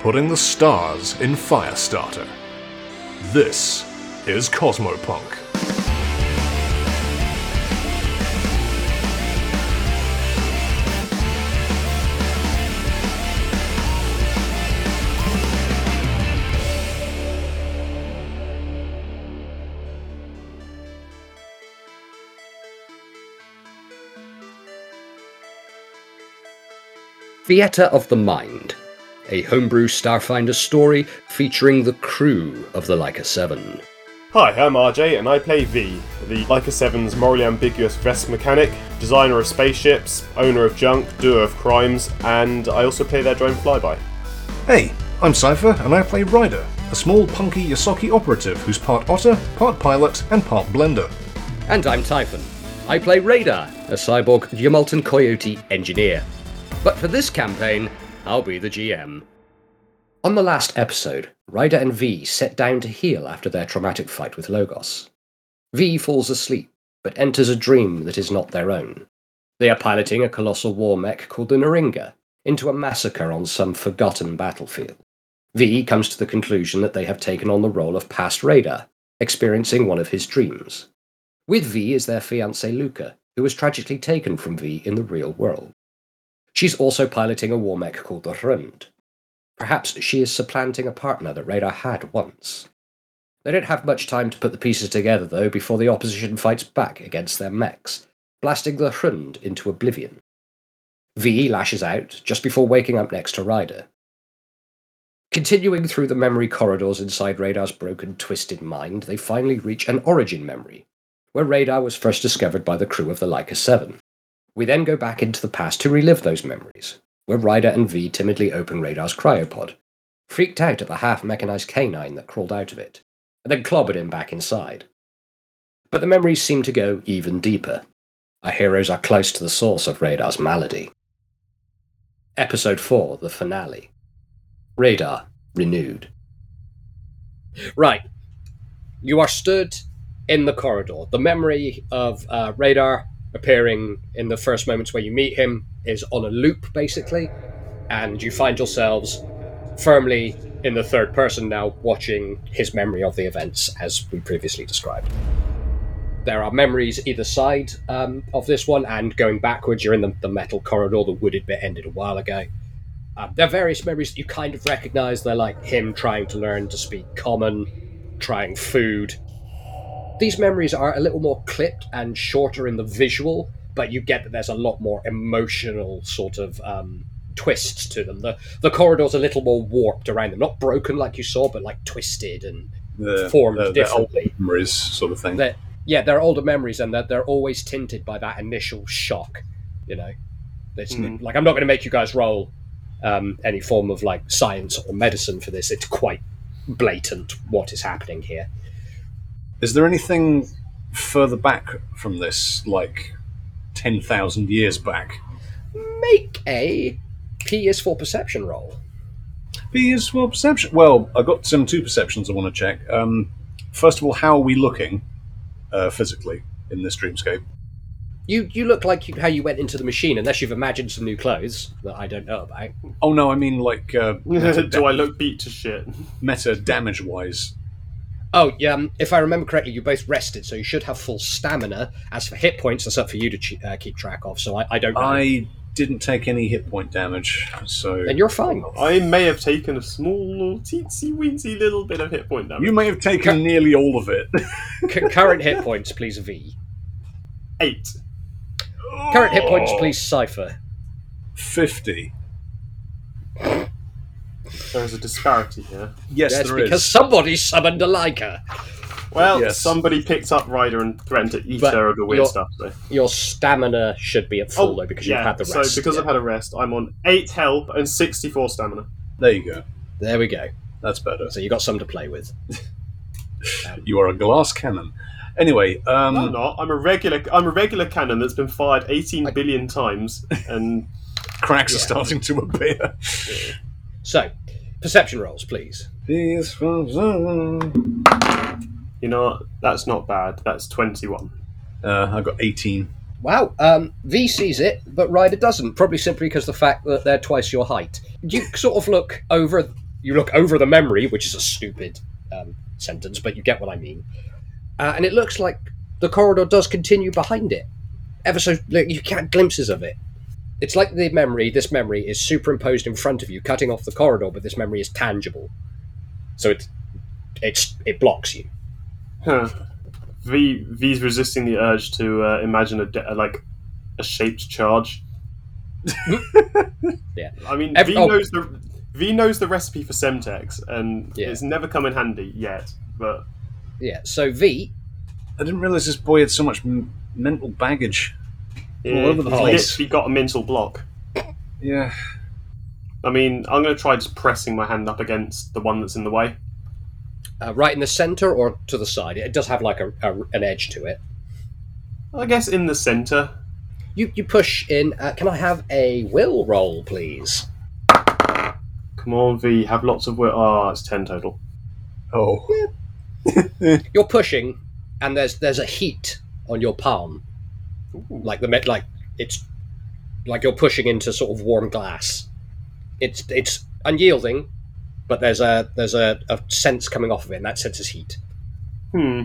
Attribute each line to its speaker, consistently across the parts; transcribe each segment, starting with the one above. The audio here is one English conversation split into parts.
Speaker 1: putting the stars in Firestarter. This is Cosmopunk.
Speaker 2: Theatre of the Mind, a homebrew Starfinder story featuring the crew of the Leica 7.
Speaker 3: Hi, I'm RJ, and I play V, the Leica 7's morally ambiguous vest mechanic, designer of spaceships, owner of junk, doer of crimes, and I also play their drone flyby.
Speaker 1: Hey, I'm Cypher, and I play Ryder, a small, punky Yasaki operative who's part otter, part pilot, and part blender.
Speaker 2: And I'm Typhon. I play Radar, a cyborg Yamultan Coyote engineer. But for this campaign, I'll be the GM. On the last episode, Ryder and V set down to heal after their traumatic fight with Logos. V falls asleep, but enters a dream that is not their own. They are piloting a colossal war mech called the Naringa into a massacre on some forgotten battlefield. V comes to the conclusion that they have taken on the role of past Radar, experiencing one of his dreams. With V is their fiancée Luca, who was tragically taken from V in the real world. She's also piloting a war mech called the Hrund. Perhaps she is supplanting a partner that Radar had once. They don't have much time to put the pieces together, though, before the opposition fights back against their mechs, blasting the Hrund into oblivion. V lashes out just before waking up next to Ryder. Continuing through the memory corridors inside Radar's broken, twisted mind, they finally reach an origin memory, where Radar was first discovered by the crew of the Leica 7. We then go back into the past to relive those memories, where Ryder and V timidly open Radar's cryopod, freaked out at the half mechanized canine that crawled out of it, and then clobbered him back inside. But the memories seem to go even deeper. Our heroes are close to the source of Radar's malady. Episode 4, the finale. Radar renewed. Right. You are stood in the corridor. The memory of uh, Radar appearing in the first moments where you meet him is on a loop, basically, and you find yourselves firmly in the third person now, watching his memory of the events as we previously described. There are memories either side um, of this one, and going backwards, you're in the, the metal corridor. The wooded bit ended a while ago. Um, there are various memories that you kind of recognize. They're like him trying to learn to speak common, trying food, these memories are a little more clipped and shorter in the visual, but you get that there's a lot more emotional sort of um, twists to them. The the corridor's a little more warped around them, not broken like you saw, but like twisted and
Speaker 4: the,
Speaker 2: Formed
Speaker 4: the, the old
Speaker 2: differently.
Speaker 4: memories sort of thing.
Speaker 2: that yeah, they're older memories and that they're always tinted by that initial shock. You know, it's
Speaker 4: Hmm.
Speaker 2: like I'm not going to make you guys roll um, any form of like science or medicine for this. It's quite blatant what is happening here.
Speaker 4: Is there anything further back from this, like ten thousand years back?
Speaker 2: Make a P is for perception roll.
Speaker 4: B is well perception. Well, I got some two perceptions I want to check. Um, first of all, how are we looking uh, physically in this dreamscape?
Speaker 2: You you look like you, how you went into the machine, unless you've imagined some new clothes that I don't know about.
Speaker 4: Oh no, I mean like uh, meta,
Speaker 3: Do I
Speaker 4: da-
Speaker 3: look beat to shit?
Speaker 4: meta damage wise.
Speaker 2: Oh yeah, um, if I remember correctly, you both rested, so you should have full stamina. As for hit points, that's up for you to che- uh, keep track of. So I, I don't know.
Speaker 4: I didn't take any hit point damage, so
Speaker 2: Then you're fine.
Speaker 3: I may have taken a small, teensy weensy little bit of hit point damage.
Speaker 4: you may have taken nearly all of it.
Speaker 2: C- current hit points, please, V.
Speaker 3: Eight.
Speaker 2: Current hit points,
Speaker 4: Oh.
Speaker 2: please, Cipher.
Speaker 4: Fifty.
Speaker 3: There is a disparity here.
Speaker 4: Yes,
Speaker 2: That's
Speaker 4: there is.
Speaker 2: because somebody summoned a Leica.
Speaker 3: Well,
Speaker 4: Yes.
Speaker 3: somebody picked up Ryder and threatened to eat
Speaker 2: But
Speaker 3: her of the weird
Speaker 2: you're-
Speaker 3: stuff. So. Oh,
Speaker 2: Your stamina should
Speaker 4: Oh,
Speaker 2: be at full though, because
Speaker 3: yeah,
Speaker 2: you've had the rest.
Speaker 3: So because
Speaker 2: Yeah.
Speaker 3: I've had a rest, I'm on eight health and sixty-four stamina.
Speaker 4: There you go.
Speaker 2: there we go.
Speaker 4: That's better.
Speaker 2: So you got some to play with.
Speaker 4: You are a glass cannon. Anyway, um,
Speaker 3: I'm not. I'm a regular. I'm a regular cannon that's been fired eighteen billion times, and
Speaker 4: cracks are
Speaker 2: Yeah.
Speaker 4: starting to appear.
Speaker 2: So perception rolls, please.
Speaker 4: These fools are-
Speaker 3: you know what? that's not bad. That's twenty-one.
Speaker 4: Uh, I got 18.
Speaker 2: Wow, um, V sees it, but Ryder doesn't. Probably simply because the fact that they're twice your height. You sort of look over you look over the memory, which is a stupid um, sentence, but you get what I mean. Uh, and it looks like the corridor does continue behind it, ever so like, you get glimpses of it. It's like the memory. This memory is superimposed in front of you, cutting off the corridor, but this memory is tangible, so it it's it blocks you.
Speaker 3: Huh. V V's resisting the urge to uh, imagine a de- uh, like a shaped charge.
Speaker 2: Yeah.
Speaker 3: I mean,
Speaker 2: Every-
Speaker 3: V
Speaker 2: oh.
Speaker 3: knows the V knows the recipe for Semtex, and
Speaker 2: Yeah.
Speaker 3: it's never come in handy yet. But
Speaker 2: Yeah. So V,
Speaker 4: I didn't realize this boy had so much m- mental baggage.
Speaker 3: yeah,
Speaker 4: over the
Speaker 3: he's
Speaker 4: place.
Speaker 3: literally got a mental block.
Speaker 4: Yeah.
Speaker 3: I mean, I'm going to try just pressing my hand up against the one that's in the way.
Speaker 2: uh, right in the center or to the side. It does have like a, a an edge to it.
Speaker 3: I guess in the center.
Speaker 2: You you push in. Uh, can I have a will roll, please?
Speaker 3: Come on, V, have lots of. Wi- oh, it's ten total.
Speaker 4: Oh.
Speaker 2: You're pushing, and there's there's a heat on your palm, like the met like it's like you're pushing into sort of warm glass. It's it's unyielding, but there's a there's a, a sense coming off of it, and that sense is heat.
Speaker 3: Hmm.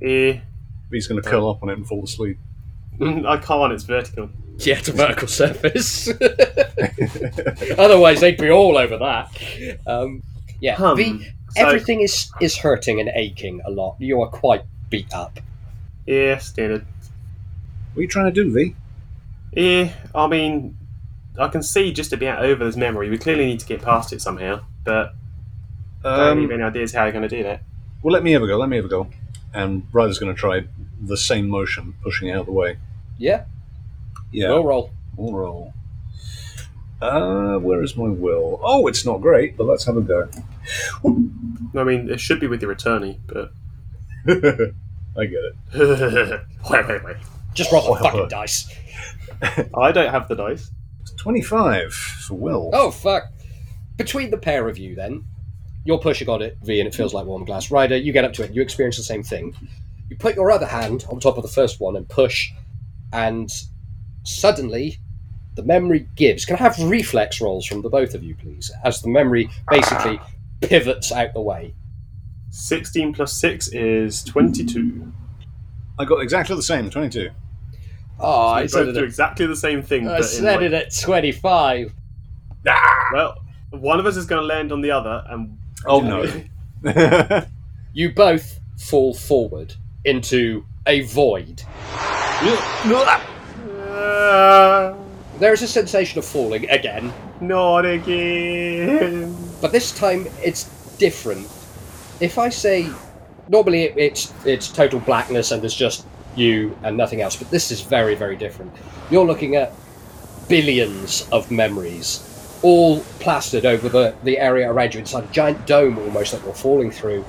Speaker 3: Eh.
Speaker 4: He's going to curl up on it and fall asleep.
Speaker 3: I can't. It's vertical.
Speaker 2: Yeah, it's a vertical surface. Otherwise, they'd be all over that. Um, yeah,
Speaker 3: Hum.
Speaker 2: the-
Speaker 3: Um, So-
Speaker 2: everything is is hurting and aching a lot. You are quite beat up.
Speaker 3: Yeah, standard.
Speaker 4: What are you trying to do, V?
Speaker 3: Yeah, Eh, I mean, I can see just about over this memory. We clearly need to get past it somehow, but I don't
Speaker 4: Um,
Speaker 3: have any ideas how you're going to do that.
Speaker 4: well, let me have a go. Let me have a go. And Ryder's going to try the same motion, pushing it out of the way.
Speaker 2: Yeah,
Speaker 4: Yeah.
Speaker 2: will roll.
Speaker 4: We'll roll. Uh, where is my will? Oh, it's not great, but let's have a go.
Speaker 3: I mean, it should be with your attorney, but.
Speaker 4: I get it.
Speaker 3: wait, wait, wait.
Speaker 2: Just roll the
Speaker 4: Oh,
Speaker 2: fucking
Speaker 4: look.
Speaker 2: dice.
Speaker 3: I don't have the dice.
Speaker 4: 25 for will.
Speaker 2: Oh fuck! Between the pair of you, then you're pushing on it, V, and it feels like warm glass. Ryder, you get up to it. You experience the same thing. You put your other hand on top of the first one and push, and suddenly the memory gives. Can I have reflex rolls from the both of you, please? As the memory basically pivots out the way.
Speaker 3: 16 plus 6 is 22.
Speaker 4: I got exactly the same, 22.
Speaker 2: Oh, I
Speaker 3: We
Speaker 2: said
Speaker 3: both
Speaker 2: it.
Speaker 3: do exactly the same thing.
Speaker 2: I
Speaker 3: but in
Speaker 2: said
Speaker 3: like-
Speaker 2: it at 25.
Speaker 3: Well, one of us is going to land on the other, and.
Speaker 4: Oh, no.
Speaker 2: You both fall forward into a void.
Speaker 3: Uh,
Speaker 2: There is a sensation of falling again,
Speaker 3: not again.
Speaker 2: but this time it's different. If I say, normally it, it's it's total blackness and there's just you and nothing else, but this is very very different. You're looking at billions of memories, all plastered over the the area around you inside a giant dome almost that you're falling through,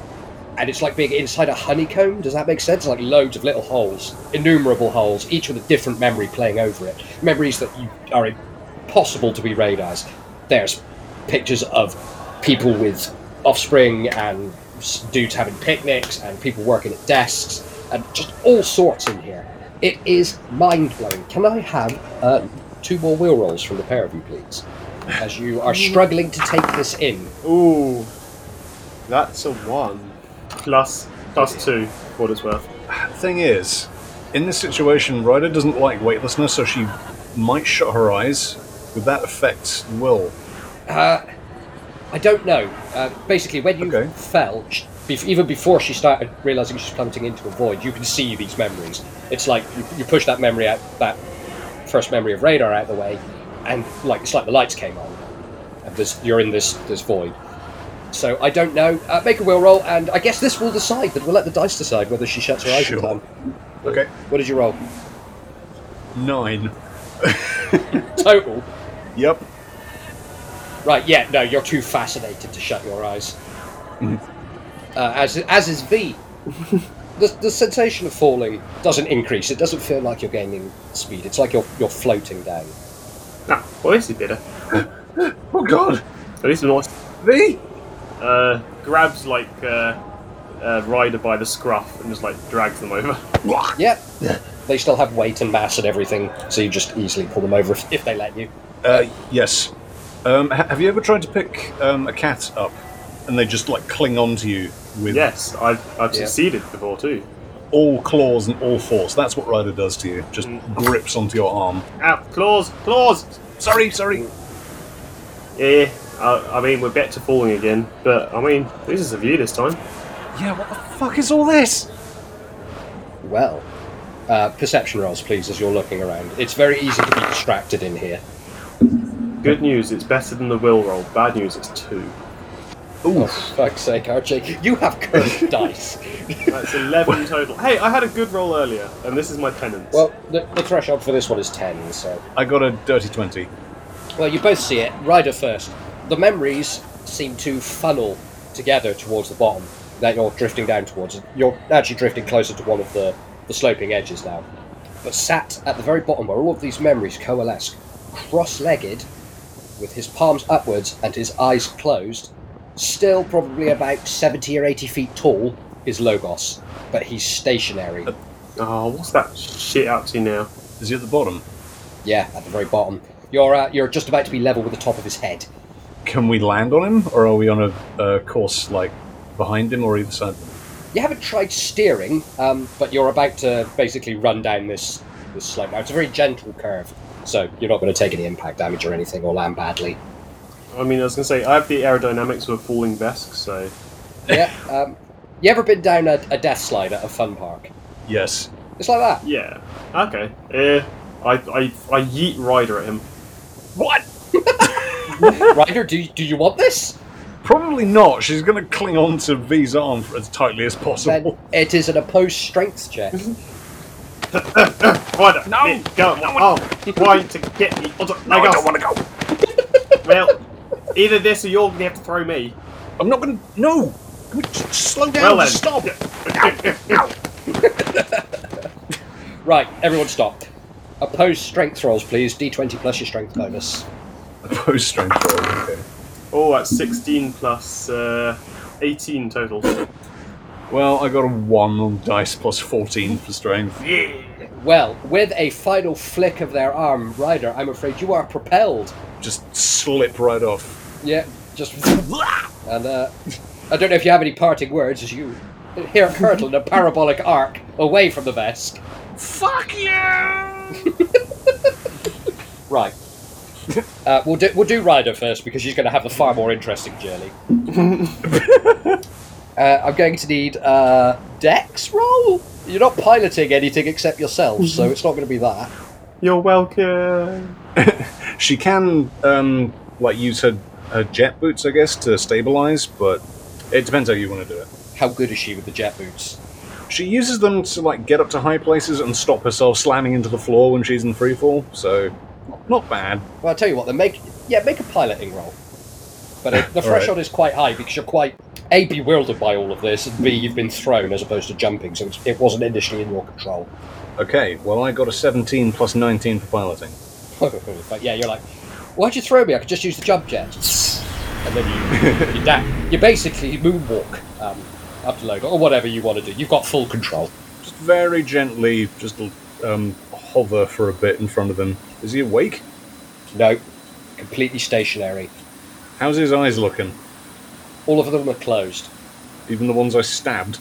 Speaker 2: and it's like being inside a honeycomb. Does that make sense? Like loads of little holes, innumerable holes, each with a different memory playing over it. Memories that you are impossible to be read as. There's pictures of people with offspring and s- dudes having picnics and people working at desks and just all sorts in here. It is mind blowing. Can I have uh, two more wheel rolls from the pair of you, please? As you are struggling to take this in.
Speaker 3: Ooh, that's a one. Plus, plus two, for what it's worth.
Speaker 4: Thing is, in this situation, Ryder doesn't like weightlessness, so she might shut her eyes. Would that affect Will?
Speaker 2: I don't know. Uh, basically, when you
Speaker 4: Okay.
Speaker 2: fell, sh- bef- even before she started realizing she's plummeting into a void, you can see these memories. It's like you, you push that memory out, that first memory of radar out of the way, and like it's like the lights came on, and this, you're in this this void. So I don't know. Uh, make a will roll, and I guess this will decide. That we'll let the dice decide whether she shuts her eyes
Speaker 4: Sure.
Speaker 2: or not.
Speaker 4: Okay.
Speaker 2: What did you roll?
Speaker 4: Nine.
Speaker 2: Total.
Speaker 4: Yep.
Speaker 2: Right, yeah, no, you're too fascinated to shut your eyes. uh, as as is V. the, the sensation of falling doesn't increase. It doesn't feel like you're gaining speed. It's like you're you're floating down.
Speaker 3: Ah, well, this is better.
Speaker 4: Oh, God.
Speaker 3: At least I'm not.
Speaker 4: V?
Speaker 3: Uh, grabs like uh, uh, Ryder by the scruff and just like drags them over.
Speaker 2: Yep. they still have weight and mass and everything, so you just easily pull them over if, if they let you.
Speaker 4: Uh, yes. Um, ha- have you ever tried to pick um, a cat up and they just like cling onto you with
Speaker 3: Yes, I've, I've succeeded before too.
Speaker 4: all claws and all force. That's what Ryder does to you. Just grips onto your arm.
Speaker 3: Ow, claws, claws!
Speaker 4: Sorry, sorry.
Speaker 3: Yeah, I, I mean, we're back to falling again, but I mean, this is a view this time.
Speaker 4: Yeah, what the fuck is all this?
Speaker 2: Well, uh, perception rolls, please, as you're looking around. It's very easy to be distracted in here.
Speaker 3: Good news, it's better than the will roll. Bad news, it's two.
Speaker 2: Oh, for fuck's sake, RJ. You have cursed dice.
Speaker 3: That's 11 total. Hey, I had a good roll earlier, and this is my penance.
Speaker 2: Well, the, the threshold for this one is 10, so.
Speaker 4: I got a dirty twenty.
Speaker 2: Well, you both see it. Ryder first. The memories seem to funnel together towards the bottom that you're drifting down towards. You're actually drifting closer to one of the, the sloping edges now. But sat at the very bottom where all of these memories coalesce, cross legged, with his palms upwards and his eyes closed, still probably about 70 or 80 feet tall, is Logos. But he's stationary.
Speaker 3: oh, what's that shit up to now?
Speaker 4: Is he at the bottom?
Speaker 2: Yeah, at the very bottom. You're, uh, you're just about to be level with the top of his head.
Speaker 4: Can we land on him, or are we on a uh, course like behind him or either side of him?
Speaker 2: You haven't tried steering, um, but you're about to basically run down this this slope. Now it's a very gentle curve, so you're not going to take any impact damage or anything or land badly.
Speaker 3: I mean, I was gonna say, I have the aerodynamics of a falling vest, so.
Speaker 2: yeah. Um, you ever been down a, a death slide at a fun park?
Speaker 4: Yes.
Speaker 2: It's like that.
Speaker 3: Yeah. Okay. Yeah. I, I, I yeet Ryder at him.
Speaker 4: What?
Speaker 2: Ryder, do you, do you want this?
Speaker 4: Probably not. She's going to cling on to V's arm for as tightly as
Speaker 2: Then
Speaker 4: possible.
Speaker 2: it is an opposed strength check.
Speaker 3: Ryder!
Speaker 4: No!
Speaker 3: Nick, Go! oh, trying to get me. onto-
Speaker 4: no, I
Speaker 3: Lagos.
Speaker 4: don't want to go.
Speaker 3: Well, either this or you're gonna have to throw me.
Speaker 4: I'm not going to. No. Can we just slow down?
Speaker 3: Well
Speaker 4: and
Speaker 3: then.
Speaker 4: Stop.
Speaker 2: Right, everyone stop. Opposed strength rolls, please. D20 plus your strength bonus.
Speaker 4: Opposed strength roll. Okay.
Speaker 3: Oh, that's 16 plus uh, 18 total.
Speaker 4: Well, I got a one on dice plus fourteen for strength.
Speaker 2: Well, with a final flick of their arm, Ryder, I'm afraid you are propelled.
Speaker 4: Just slip right off.
Speaker 2: Yeah, just
Speaker 4: Ah,
Speaker 2: And uh, I don't know if you have any parting words as you here hurtle in a parabolic arc away from the vest.
Speaker 4: Fuck you!
Speaker 2: Right. Uh, we'll do we'll do Ryder first because she's going to have the far more interesting journey. uh, I'm going to need uh, Dex roll. You're not piloting anything except yourself, so it's not going to be that.
Speaker 3: You're welcome.
Speaker 4: She can um, like use her her jet boots, I guess, to stabilize, but it depends how you want to do it.
Speaker 2: How good is she with the jet boots?
Speaker 4: She uses them to like get up to high places and stop herself slamming into the floor when she's in free fall. So not bad.
Speaker 2: Well, I'll tell you what. Then make yeah, make a piloting roll. But uh, the
Speaker 4: All right.
Speaker 2: threshold is quite high because you're quite a bewildered by all of this, and b you've been thrown as opposed to jumping, so it's, it wasn't initially in your control.
Speaker 4: Okay, well I got a 17 plus 19 for piloting.
Speaker 2: but yeah, you're like, why'd you throw me? I could just use the jump jet. And then you you, da- you basically moonwalk um, up to Logan or whatever you want to do. You've got full control.
Speaker 4: Just very gently, just um, hover for a bit in front of him. Is he awake?
Speaker 2: No, completely stationary.
Speaker 4: How's his eyes looking?
Speaker 2: All of them are closed.
Speaker 4: Even the ones I stabbed.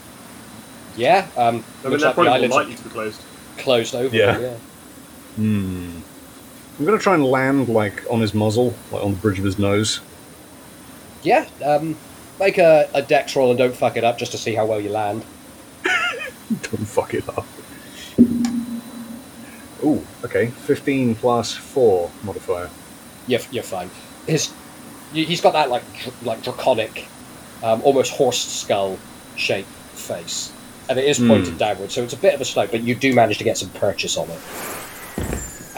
Speaker 2: Yeah, um,
Speaker 3: I mean,
Speaker 2: looks
Speaker 3: they're
Speaker 2: like the
Speaker 3: probably more
Speaker 2: eyelids
Speaker 3: likely to be closed.
Speaker 2: are closed over.
Speaker 4: Yeah.
Speaker 2: yeah.
Speaker 4: I'm gonna try and land like on his muzzle, like on the bridge of his nose.
Speaker 2: Yeah, um, make a, a dex roll and don't fuck it up just to see how well you land.
Speaker 4: Don't fuck it up. Ooh, okay. 15 plus 4 modifier.
Speaker 2: You're, you're fine. His, y- he's got that like dr- like draconic, um, almost horse skull shaped face, and it is pointed downward, so it's a bit of a slope, but you do manage to get some purchase on it.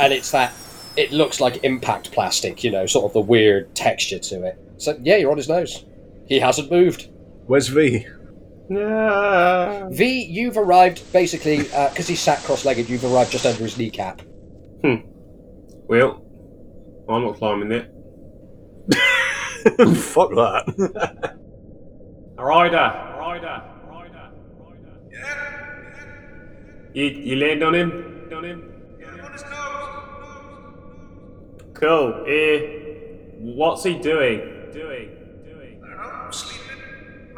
Speaker 2: And it's that it looks like impact plastic, you know, sort of the weird texture to it. So yeah, you're on his nose. He hasn't moved.
Speaker 4: Where's V?
Speaker 3: Yeah.
Speaker 2: V, you've arrived basically because he sat cross-legged. You've arrived just under his kneecap.
Speaker 3: Well, I'm not climbing it.
Speaker 4: Fuck that.
Speaker 3: Ryder! Ryder! Ryder! Ryder! You, you land on him? On him? Cool. Eh, what's he doing? Doing. Doing.
Speaker 5: Sleeping.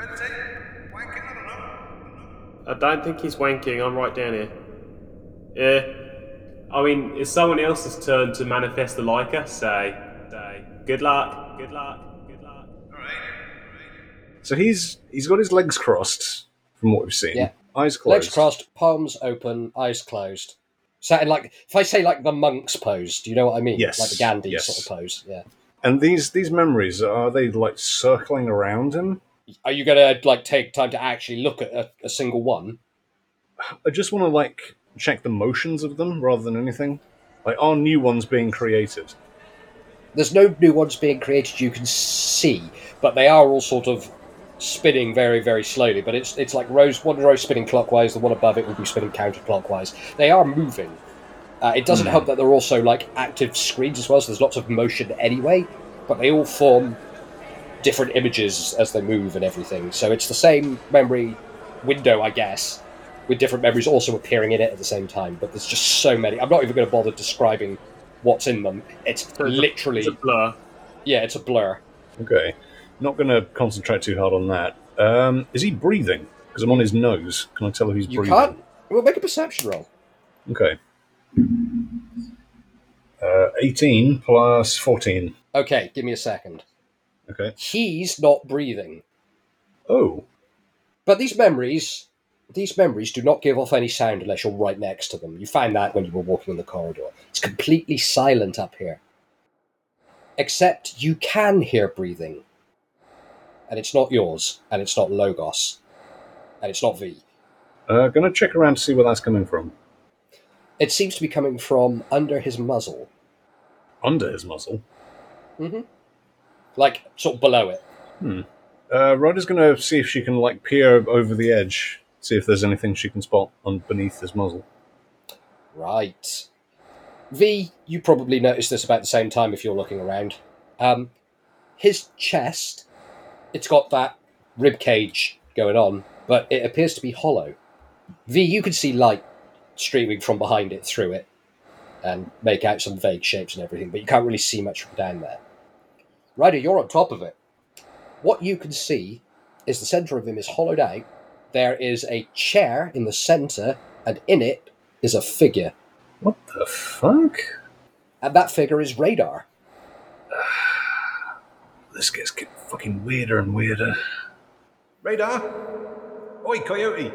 Speaker 3: I don't think he's wanking. I'm right down here. Yeah. I mean, it's someone else's turn to manifest the Leica, so, so good luck. Good luck. Good luck.
Speaker 4: So he's he's got his legs crossed from what we've seen.
Speaker 2: Yeah.
Speaker 4: Eyes closed.
Speaker 2: Legs crossed, palms open, eyes closed. Sat in like if I say like the monk's pose, do you know what I mean?
Speaker 4: Yes,
Speaker 2: Like the Gandhi
Speaker 4: yes.
Speaker 2: sort of pose. Yeah.
Speaker 4: And these these memories are they like circling around him?
Speaker 2: Are you gonna like take time to actually look at a, a single one?
Speaker 4: I just want to like check the motions of them rather than anything. Like are new ones being created?
Speaker 2: There's no new ones being created you can see, but they are all sort of spinning very, very slowly. But it's it's like rows one row spinning clockwise, the one above it will be spinning counterclockwise. They are moving. Uh, it
Speaker 3: Hmm.
Speaker 2: doesn't help that they're also like active screens as well, so there's lots of motion anyway. But they all form different images as they move and everything. So it's the same memory window, I guess, with different memories also appearing in it at the same time. But there's just so many. I'm not even going to bother describing what's in them. It's literally
Speaker 3: It's a blur.
Speaker 2: yeah, it's a blur.
Speaker 4: Okay. Not going to concentrate too hard on that. Um, is he breathing? Because I'm on his nose. Can I tell if he's
Speaker 2: You
Speaker 4: breathing?
Speaker 2: can't. We'll make a perception roll.
Speaker 4: Okay. Uh, 18 plus 14.
Speaker 2: Okay, give me a second.
Speaker 4: Okay.
Speaker 2: He's not breathing,
Speaker 4: Oh,
Speaker 2: but these memories, these memories do not give off any sound unless you're right next to them. You found that when you were walking in the corridor. It's completely silent up here, except you can hear breathing, and it's not yours, and it's not Logos, and it's not V.
Speaker 4: uh, going to check around to see where that's coming from.
Speaker 2: It seems to be coming from under his muzzle, Mm-hmm.
Speaker 4: Under his muzzle.
Speaker 2: like sort of below it.
Speaker 4: Uh, Ryder's going to see if she can, like, peer over the edge, see if there's anything she can spot on beneath his muzzle.
Speaker 2: Right. V, you probably noticed this about the same time if you're looking around. Um, his chest, it's got that rib cage going on, but it appears to be hollow. V, you can see light streaming from behind it through it and make out some vague shapes and everything, but you can't really see much from down there. Ryder, you're on top of it. What you can see is the centre of him is hollowed out. There is a chair in the centre, and in it is a figure,
Speaker 4: What the fuck?
Speaker 2: and that figure is Radar.
Speaker 4: This gets get fucking weirder and weirder.
Speaker 6: Radar? Oi, Coyote!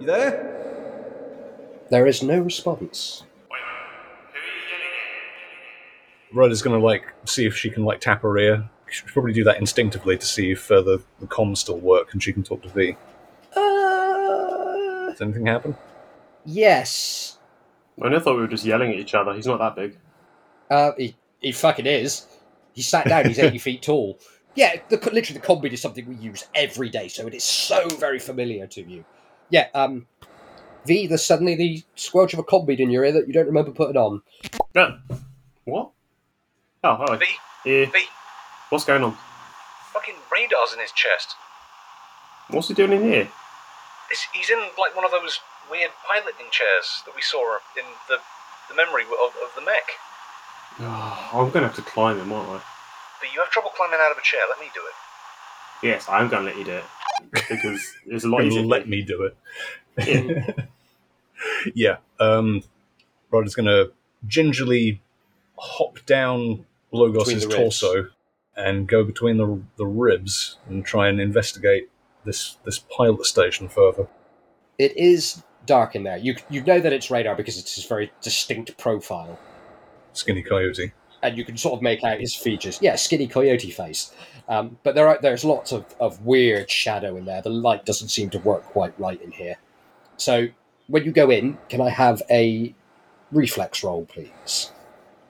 Speaker 6: You there?
Speaker 2: There is no response.
Speaker 4: Ryder's going to, like, see if she can, like, tap her ear. She should probably do that instinctively to see if uh, the, the comms still work and she can talk to V.
Speaker 2: Uh,
Speaker 4: Does anything happen?
Speaker 2: yes.
Speaker 3: I never thought we were just yelling at each other. He's not that big.
Speaker 2: Uh, he, he fucking is. He sat down, he's 80 feet tall. Yeah, the, literally, the combi is something we use every day, so it is so very familiar to you. Yeah, um, V, there's suddenly the squelch of a combi in your ear that you don't remember putting on.
Speaker 3: No. What? Oh, hi.
Speaker 5: V,
Speaker 3: Yeah.
Speaker 5: V.
Speaker 3: What's going on?
Speaker 5: Fucking radar's in his chest.
Speaker 3: What's he doing in here?
Speaker 5: It's, he's in like one of those weird piloting chairs that we saw in the the memory of, of the mech.
Speaker 3: Oh, I'm going to have to climb him, aren't I?
Speaker 5: But you have trouble climbing out of a chair. Let me do it.
Speaker 3: Yes, I'm going to let you do it. Because it's a lot
Speaker 4: Gonna
Speaker 3: easier.
Speaker 4: let me do it.
Speaker 3: Yeah.
Speaker 4: Yeah. Um, Ryder's going to gingerly hop down Logos's
Speaker 2: Between the ribs.
Speaker 4: torso and go between the, the ribs and try and investigate this this pilot station further.
Speaker 2: It is dark in there. You, you know that it's radar because it's his very distinct profile.
Speaker 4: Skinny coyote.
Speaker 2: and you can sort of make out his features. Yeah, skinny coyote face. Um, but there are there's lots of, of weird shadow in there. The light doesn't seem to work quite right in here. So when you go in, can I have a reflex roll, please?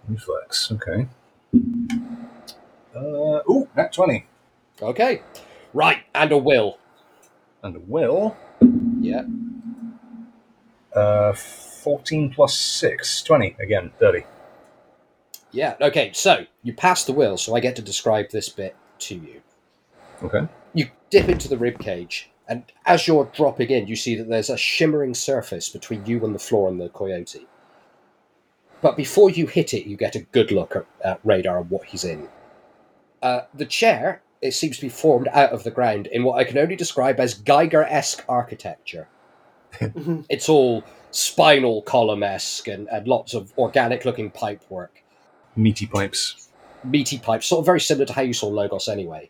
Speaker 4: Reflex. Okay. Uh, ooh, nat 20.
Speaker 2: Okay. Right, and a will.
Speaker 4: And a will.
Speaker 2: Yeah.
Speaker 4: Uh, 14 plus 6. 20. Again, 30.
Speaker 2: Yeah. Okay, so you pass the will, so I get to describe this bit to you.
Speaker 4: Okay.
Speaker 2: you dip into the rib cage, and as you're dropping in, you see that there's a shimmering surface between you and the floor and the coyote. But before you hit it, you get a good look at, at radar and what he's in. Uh, the chair, it seems to be formed out of the ground in what I can only describe as Geiger esque architecture. it's all spinal column esque and, and lots of organic looking pipe work,
Speaker 4: Meaty pipes.
Speaker 2: meaty pipes, sort of very similar to how you saw Logos anyway.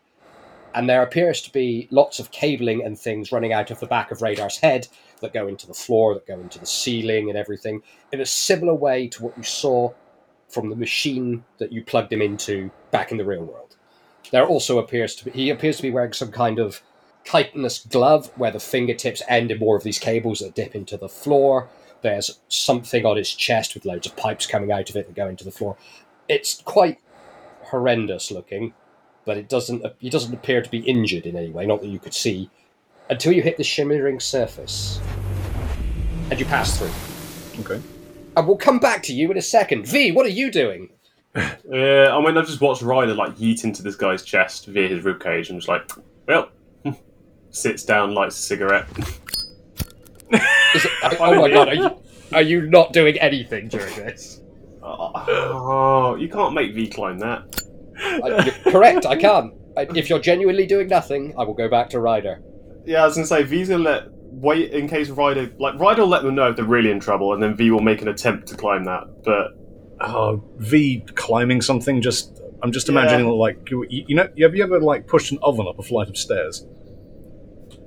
Speaker 2: And there appears to be lots of cabling and things running out of the back of Radar's head that go into the floor, that go into the ceiling and everything, in a similar way to what you saw from the machine that you plugged him into back in the real world. There also appears to be he appears to be wearing some kind of chitinous glove where the fingertips end in more of these cables that dip into the floor. There's something on his chest with loads of pipes coming out of it that go into the floor. It's quite horrendous looking, but it doesn't he doesn't appear to be injured in any way, not that you could see, until you hit the shimmering surface. And you pass through.
Speaker 4: Okay.
Speaker 2: And we'll come back to you in a second. V, what are you doing?
Speaker 7: Yeah, I mean, I've just watched Ryder like yeet into this guy's chest via his ribcage and just like, well, sits down, lights a cigarette.
Speaker 2: Is it, oh my god, are you, are you not doing anything during this?
Speaker 7: Oh, you can't make V climb that.
Speaker 2: I, you're correct, I can't. I, if you're genuinely doing nothing, I will go back to Ryder.
Speaker 3: Yeah, I was gonna say V's gonna let wait in case Ryder like Ryder will let them know if they're really in trouble, and then V will make an attempt to climb that. But
Speaker 4: Uh, v climbing something. Just I'm just imagining like you, you know. Have you ever like pushed an oven up a flight of stairs?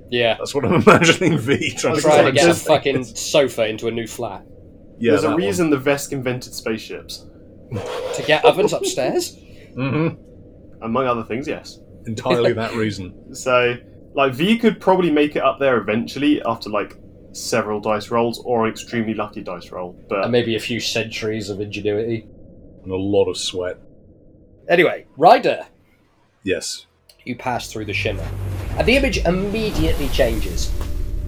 Speaker 2: Yeah.
Speaker 4: That's what I'm imagining. V trying to
Speaker 2: Trying to
Speaker 4: climb.
Speaker 2: get a
Speaker 4: something.
Speaker 2: fucking sofa into a new flat.
Speaker 4: Yeah,
Speaker 3: there's
Speaker 4: that
Speaker 3: a
Speaker 4: one.
Speaker 3: reason the Vesk invented spaceships,
Speaker 2: To get ovens upstairs?
Speaker 4: Mhm.
Speaker 3: among other things. Yes.
Speaker 4: Entirely that reason.
Speaker 3: So like V could probably make it up there eventually after like several dice rolls or an extremely lucky dice roll. But
Speaker 2: And maybe a few centuries of ingenuity.
Speaker 4: And a lot of sweat.
Speaker 2: Anyway, Ryder,
Speaker 4: Yes.
Speaker 2: you pass through the shimmer. And the image immediately changes.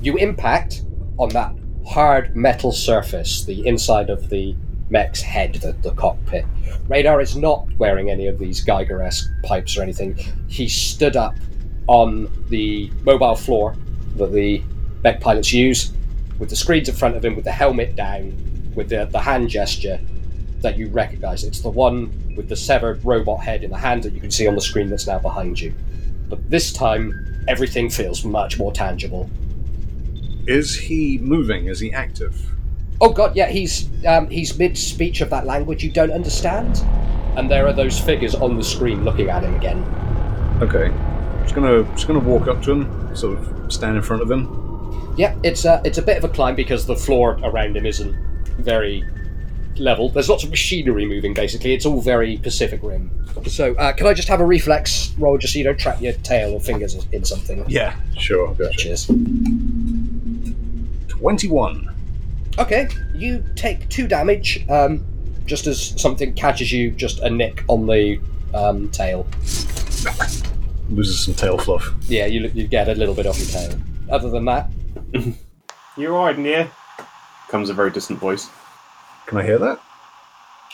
Speaker 2: You impact on that hard metal surface, the inside of the mech's head, the, the cockpit. Radar is not wearing any of these Geiger esque pipes or anything. He stood up on the mobile floor that the mech pilots use, with the screens in front of him, with the helmet down, with the, the hand gesture that you recognize. It's the one with the severed robot head in the hand that you can see on the screen that's now behind you. But this time, everything feels much more tangible.
Speaker 4: Is he moving? Is he active?
Speaker 2: Oh god, yeah, he's um, he's mid speech of that language you don't understand, and there are those figures on the screen looking at him again.
Speaker 4: Okay. Just gonna just gonna walk up to him, sort of stand in front of him.
Speaker 2: Yeah, it's a it's a bit of a climb because the floor around him isn't very level. There's lots of machinery moving. Basically, it's all very Pacific Rim. So, uh, can I just have a reflex roll just so you don't trap your tail or fingers in something?
Speaker 4: Yeah. Sure. Gotcha.
Speaker 2: Cheers.
Speaker 4: Twenty-one.
Speaker 2: Okay, you take two damage, um, just as something catches you, just a nick on the um, tail.
Speaker 4: Loses some tail fluff.
Speaker 2: Yeah, you, you get a little bit off your tail. Other than that,
Speaker 7: You're right, near.
Speaker 3: comes a very distant voice.
Speaker 4: Can I hear that?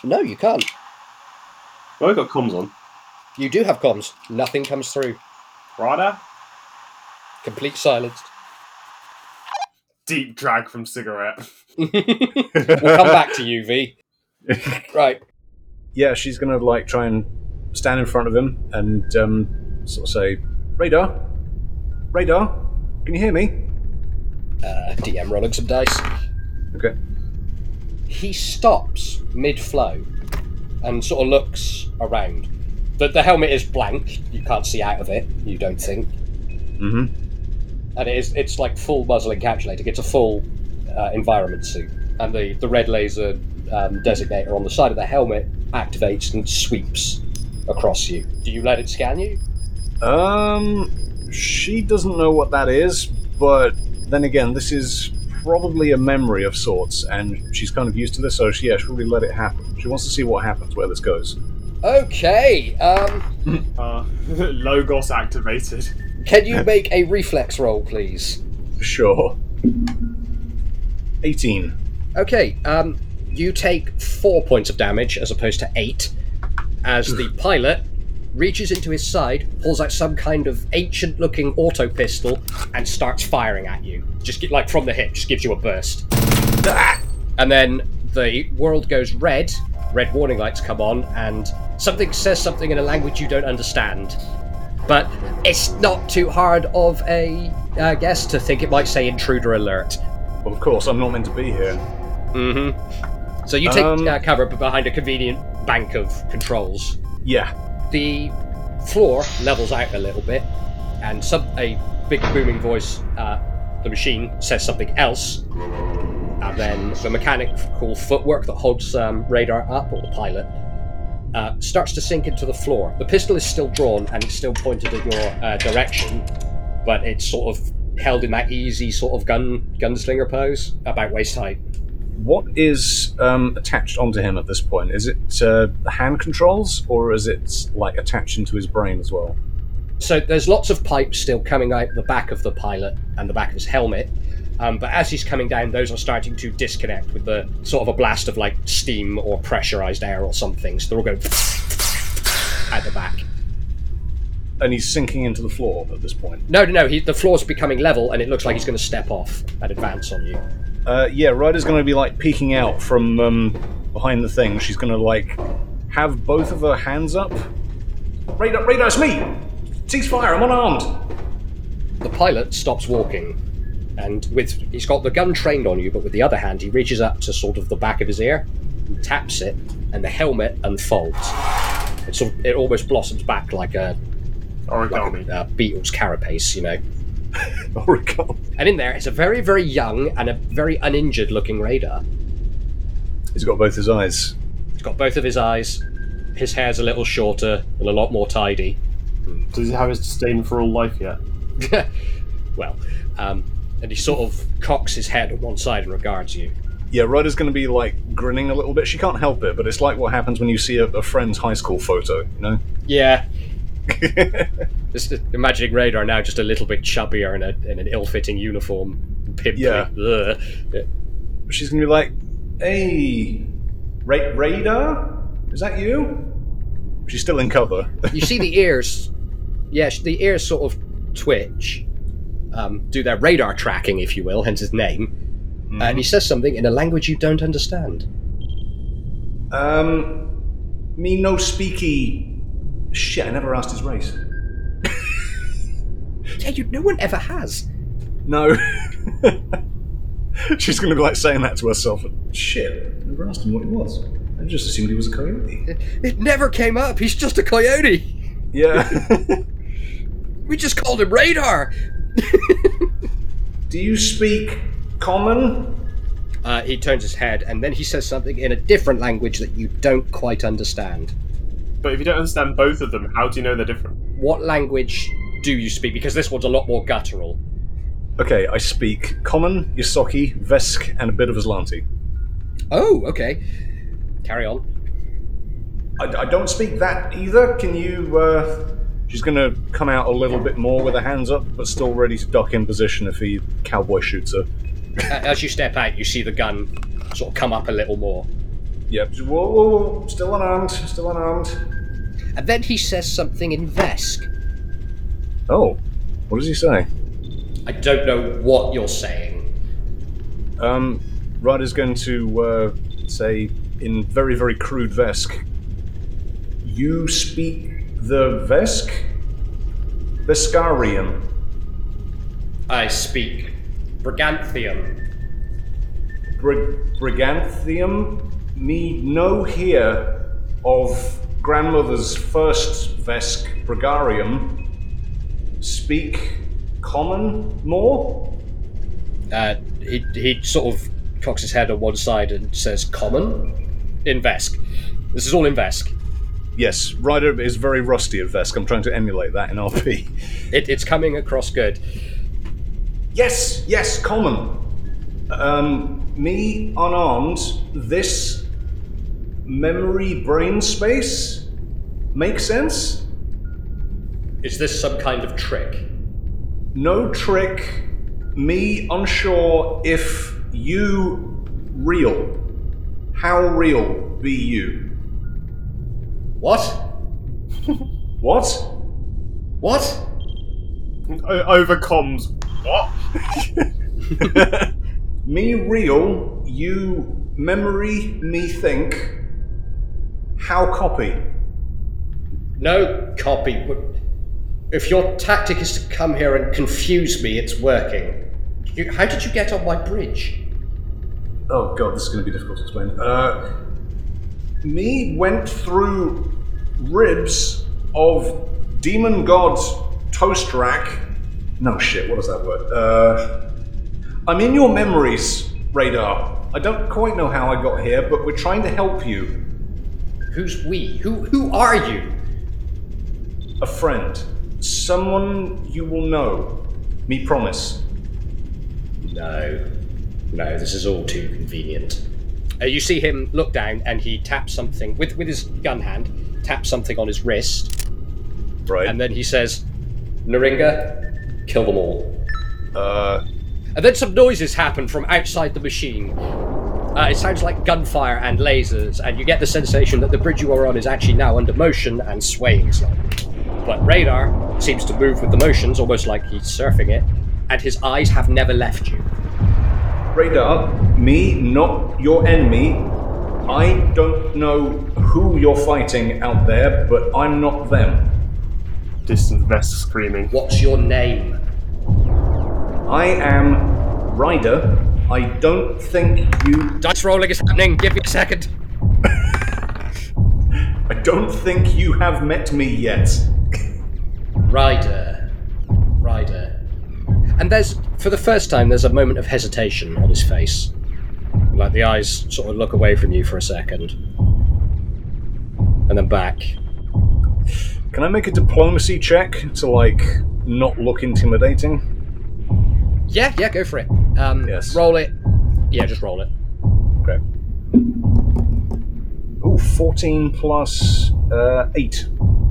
Speaker 2: no, you can't.
Speaker 3: Well, I got comms on.
Speaker 2: You do have comms. Nothing comes through.
Speaker 7: Ryder?
Speaker 2: Complete silence.
Speaker 3: Deep drag from cigarette.
Speaker 2: we'll come back to you, V. Right.
Speaker 4: Yeah, she's gonna like try and stand in front of him and um, sort of say, "Radar, radar, can you hear me?"
Speaker 2: Uh, DM rolling some dice.
Speaker 4: Okay.
Speaker 2: he stops mid flow and sort of looks around. The, the helmet is blank. You can't see out of it, you don't think.
Speaker 4: Mhm.
Speaker 2: And it is, it's like full muzzle encapsulating. It's a full uh, environment suit. And the, the red laser um, designator on the side of the helmet activates and sweeps across you. Do you let it scan you?
Speaker 4: Um, she doesn't know what that is, but then again, this is probably a memory of sorts, and she's kind of used to this, so she, yeah, she'll really let it happen. She wants to see what happens, where this goes.
Speaker 2: Okay. Um,
Speaker 3: Uh, Logos activated.
Speaker 2: can you make a reflex roll, please?
Speaker 4: Sure. 18.
Speaker 2: Okay, um, you take four points of damage as opposed to eight, as the pilot reaches into his side, pulls out some kind of ancient-looking auto pistol, and starts firing at you. Just get, like from the hip, just gives you a burst, and then the world goes red. Red warning lights come on, and something says something in a language you don't understand. But it's not too hard of a uh, guess to think it might say intruder alert
Speaker 4: Well, of course, I'm not meant to be here.
Speaker 2: Mm-hmm. So you take
Speaker 4: Um,
Speaker 2: uh, cover behind a convenient bank of controls.
Speaker 4: Yeah.
Speaker 2: The floor levels out a little bit, and some a big booming voice, uh, the machine says something else, and then the mechanical footwork that holds um, radar up, or the pilot, uh, starts to sink into the floor. The pistol is still drawn and it's still pointed at your uh, direction, but it's sort of held in that easy sort of gun gunslinger pose, about waist height.
Speaker 4: What is um, attached onto him at this point? Is it uh, the hand controls, or is it like attached into his brain as well?
Speaker 2: So there's lots of pipes still coming out the back of the pilot and the back of his helmet. Um, but as he's coming down, those are starting to disconnect with the sort of a blast of like steam or pressurized air or something. So they're all going at the back.
Speaker 4: And he's sinking into the floor at this point.
Speaker 2: No, no, no. He, the floor's becoming level, and it looks like he's going to step off and advance on you.
Speaker 4: Uh, yeah, Ryder's going to be like peeking out from um, behind the thing. She's going to like have both of her hands up. Radar, radar, it's me. Cease fire. I'm unarmed.
Speaker 2: The pilot stops walking, and with he's got the gun trained on you, but with the other hand, he reaches up to sort of the back of his ear, and taps it, and the helmet unfolds. It sort of, it almost blossoms back like a
Speaker 8: Origami.
Speaker 2: uh, beetle's carapace, you know.
Speaker 4: Oh, Oricon.
Speaker 2: And in there, it's a very, very young and a very uninjured looking radar.
Speaker 4: He's got both his eyes.
Speaker 2: He's got both of his eyes. His hair's a little shorter and a lot more tidy.
Speaker 3: Does he have his disdain for all life yet?
Speaker 2: Well, um, and he sort of cocks his head on one side and regards you.
Speaker 4: Yeah, Ryder's going to be like grinning a little bit. She can't help it, but it's like what happens when you see a, a friend's high school photo. You know?
Speaker 2: Yeah. just imagining radar now just a little bit chubbier in, a, in an ill-fitting uniform, pimply.
Speaker 4: Yeah.
Speaker 2: Ugh.
Speaker 4: She's going to be like, "Hey, Ra- radar, is that you?" She's still in cover.
Speaker 2: you see the ears yeah sh- the ears sort of twitch um, do their radar tracking if you will hence his name Uh, and he says something in a language you don't understand
Speaker 4: Um, me no speaky. Shit, I never asked his race.
Speaker 2: yeah you, no one ever has
Speaker 4: No. She's going to be like saying that to herself. Shit, never asked him what he was. I just assumed he was a coyote.
Speaker 2: it never came up he's just a coyote
Speaker 4: Yeah.
Speaker 2: we just called him radar
Speaker 4: Do you speak common?
Speaker 2: uh, he turns his head and then he says something in a different language that you don't quite understand
Speaker 8: But if you don't understand both of them, how do you know they're different?
Speaker 2: what language do you speak because this one's a lot more guttural
Speaker 4: Okay, I speak common, Yosaki, Vesk, and a bit of Aslanti.
Speaker 2: oh okay carry on
Speaker 4: I, I don't speak that either. Can you, uh. She's gonna come out a little bit more with her hands up, but still ready to duck in position if he cowboy shoots her.
Speaker 2: A- as you step out you see the gun sort of come up a little more
Speaker 4: Yep. Whoa, whoa, whoa. Still unarmed. Still unarmed.
Speaker 2: And then he says something in Vesk.
Speaker 4: Oh, what does he say?
Speaker 2: I don't know what you're saying.
Speaker 4: Um, Ryder's going to uh, say in very, very crude Vesk. You speak the Vesk? Vescarian.
Speaker 2: I speak Briganthium.
Speaker 4: Brig- Briganthium? Me no hear of grandmother's first Vesk Brigarium. Speak common more?
Speaker 2: Uh, he, he sort of cocks his head on one side and says, Common? In Vesk. This is all in Vesk.
Speaker 4: Yes, Ryder is very rusty at Vesk. I'm trying to emulate that in RP.
Speaker 2: It, it's coming across good.
Speaker 4: Yes, yes, common. Um, me unarmed, this memory brain space makes sense?
Speaker 2: Is this some kind of trick?
Speaker 4: No trick, me unsure if you real. How real be you?
Speaker 2: What?
Speaker 4: What?
Speaker 2: What?
Speaker 3: O- over comms. What?
Speaker 4: Me real, you memory, me think. How copy?
Speaker 2: No copy. If your tactic is to come here and confuse me, it's working. You, how did you get on my bridge?
Speaker 4: Oh god, this is going to be difficult to explain. Uh, me went through ribs of demon god's toast rack. No shit, what is that word? Uh, I'm in your memories, radar. I don't quite know how I got here, but we're trying to help you.
Speaker 2: Who's we? Who who are you?
Speaker 4: A friend, someone you will know. Me promise.
Speaker 2: No. No, this is all too convenient. Uh, you see him look down and he taps something with, with his gun hand, taps something on his wrist,
Speaker 4: Right.
Speaker 2: and then he says, Naringa, kill them all.
Speaker 4: uh,
Speaker 2: And then some noises happen from outside the machine. Uh, it sounds like gunfire and lasers, and you get the sensation that the bridge you are on is actually now under motion and swaying slightly. But radar seems to move with the motions, almost like he's surfing it, and his eyes have never left you.
Speaker 4: Radar, me, not your enemy. I don't know who you're fighting out there, but I'm not them.
Speaker 3: Distant vest screaming.
Speaker 2: What's your name?
Speaker 4: I am Ryder. I don't think you.
Speaker 2: Dice rolling is happening. Give me a second.
Speaker 4: I don't think you have met me yet.
Speaker 2: Ryder. Ryder. And there's, for the first time, there's a moment of hesitation on his face. Like the eyes sort of look away from you for a second. And then back.
Speaker 4: Can I make a diplomacy check to, like, not look intimidating?
Speaker 2: Yeah, yeah, go for it. Um,
Speaker 4: Yes.
Speaker 2: Roll it. Yeah, just roll it.
Speaker 4: Okay. Ooh, 14 plus uh, 8.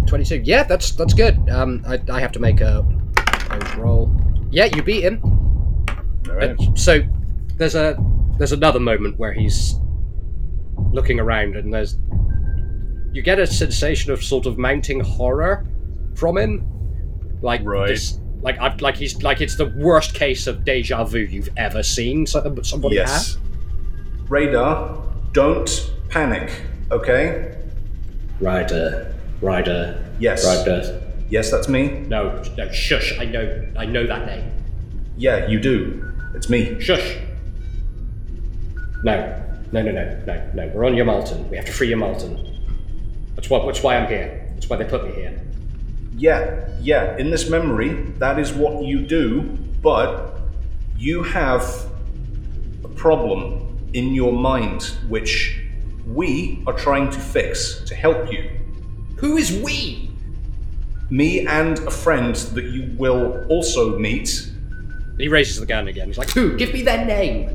Speaker 2: 22. Yeah, that's that's good. Um, I, I have to make a, a roll. Yeah, you beat him.
Speaker 4: Alright.
Speaker 2: Uh, so there's a there's another moment where he's looking around and there's you get a sensation of sort of mounting horror from him like
Speaker 4: Right.
Speaker 2: this like I've, like he's like it's the worst case of deja vu you've ever seen so- somebody
Speaker 4: Yes. Radar, don't panic, okay?
Speaker 2: have rider rider
Speaker 4: Yes.
Speaker 2: rider
Speaker 4: Yes, that's me.
Speaker 2: no no shush i know i know that name
Speaker 4: Yeah, you do. It's me.
Speaker 2: Shush. No, no, no, no, no, no. We're on Yamalton. We have to free Yamalton. That's why. That's why I'm here. That's why they put me here.
Speaker 4: Yeah, yeah, in this memory, that is what you do, but you have a problem in your mind which we are trying to fix to help you.
Speaker 2: Who is we?
Speaker 4: Me and a friend that you will also meet,
Speaker 2: He raises the gun again. He's like, "Who? Give me their name."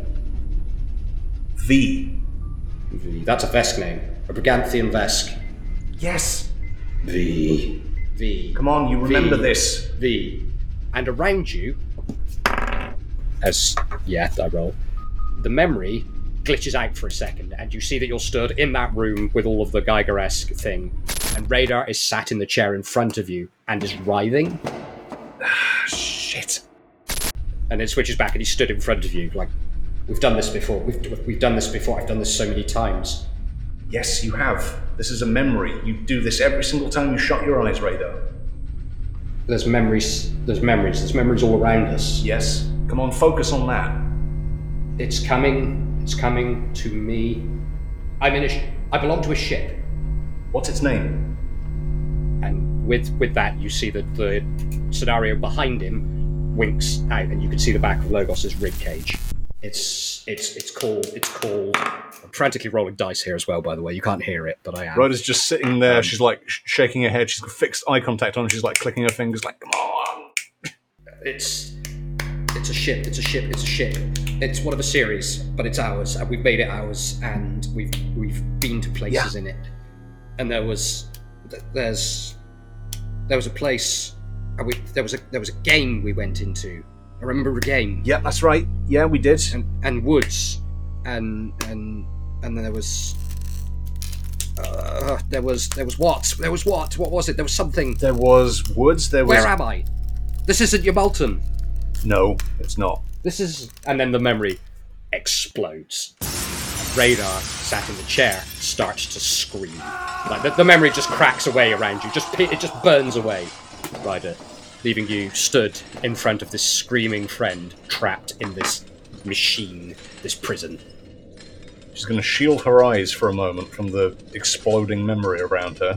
Speaker 4: V.
Speaker 2: V. That's a Vesk name. A Briganthian Vesk.
Speaker 4: Yes,
Speaker 2: V. V.
Speaker 4: come on, you remember
Speaker 2: V.
Speaker 4: this.
Speaker 2: the and around you as yeah i roll the memory glitches out for a second and you see that you're stood in that room with all of the geiger-esque thing and radar is sat in the chair in front of you and is writhing
Speaker 4: Shit.
Speaker 2: and it switches back and he stood in front of you like we've done this before we've, we've done this before i've done this so many times
Speaker 4: Yes, you have. This is a memory. You do this every single time you shut your eyes, Radar.
Speaker 2: there's memories there's memories there's memories all around us
Speaker 4: Yes, come on, focus on that.
Speaker 2: It's coming. It's coming to me. I'm in a. Sh- I belong to a ship.
Speaker 4: What's its name?
Speaker 2: And with with that, you see that the scenario behind him winks out, and you can see the back of Logos's rib cage. It's it's it's called it's called. I'm frantically rolling dice here as well. By the way, you can't hear it, but I am.
Speaker 4: Rhoda's just sitting there. She's like sh- shaking her head. She's got fixed eye contact on. She's like clicking her fingers, like, come on.
Speaker 2: It's it's a ship. It's a ship. It's a ship. It's one of a series, but it's ours, and we've made it ours, and we've we've been to places in it. And there was th- there's there was a place. And we, there was a there was a game we went into. I remember a game
Speaker 4: Yeah, that's right. Yeah, we did.
Speaker 2: and and woods, and and and then there was. Uh, there was there was what there was what what was it there was something
Speaker 4: There was woods. There was
Speaker 2: where am I? This isn't your Bolton.
Speaker 4: no. It's not.
Speaker 2: This is. And then the memory explodes. Radar, sat in the chair, starts to scream. Like the, the memory just cracks away around you. Just pi- it just burns away. Ryder, leaving you stood in front of this screaming friend trapped in this machine, this prison.
Speaker 4: She's going to shield her eyes for a moment from the exploding memory around her,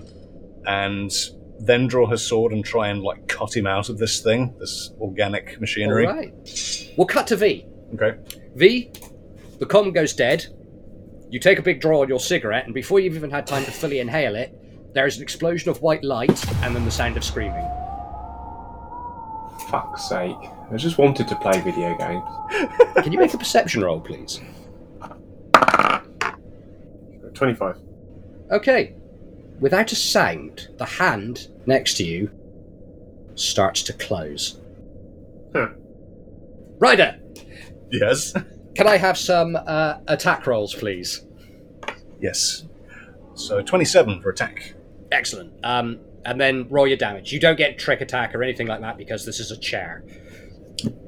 Speaker 4: and then draw her sword and try and like cut him out of this thing, this organic machinery.
Speaker 2: All right. We'll cut to V.
Speaker 4: Okay.
Speaker 2: V, the com goes dead. You take a big draw on your cigarette, and before you've even had time to fully inhale it, there is an explosion of white light and then the sound of screaming.
Speaker 5: Fuck's sake. I just wanted to play video games.
Speaker 2: Can you make a perception roll, please?
Speaker 3: 25.
Speaker 2: Okay. Without a sound, the hand next to you starts to close.
Speaker 3: Huh.
Speaker 2: Ryder,
Speaker 4: Yes.
Speaker 2: can I have some uh, attack rolls, please?
Speaker 4: yes. So 27 for attack.
Speaker 2: Excellent. Um, and then roll your damage. You don't get trick attack or anything like that because this is a chair.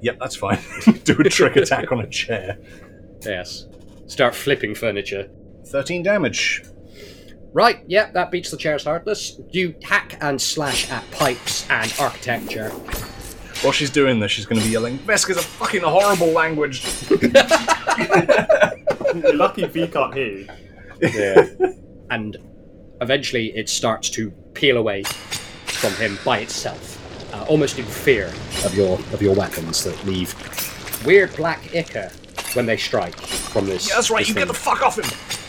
Speaker 4: Yep, that's fine. Do a trick attack on a chair.
Speaker 2: Yes. Start flipping furniture.
Speaker 4: 13 damage.
Speaker 2: Right, yep, that beats the chair's hardness. You hack and slash at pipes and architecture.
Speaker 4: While she's doing this, she's going to be yelling, Veska's a fucking horrible language.
Speaker 3: You're lucky V can't hear you.
Speaker 2: Yeah. and eventually it starts to peel away from him by itself, uh, almost in fear of your of your weapons that leave weird black ichor when they strike from this.
Speaker 4: That's right,
Speaker 2: this
Speaker 4: you get
Speaker 2: thing.
Speaker 4: the fuck off him!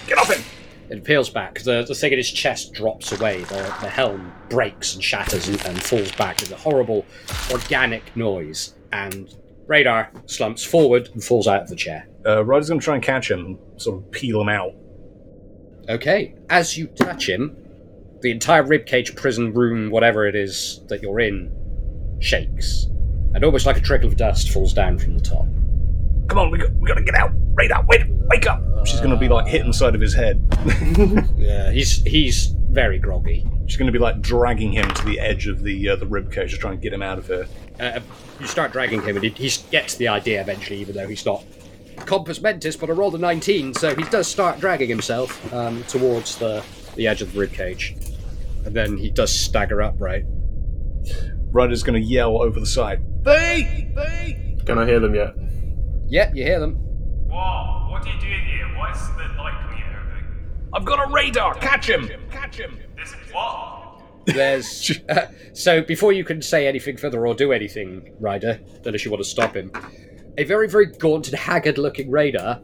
Speaker 4: Get off him!
Speaker 2: It peels back. The, the thing in his chest drops away. The, the helm breaks and shatters and, and falls back. There's a horrible organic noise. And Radar slumps forward and falls out of the chair.
Speaker 4: Uh, Ryder's going to try and catch him, sort of peel him out.
Speaker 2: Okay. As you touch him, the entire ribcage, prison room, whatever it is that you're in, shakes. And almost like a trickle of dust falls down from the top.
Speaker 4: Come on, we, got, we gotta get out! Radar, wait, wake up! She's going to be like hit inside of his head.
Speaker 2: Yeah, he's he's very groggy.
Speaker 4: She's going to be like dragging him to the edge of the uh, the rib cage to try and get him out of here.
Speaker 2: uh, you start dragging him, and he, he gets the idea eventually, even though he's not compass mentis, but I rolled a 19, so he does start dragging himself um, towards the, the edge of the ribcage. And then he does stagger upright.
Speaker 4: Ryder's going to yell over the side. They, they.
Speaker 3: Can I hear them yet?
Speaker 2: Yep, you hear them.
Speaker 5: Whoa, what are you doing here? Why is the light coming out of everything?
Speaker 4: I've got a radar. Catch him! Catch him!
Speaker 5: This is what?
Speaker 2: There's uh, so before you can say anything further or do anything, Ryder, unless you want to stop him, a very very gaunt and haggard-looking raider,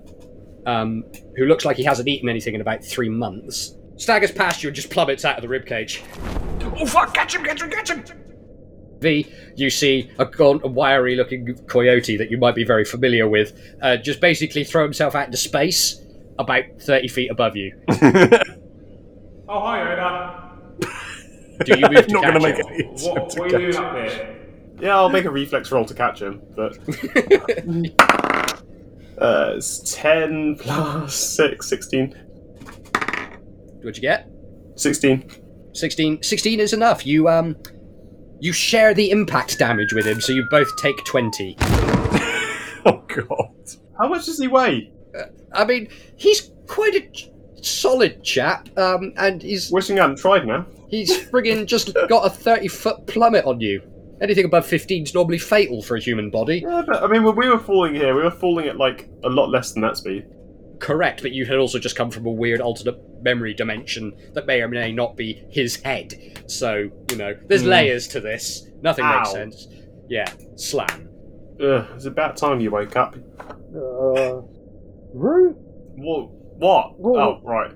Speaker 2: um, who looks like he hasn't eaten anything in about three months, staggers past you and just plummets out of the ribcage.
Speaker 4: Oh fuck! Catch him! Catch him! Catch him!
Speaker 2: V, you see a gaunt and wiry looking coyote that you might be very familiar with uh, just basically throw himself out into space about 30 feet above you.
Speaker 5: Oh, hi, Oda.
Speaker 2: Do you move to
Speaker 4: Not going
Speaker 2: catch
Speaker 4: to make
Speaker 2: him?
Speaker 4: any.
Speaker 5: What, what are you doing up there?
Speaker 3: Yeah, I'll make a reflex roll to catch him, but. uh, it's 10 plus 6, 16.
Speaker 2: What'd you get?
Speaker 3: 16.
Speaker 2: 16. 16 is enough. You, um, you share the impact damage with him, so you both take 20.
Speaker 4: Oh god!
Speaker 3: How much does he weigh?
Speaker 2: I mean, he's quite a ch- solid chap, um, and he's,
Speaker 3: Wishing I hadn't tried now.
Speaker 2: he's friggin' just got a 30 foot plummet on you. Anything above 15 is normally fatal for a human body.
Speaker 3: Yeah, but I mean, when we were falling here, we were falling at like a lot less than that speed.
Speaker 2: correct, but you had also just come from a weird alternate memory dimension that may or may not be his head. So, you know, there's layers to this. Nothing makes
Speaker 3: Ow.
Speaker 2: sense. Yeah, slam.
Speaker 3: Ugh, it's about time you woke up. What? What? Oh, right.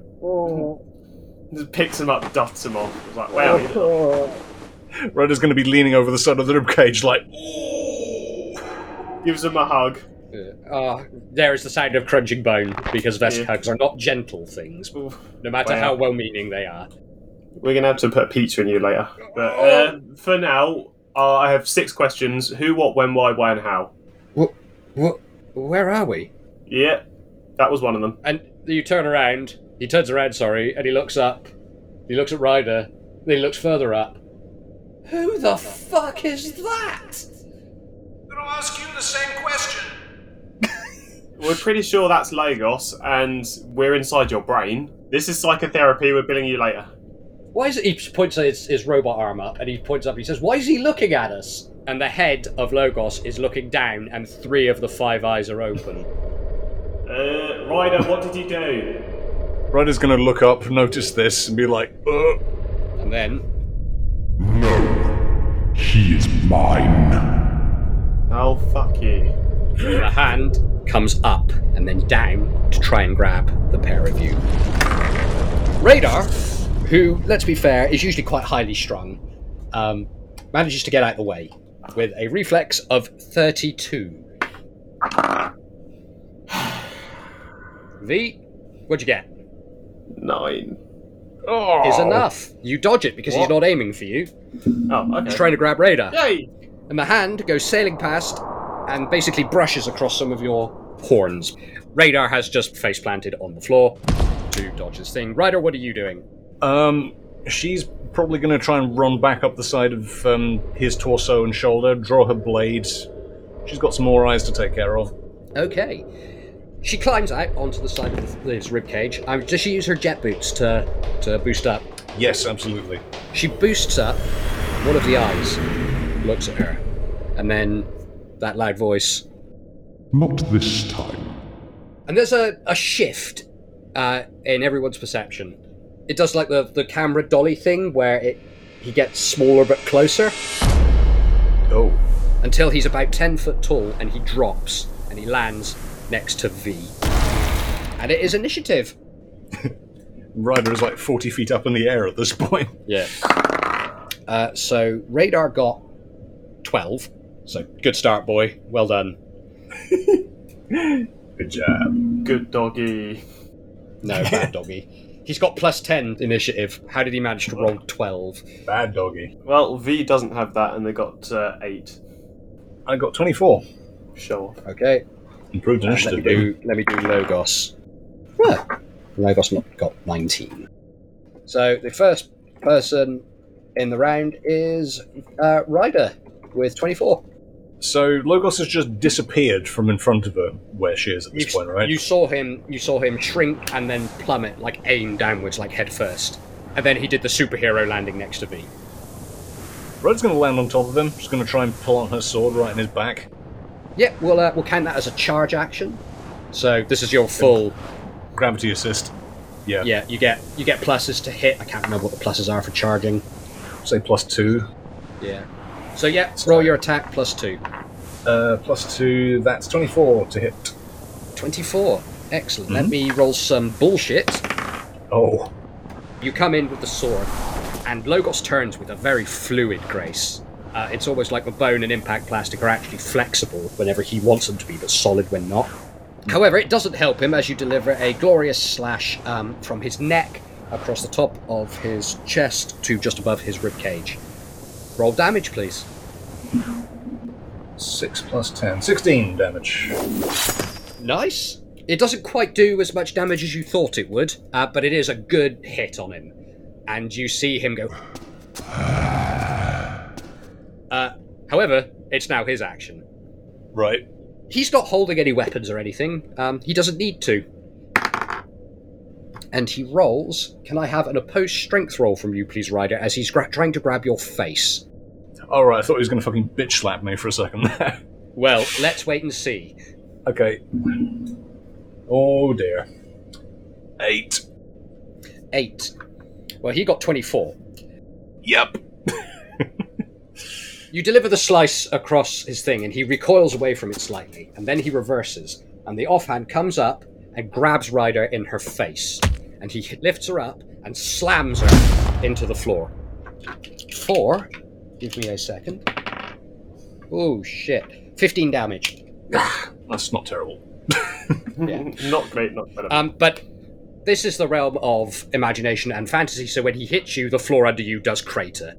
Speaker 3: Just picks him up, dusts him off. It's like, wow. he-
Speaker 4: Ryder's going to be leaning over the side of the rib cage, like
Speaker 3: Gives him a hug.
Speaker 2: Ah, there is the sound of crunching bone because vest
Speaker 3: Yeah.
Speaker 2: hugs are not gentle things,
Speaker 3: Oof.
Speaker 2: no matter
Speaker 3: Wow.
Speaker 2: how well meaning they are.
Speaker 3: We're gonna have to put a pizza in you later. But uh, for now, uh, I have six questions: who, what, when, why, why, and how.
Speaker 2: What? Where are we?
Speaker 3: Yeah, that was one of them.
Speaker 2: And you turn around. He turns around, sorry, and he looks up. He looks at Ryder. Then he looks further up. Who the fuck is that?
Speaker 3: We're pretty sure that's Lagos, and we're inside your brain. This is psychotherapy. We're billing you later.
Speaker 2: Why is it, he points his, his robot arm up and he points up and he says, Why is he looking at us? and the head of Logos is looking down, and three of the five eyes are open.
Speaker 5: Uh, Ryder, what did you do?
Speaker 4: Ryder's gonna look up, notice this, and be like, "Uh." Ugh.
Speaker 2: And then,
Speaker 9: No, she is mine.
Speaker 3: I'll fuck you.
Speaker 2: the hand comes up and then down to try and grab the pair of you. Radar, who, let's be fair, is usually quite highly strung, um, manages to get out of the way with a reflex of 32. V, what'd you get?
Speaker 5: Nine.
Speaker 2: Is enough. You dodge it because he's not aiming for you.
Speaker 5: Oh,
Speaker 2: He's
Speaker 5: okay.
Speaker 2: trying to grab Radar.
Speaker 5: Yay!
Speaker 2: and the hand goes sailing past and basically brushes across some of your horns. Radar has just face planted on the floor to dodge this thing. Ryder, what are you doing?
Speaker 4: Um, she's probably going to try and run back up the side of um, his torso and shoulder, draw her blade. She's got some more eyes to take care of.
Speaker 2: Okay. She climbs out onto the side of the- this ribcage. Um, does she use her jet boots to, to boost up?
Speaker 4: Yes, absolutely.
Speaker 2: She boosts up. One of the eyes looks at her. And then that loud voice
Speaker 9: Not this time.
Speaker 2: And there's a, a shift uh, in everyone's perception. It does like the, the camera dolly thing where it he gets smaller but closer
Speaker 4: Oh,
Speaker 2: until he's about 10 foot tall and he drops and he lands next to V. And it is initiative.
Speaker 4: Ryder is like 40 feet up in the air at this point.
Speaker 2: Yeah. Uh, so Radar got 12. So good start, boy. Well done.
Speaker 4: Good job.
Speaker 3: Good doggy.
Speaker 2: No, bad doggy. He's got plus 10 initiative. How did he manage to roll 12?
Speaker 4: Bad doggy.
Speaker 3: Well, V doesn't have that, and they got uh, eight.
Speaker 4: I got 24.
Speaker 3: Show off.
Speaker 2: Okay.
Speaker 4: Improved
Speaker 2: Let me
Speaker 4: initiative. though.
Speaker 2: do let me do Logos. Huh. Logos not got nineteen. So the first person in the round is uh, Ryder with twenty four.
Speaker 4: So Logos has just disappeared from in front of her, where she is at this point, right?
Speaker 2: you saw him you saw him shrink and then plummet like aim downwards like head first. And then he did the superhero landing next to V.
Speaker 4: Ryder's going to land on top of him. She's going to try and pull out her sword right in his back.
Speaker 2: Yep, we'll uh, we'll count that as a charge action. So this is your full
Speaker 4: Gravity assist. Yeah.
Speaker 2: yeah, you get you get pluses to hit. I can't remember what the pluses are for charging.
Speaker 4: Say plus two.
Speaker 2: Yeah. So yeah, roll your attack plus two.
Speaker 4: Uh, plus two. That's 24 to hit.
Speaker 2: 24. Excellent. Let me roll some bullshit.
Speaker 4: Oh.
Speaker 2: You come in with the sword, and Logos turns with a very fluid grace. Uh, it's almost like the bone and impact plastic are actually flexible whenever he wants them to be, but solid when not. However, it doesn't help him as you deliver a glorious slash um, from his neck across the top of his chest to just above his ribcage. Roll damage, please.
Speaker 4: 6 plus 10. 16 damage.
Speaker 2: Nice. It doesn't quite do as much damage as you thought it would, uh, but it is a good hit on him. And you see him go. Uh, however, it's now his action.
Speaker 4: Right.
Speaker 2: He's not holding any weapons or anything. Um, he doesn't need to. And he rolls. Can I have an opposed strength roll from you, please, Ryder, as he's gra- trying to grab your face?
Speaker 4: Alright, I thought he was going to fucking bitch slap me for a second there.
Speaker 2: Well, let's wait and see.
Speaker 4: okay. Oh dear. 8.
Speaker 2: Eight. Well, he got 24.
Speaker 4: Yep.
Speaker 2: You deliver the slice across his thing, and he recoils away from it slightly, and then he reverses, and the offhand comes up and grabs Ryder in her face, and he lifts her up and slams her into the floor. Four. Give me a second. Oh shit! Fifteen damage.
Speaker 4: That's not terrible.
Speaker 3: not great, not better.
Speaker 2: Um, but this is the realm of imagination and fantasy. So when he hits you, the floor under you does crater.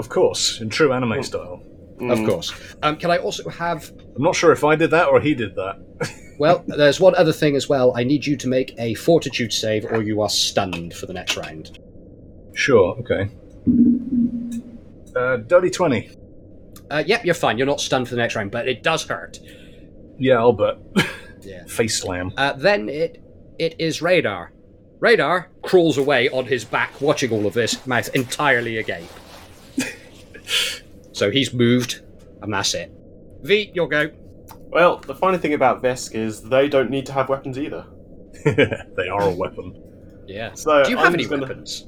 Speaker 4: Of course, in true anime style.
Speaker 2: Of course. Um, can I also have
Speaker 4: I'm not sure if I did that or he did that.
Speaker 2: Well, there's one other thing as well. I need you to make a fortitude save, or you are stunned for the next round.
Speaker 4: Sure, okay. Uh, dirty 20.
Speaker 2: Uh, yep, you're fine. You're not stunned for the next round, but it does hurt.
Speaker 4: Yeah, I'll bet.
Speaker 2: Yeah.
Speaker 4: Face slam.
Speaker 2: Uh, then it it is radar. Radar crawls away on his back, watching all of this, mouth entirely agape. So he's moved, and that's it. V, your go.
Speaker 3: Well, the funny thing about Vesk is they don't need to have weapons either.
Speaker 4: they are a weapon.
Speaker 2: Yeah.
Speaker 3: So
Speaker 2: Do you have
Speaker 3: I'm
Speaker 2: any
Speaker 3: just gonna-
Speaker 2: weapons?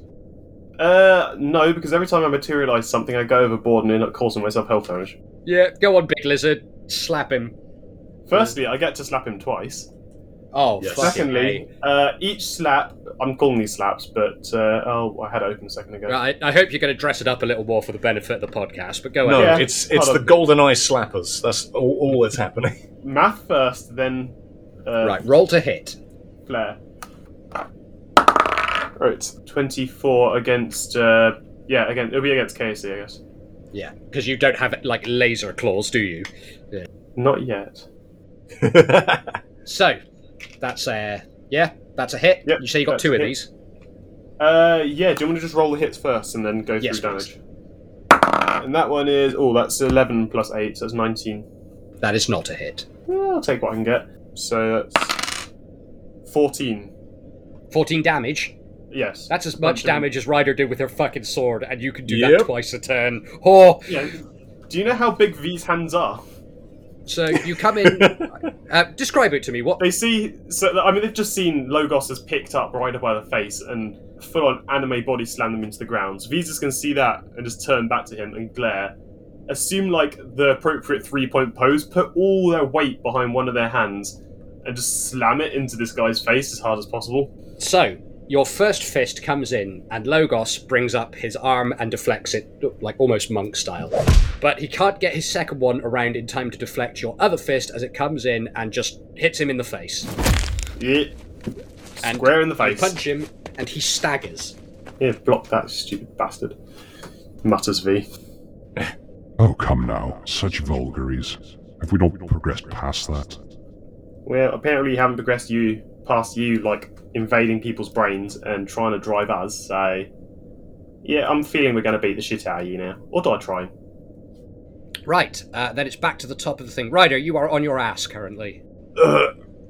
Speaker 3: Uh, no, because every time I materialise something, I go overboard and end up causing myself health damage.
Speaker 2: Yeah, go on, big lizard. Slap him.
Speaker 3: Firstly, I get to slap him twice.
Speaker 2: Oh,
Speaker 4: Yes.
Speaker 2: fucking
Speaker 3: Secondly, uh, each slap, I'm calling these slaps, but uh, oh, I had it open a second ago.
Speaker 2: A. Right, I hope you're going to dress it up a little more for the benefit of the podcast, but go
Speaker 4: No,
Speaker 3: Yeah.
Speaker 2: ahead.
Speaker 4: it's it's
Speaker 3: Hold
Speaker 4: the
Speaker 3: on.
Speaker 4: golden eye slappers. That's all, all that's happening.
Speaker 3: Math first, then uh,
Speaker 2: Right, roll to hit.
Speaker 3: Flair. Right, 24 against. Uh, yeah, again, it'll be against KC, I guess.
Speaker 2: Yeah, because you don't have like laser claws, do you?
Speaker 3: Not yet.
Speaker 2: So, that's a yeah, that's a hit.
Speaker 3: Yep,
Speaker 2: you say you got
Speaker 3: that's
Speaker 2: two
Speaker 3: a
Speaker 2: of
Speaker 3: hit.
Speaker 2: these.
Speaker 3: Uh, yeah, do you want to just roll the hits first and then go
Speaker 2: Yes,
Speaker 3: through
Speaker 2: please.
Speaker 3: damage? And that one is. Oh, that's 11 plus 8, so that's 19.
Speaker 2: That is not a hit.
Speaker 3: Yeah, I'll take what I can get. So that's. 14.
Speaker 2: Fourteen damage.
Speaker 3: Yes.
Speaker 2: That's as much
Speaker 3: Punch him.
Speaker 2: damage as Ryder did with her fucking sword, and you can do that
Speaker 4: Yep.
Speaker 2: twice a turn. Oh,
Speaker 3: Yeah. Do you know how big V's hands are?
Speaker 2: so you come in. uh, describe it to me. What?
Speaker 3: They see. So I mean, they've just seen Logos has picked up Ryder by the face and full-on anime body slam them into the ground. So Visas can see that and just turn back to him and glare. Assume like the appropriate three-point pose. Put all their weight behind one of their hands and just slam it into this guy's face as hard as possible.
Speaker 2: So your first fist comes in, and Logos brings up his arm and deflects it, like almost monk style. But he can't get his second one around in time to deflect your other fist as it comes in and just hits him in the face.
Speaker 3: Yeah.
Speaker 2: And
Speaker 3: Square in the
Speaker 2: You
Speaker 3: face.
Speaker 2: punch him, and he staggers.
Speaker 3: Yeah, block that stupid bastard. Mutters V.
Speaker 9: Oh, come now, such vulgaries. Have we not progressed past that?
Speaker 3: Well, apparently you haven't progressed you past you like invading people's brains and trying to drive us. So, yeah, I'm feeling we're going to beat the shit out of you now, or die trying.
Speaker 2: Right, uh, then it's back to the top of the thing. Ryder, you are on your ass currently.
Speaker 4: Uh,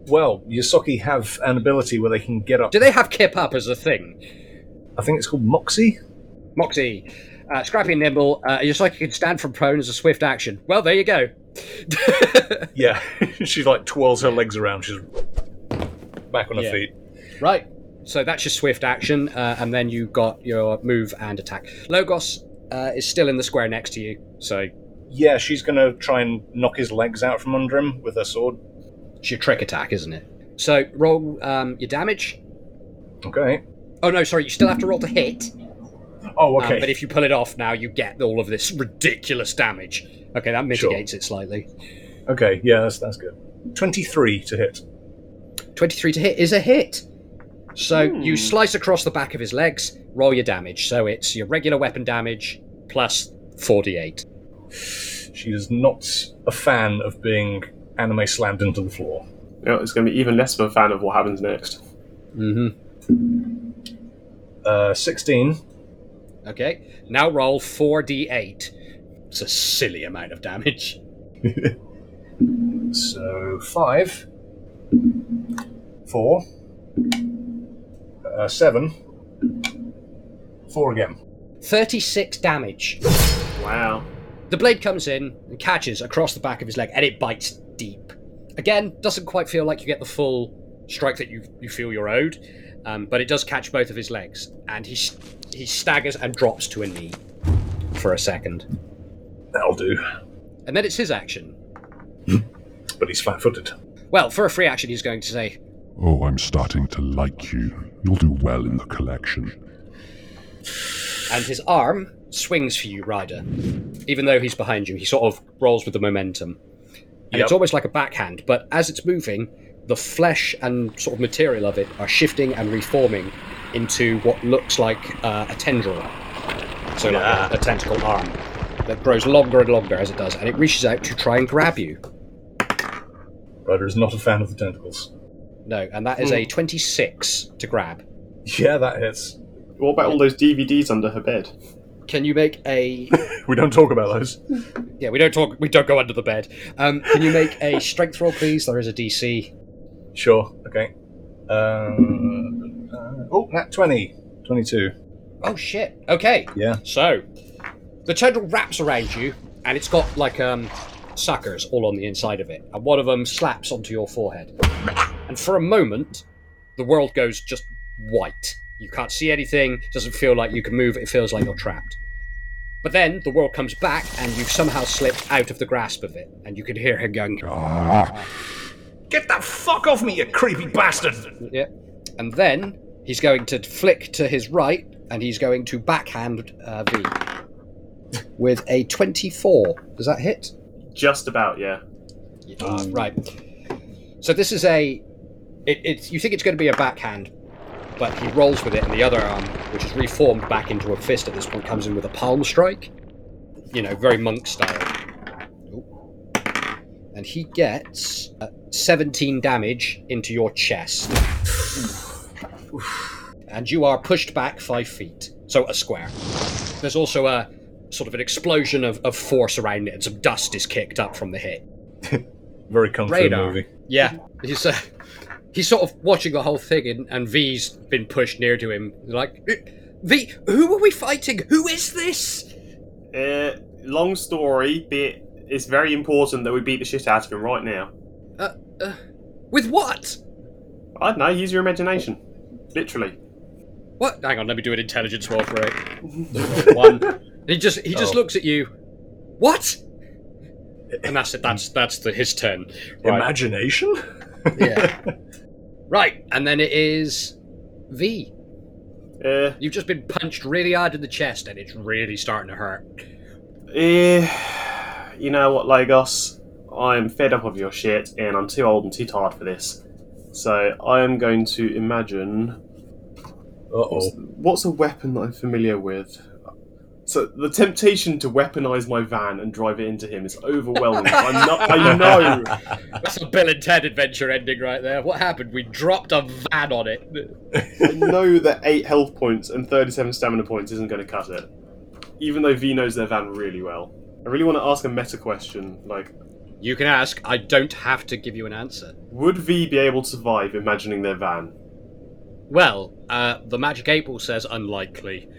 Speaker 4: well, Yosaki have an ability where they can get up.
Speaker 2: Do they have kip up as a thing?
Speaker 4: I think it's called Moxie.
Speaker 2: Moxie, uh, scrappy and nimble. Uh, your psychic can stand from prone as a swift action. Well, there you go.
Speaker 4: Yeah, she like twirls her legs around. She's back on her
Speaker 2: Yeah.
Speaker 4: feet.
Speaker 2: right. So that's your swift action, uh, and then you got your move and attack. Logos uh, is still in the square next to you, so
Speaker 4: Yeah, she's gonna try and knock his legs out from under him with her sword.
Speaker 2: it's your trick attack, isn't it? So roll um, your damage.
Speaker 4: Okay.
Speaker 2: Oh no, sorry, you still have to roll to hit.
Speaker 4: Oh,
Speaker 2: Um,
Speaker 4: okay.
Speaker 2: but if you pull it off now, you get all of this ridiculous damage. Okay, that mitigates it slightly.
Speaker 4: okay. Yeah, that's that's good. Twenty-three to hit.
Speaker 2: 23 to hit is a hit. So you slice across the back of his legs, roll your damage. So it's your regular weapon damage plus 48.
Speaker 4: She is not a fan of being anime slammed into the floor.
Speaker 3: Yeah, it's going to be even less of a fan of what happens next.
Speaker 2: hmm
Speaker 4: Uh, Sixteen.
Speaker 2: Okay, now roll 4d8. It's a silly amount of damage.
Speaker 4: So five. Four. Uh, seven. Four again.
Speaker 2: 36 damage.
Speaker 3: Wow.
Speaker 2: The blade comes in and catches across the back of his leg and it bites deep. Again, doesn't quite feel like you get the full strike that you, you feel you're owed, um, but it does catch both of his legs and he, s- he staggers and drops to a knee for a second.
Speaker 4: That'll do.
Speaker 2: And then it's his action.
Speaker 4: But he's flat-footed.
Speaker 2: Well, for a free action, he's going to say,
Speaker 9: Oh, I'm starting to like you. You'll do well in the collection.
Speaker 2: and his arm swings for you, Ryder. Even though he's behind you, he sort of rolls with the momentum. And it's almost like a backhand, but as it's moving, the flesh and sort of material of it are shifting and reforming into what looks like uh, a tendril. So, like a, a tentacle arm that grows longer and longer as it does, and it reaches out to try and grab you.
Speaker 4: Ryder is not a fan of the tentacles.
Speaker 2: No, and that is a 26 to grab.
Speaker 4: Yeah, that hits.
Speaker 3: What about all those DVDs under her bed?
Speaker 2: Can you make a
Speaker 4: We don't talk about those.
Speaker 2: Yeah, we don't talk. We don't go under the bed. Um, can you make a strength roll, please? There is a DC.
Speaker 4: Sure. Okay. Um, uh, oh, nat 20. 22.
Speaker 2: Oh shit. Okay.
Speaker 4: Yeah.
Speaker 2: So, the tendril wraps around you and it's got like um, suckers all on the inside of it, and one of them slaps onto your forehead, and for a moment, the world goes just white. You can't see anything. It doesn't feel like you can move. It feels like you're trapped. But then the world comes back, and you've somehow slipped out of the grasp of it, and you can hear him going,
Speaker 9: Ah,
Speaker 10: Get the fuck off me, you creepy bastard!
Speaker 2: Yeah. And then he's going to flick to his right and he's going to backhand uh, V with a 24. Does that hit?
Speaker 3: Just about, yeah.
Speaker 2: Ah, right. So this is a. It, it's you think it's going to be a backhand, but he rolls with it, and the other arm, which is reformed back into a fist at this point, comes in with a palm strike. You know, very monk style. Ooh. And he gets uh, 17 damage into your chest. and you are pushed back five feet, so a square. There's also a sort of an explosion of, of force around it, and some dust is kicked up from the hit.
Speaker 4: Very kung fu
Speaker 2: Radar.
Speaker 4: movie.
Speaker 2: Yeah, he's uh, he's sort of watching the whole thing, and, and V's been pushed near to him. Like, "Eh, V, who are we fighting? Who is this?
Speaker 3: Uh, long story, but it's very important that we beat the shit out of him right now.
Speaker 2: Uh, uh, with what?
Speaker 3: I don't know, use your imagination. Literally.
Speaker 2: What? Hang on, let me do an intelligence roll for it. One. He just he just looks at you. What? And that's it. That's that's the, his turn. Right.
Speaker 4: Imagination?
Speaker 2: yeah. Right, and then it is V.
Speaker 3: Uh,
Speaker 2: You've just been punched really hard in the chest, and it's really starting to hurt.
Speaker 3: Eh, you know what, Lagos? I'm fed up of your shit, and I'm too old and too tired for this. So I am going to imagine
Speaker 4: Uh oh.
Speaker 3: what's a weapon that I'm familiar with. So the temptation to weaponize my van and drive it into him is overwhelming. I'm not, I know.
Speaker 2: That's a Bill and Ted adventure ending right there. What happened? We dropped a van on it.
Speaker 3: I know that eight health points and 37 stamina points isn't going to cut it, even though V knows their van really well. I really want to ask a meta question, like,
Speaker 2: You can ask. I don't have to give you an answer.
Speaker 3: would V be able to survive imagining their van?
Speaker 2: Well, uh, the magic eight ball says unlikely.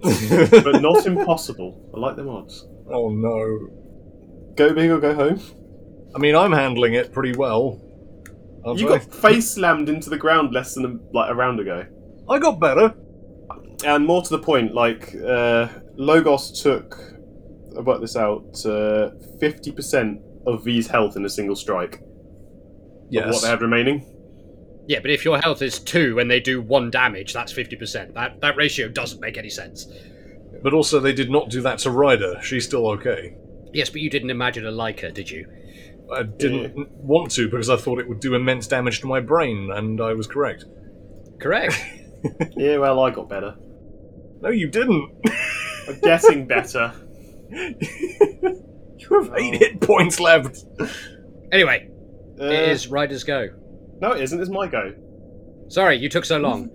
Speaker 3: but not impossible. I like them odds.
Speaker 4: Oh no.
Speaker 3: Go big or go home.
Speaker 4: I mean, I'm handling it pretty well. aren't
Speaker 3: You
Speaker 4: I?
Speaker 3: got face slammed into the ground less than a, like a round ago.
Speaker 4: I got better.
Speaker 3: And more to the point, like uh, Logos took, I worked this out, uh, fifty percent of V's health in a single strike. Of what
Speaker 4: Yes.
Speaker 3: they had remaining.
Speaker 2: Yeah, but if your health is two and they do one damage, that's fifty percent. That that ratio doesn't make any sense.
Speaker 4: But also, they did not do that to Ryder. She's still okay.
Speaker 2: Yes, but you didn't imagine a Leica, did you?
Speaker 4: I didn't want to because I thought it would do immense damage to my brain, and I was correct.
Speaker 2: Correct.
Speaker 3: Yeah, well, I got better.
Speaker 4: No, you didn't.
Speaker 3: I'm getting better.
Speaker 4: You have eight hit points left.
Speaker 2: anyway,
Speaker 3: Uh,
Speaker 2: it is Riders Go.
Speaker 3: No, it isn't. It's my go.
Speaker 2: Sorry, you took so long.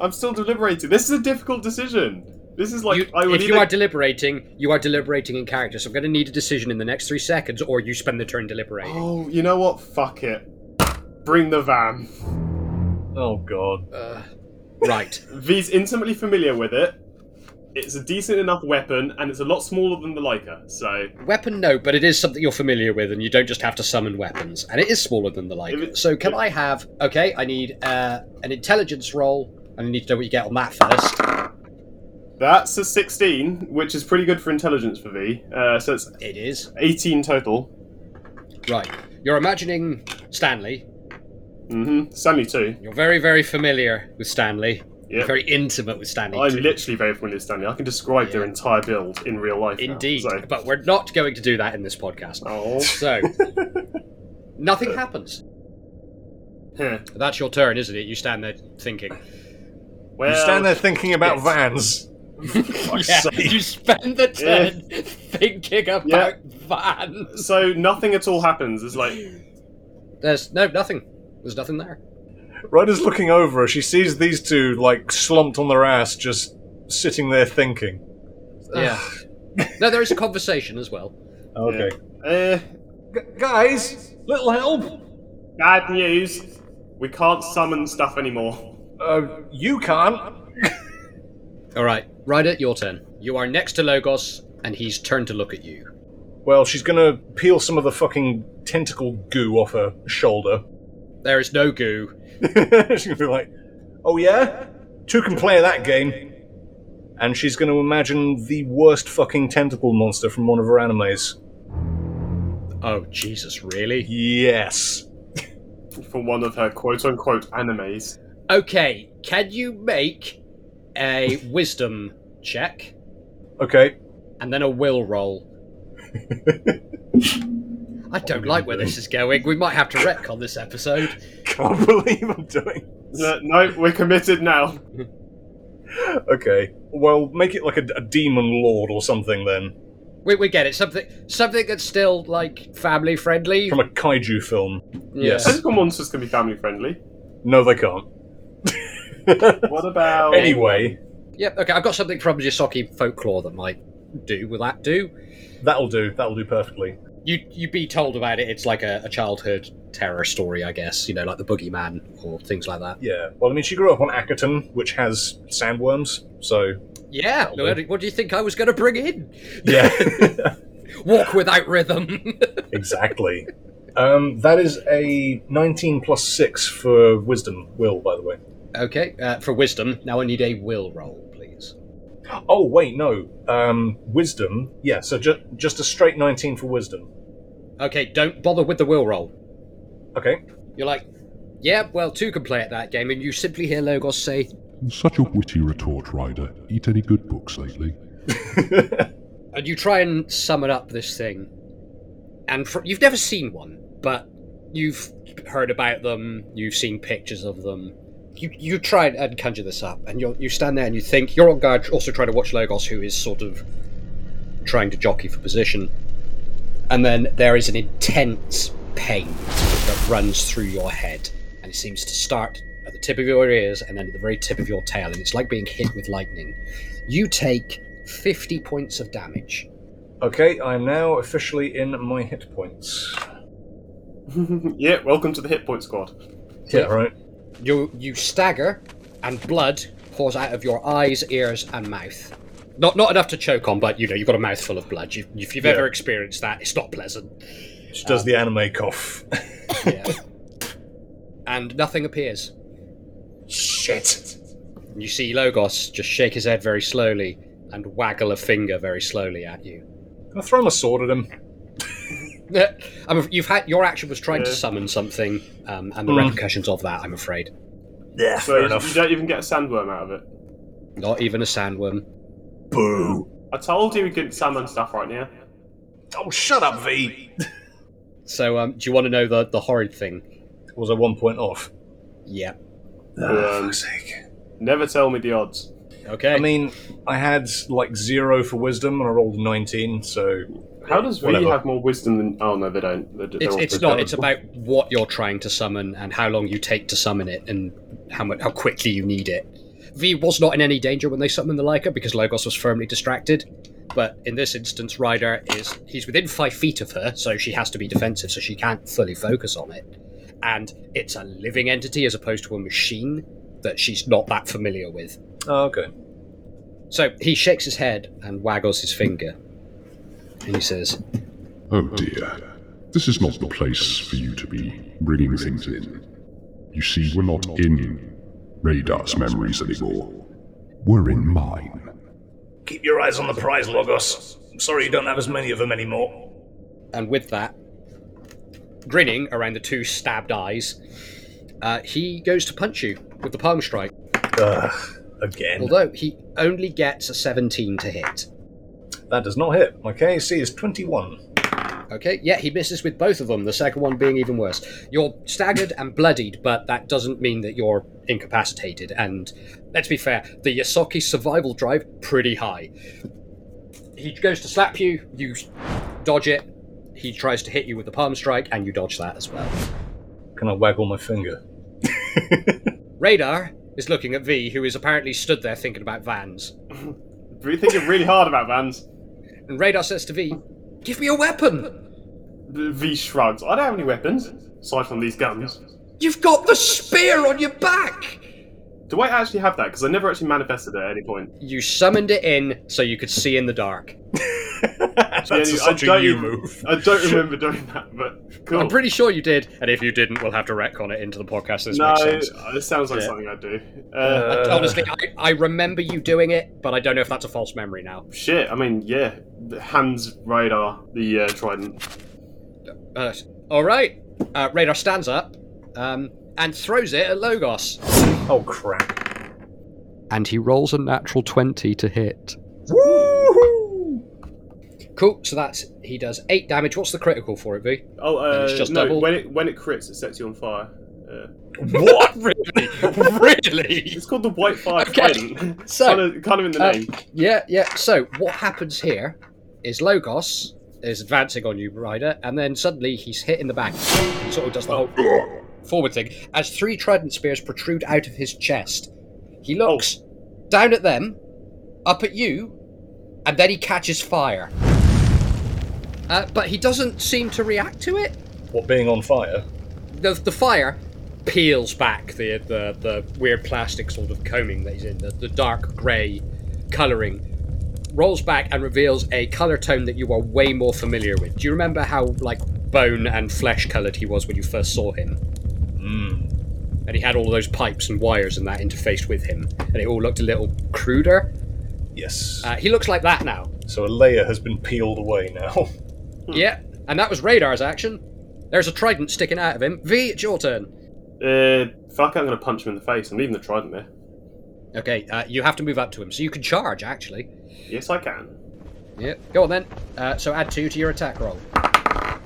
Speaker 3: I'm still deliberating. This is a difficult decision. This is like
Speaker 2: You-
Speaker 3: I would
Speaker 2: if you
Speaker 3: either-
Speaker 2: are deliberating, you are deliberating in character. So I'm going to need a decision in the next three seconds, or you spend the turn deliberating.
Speaker 3: Oh, you know what? Fuck it. Bring the van.
Speaker 4: Oh god.
Speaker 2: Uh, Right.
Speaker 3: V's intimately familiar with it. It's a decent enough weapon, and it's a lot smaller than the Leica. So,
Speaker 2: Weapon, no, but it is something you're familiar with, and you don't just have to summon weapons. And it is smaller than the
Speaker 3: If
Speaker 2: Leica.
Speaker 3: it-
Speaker 2: So can I have? Okay, I need uh, an intelligence roll, and I need to know what you get on that first.
Speaker 3: that's a 16, which is pretty good for intelligence for V. Uh, so it's
Speaker 2: It is
Speaker 3: 18 total.
Speaker 2: right. You're imagining Stanley.
Speaker 3: Mm-hmm. Stanley too.
Speaker 2: You're very, very familiar with Stanley. You're
Speaker 3: Yep.
Speaker 2: very intimate with Stanley.
Speaker 3: I'm literally very familiar with Stanley. I can describe their entire build in real life. now,
Speaker 2: Indeed,
Speaker 3: so-
Speaker 2: but we're not going to do that in this podcast.
Speaker 3: Oh.
Speaker 2: So nothing happens.
Speaker 3: Huh.
Speaker 2: That's your turn, isn't it? You stand there thinking.
Speaker 3: well,
Speaker 4: you stand there thinking about
Speaker 2: yes.
Speaker 4: vans.
Speaker 2: Yeah, you spend the turn thinking about
Speaker 3: Yeah.
Speaker 2: Van.
Speaker 3: So nothing at all happens. It's like
Speaker 2: There's no nothing. There's nothing there.
Speaker 4: Ryder's looking over her. She sees these two, like, slumped on their ass, just sitting there thinking.
Speaker 2: Yeah. Ah. no, there is a conversation as well.
Speaker 4: Okay.
Speaker 3: Uh,
Speaker 4: guys, little help.
Speaker 3: bad news. We can't summon stuff anymore.
Speaker 4: Uh, you can't.
Speaker 2: All right, Ryder, your turn. You are next to Logos, and he's turned to look at you.
Speaker 4: Well, she's gonna peel some of the fucking tentacle goo off her shoulder.
Speaker 2: There is no goo.
Speaker 4: she's gonna be like, "Oh yeah, two can play that game." And she's gonna imagine the worst fucking tentacle monster from one of her animes.
Speaker 2: Oh, Jesus, really?
Speaker 4: Yes.
Speaker 3: for one of her quote unquote animes.
Speaker 2: Okay, can you make a wisdom check
Speaker 4: Okay.
Speaker 2: and then a will roll? I don't like where this is going. We might have to retcon this episode.
Speaker 4: Can't believe I'm doing.
Speaker 3: No, no, we're committed now.
Speaker 4: Okay. Well, make it like a, a demon lord or something then,
Speaker 2: We, we get it. Something something that's still like family friendly.
Speaker 4: from a kaiju film.
Speaker 2: yes.
Speaker 3: Tentacle monsters can be family friendly.
Speaker 4: No, they can't.
Speaker 3: What about
Speaker 4: Anyway,
Speaker 2: Yep. Okay. I've got something from Yasaki folklore that might do. Will that do?
Speaker 4: that'll do. That'll do perfectly.
Speaker 2: You you be told about it. It's like a, a childhood terror story, I guess. You know, like the boogeyman or things like that.
Speaker 4: Yeah. Well, I mean, she grew up on Ackerton, which has sandworms, so
Speaker 2: Yeah.
Speaker 4: That'll
Speaker 2: what do- What do you think I was going to bring in?
Speaker 4: yeah,
Speaker 2: Walk without rhythm.
Speaker 4: exactly. Um, that is a 19 plus 6 for wisdom, will, by the way.
Speaker 2: okay. Uh, for wisdom, now I need a will roll, please.
Speaker 4: Oh, wait, no. Um, wisdom, yeah, so ju- just a straight 19 for wisdom.
Speaker 2: Okay. Don't bother with the will roll.
Speaker 4: Okay.
Speaker 2: You're like, yeah. Well, two can play at that game, and you simply hear Logos say,
Speaker 9: Such a witty retort, Ryder. Eat any good books lately?
Speaker 2: and you try and summon up this thing and fr- you've never seen one but you've heard about them you've seen pictures of them you, you try and conjure this up and you you stand there and you think you're on guard also trying to watch logos who is sort of trying to jockey for position and then there is an intense pain that runs through your head and it seems to start at the tip of your ears and then at the very tip of your tail and it's like being hit with lightning you take 50 points of damage.
Speaker 4: Okay, I'm now officially in my hit points.
Speaker 3: Yeah, welcome to the hit point squad.
Speaker 4: Yeah, right.
Speaker 2: You you stagger, and blood pours out of your eyes, ears, and mouth. Not not enough to choke on, but you know you've got a mouthful of blood. You, if you've ever experienced that, it's not pleasant.
Speaker 4: She does the anime cough.
Speaker 2: Yeah. and nothing appears.
Speaker 4: Shit.
Speaker 2: You see Logos just shake his head very slowly and waggle a finger very slowly at you.
Speaker 4: Can I throw my sword at him?
Speaker 2: I'm, af- you've had your action was trying to
Speaker 3: Yeah.
Speaker 2: summon something, um, and the repercussions of that, I'm afraid.
Speaker 4: Yeah,
Speaker 3: So you, you don't even get a sandworm out of it.
Speaker 2: Not even a sandworm.
Speaker 4: Boo.
Speaker 3: I told you we couldn't summon stuff right now.
Speaker 4: Oh, shut up, V.
Speaker 2: So, um, do you want to know the the horrid thing?
Speaker 4: Was I one point off?
Speaker 2: Yeah.
Speaker 3: Um,
Speaker 4: sake.
Speaker 3: Never tell me the odds.
Speaker 2: Okay.
Speaker 4: I mean, I had like zero for wisdom and I rolled 19, so.
Speaker 3: How does V
Speaker 4: Whatever.
Speaker 3: have more wisdom than? Oh no, they don't. They're, they're
Speaker 2: It's,
Speaker 3: all
Speaker 2: it's
Speaker 3: pretty
Speaker 2: not. It's
Speaker 3: terrible.
Speaker 2: about what you're trying to summon and how long you take to summon it and how much, how quickly you need it. V was not in any danger when they summoned the Lyca because Logos was firmly distracted. But in this instance, Ryder is he's within five feet of her, so she has to be defensive, so she can't fully focus on it. And it's a living entity as opposed to a machine that she's not that familiar with.
Speaker 4: Oh, okay.
Speaker 2: So he shakes his head and waggles his finger, and he says,
Speaker 9: Oh dear. This is not the place for you to be bringing things in. You see, we're not in Radar's memories anymore. We're in mine.
Speaker 4: Keep your eyes on the prize, Logos. I'm sorry you don't have as many of them anymore.
Speaker 2: and with that, grinning around the two stabbed eyes, uh, he goes to punch you with the palm strike.
Speaker 4: Ugh, again.
Speaker 2: Although he only gets a 17 to hit.
Speaker 4: that does not hit. My KAC is 21.
Speaker 2: Okay, yeah, he misses with both of them, the second one being even worse. You're staggered and bloodied, but that doesn't mean that you're incapacitated. And let's be fair, the Yasaki survival drive, pretty high. He goes to slap you, you dodge it. He tries to hit you with the palm strike, and you dodge that as well.
Speaker 4: Can I waggle my finger?
Speaker 2: Radar is looking at V, who is apparently stood there thinking about vans.
Speaker 3: We're thinking really hard about vans.
Speaker 2: And Radar says to V, Give me a weapon!
Speaker 3: V shrugs. I don't have any weapons aside from these guns.
Speaker 2: You've got the spear on your back!
Speaker 3: Do I actually have that? Because I never actually manifested it at any point.
Speaker 2: You summoned it in so you could see in the dark.
Speaker 3: That's
Speaker 4: such a you move.
Speaker 3: I don't remember doing that, but cool.
Speaker 2: I'm pretty sure you did, and if you didn't, we'll have to retcon it into the podcast. This
Speaker 3: no,
Speaker 2: makes sense.
Speaker 3: it sounds like something I'd do. Uh,
Speaker 2: Honestly, I, I remember you doing it, but I don't know if that's a false memory now.
Speaker 3: shit. I mean, yeah, the hands radar the uh, trident.
Speaker 2: Uh, all right. Uh, Radar stands up um, and throws it at Logos.
Speaker 4: Oh crap!
Speaker 2: And he rolls a natural 20 to hit. Cool, so that's he does eight damage. What's the critical for it, V?
Speaker 3: Oh, uh,
Speaker 2: it's just
Speaker 3: no,
Speaker 2: double.
Speaker 3: when it when it crits, it sets you on fire. Uh,
Speaker 2: What? really? really?
Speaker 3: it's called the White Fire
Speaker 2: Okay,
Speaker 3: Trident.
Speaker 2: so,
Speaker 3: kind, of, kind of in the
Speaker 2: uh,
Speaker 3: name.
Speaker 2: Yeah, yeah. So what happens here is Logos is advancing on you, Ryder, and then suddenly he's hit in the back. He sort of does the whole forward thing as three trident spears protrude out of his chest. He looks down at them, up at you, and then he catches fire. Uh, but he doesn't seem to react to it.
Speaker 4: What being on fire?
Speaker 2: The, the fire peels back the, the the weird plastic sort of combing that he's in, the, the dark grey colouring. Rolls back and reveals a colour tone that you are way more familiar with. Do you remember how like bone and flesh coloured he was when you first saw him? and he had all those pipes and wires and that interfaced with him, and it all looked a little cruder.
Speaker 4: Yes.
Speaker 2: Uh, he looks like that now.
Speaker 4: so a layer has been peeled away now.
Speaker 2: Yeah, and that was Radar's action. There's a trident sticking out of him. V, it's your turn.
Speaker 3: Uh, fuck! I'm gonna punch him in the face. I'm leaving the trident there.
Speaker 2: Okay, uh, you have to move up to him, so you can charge actually.
Speaker 3: Yes, I can.
Speaker 2: Yeah, go on then. Uh, so add two to your attack roll. Uh,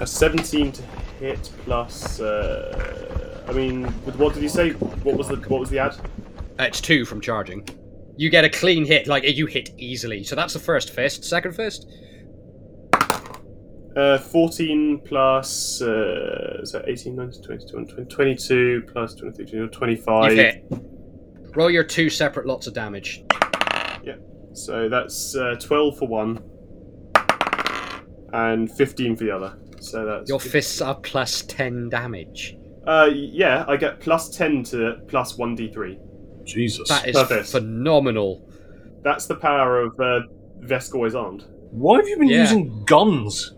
Speaker 3: A 17 to hit plus. Uh, I mean, with- what did you say? What was the what was the ad?
Speaker 2: Uh, it's two from charging. You get a clean hit, like you hit easily. So that's the first fist. Second fist,
Speaker 3: Uh, 14 plus. Uh, so 18, 19, 20, 21, 22 plus 23, 24, 25.
Speaker 2: you hit. Roll your two separate lots of damage.
Speaker 3: So that's uh, 12 for one, and 15 for the other. So that's.
Speaker 2: Your fists are plus ten damage.
Speaker 3: Uh, yeah, I get plus 10 to plus 1d3.
Speaker 4: Jesus.
Speaker 2: That is
Speaker 3: Perfect.
Speaker 2: phenomenal.
Speaker 3: That's the power of uh, Vesco is armed.
Speaker 4: Why have you been
Speaker 2: Yeah.
Speaker 4: using guns?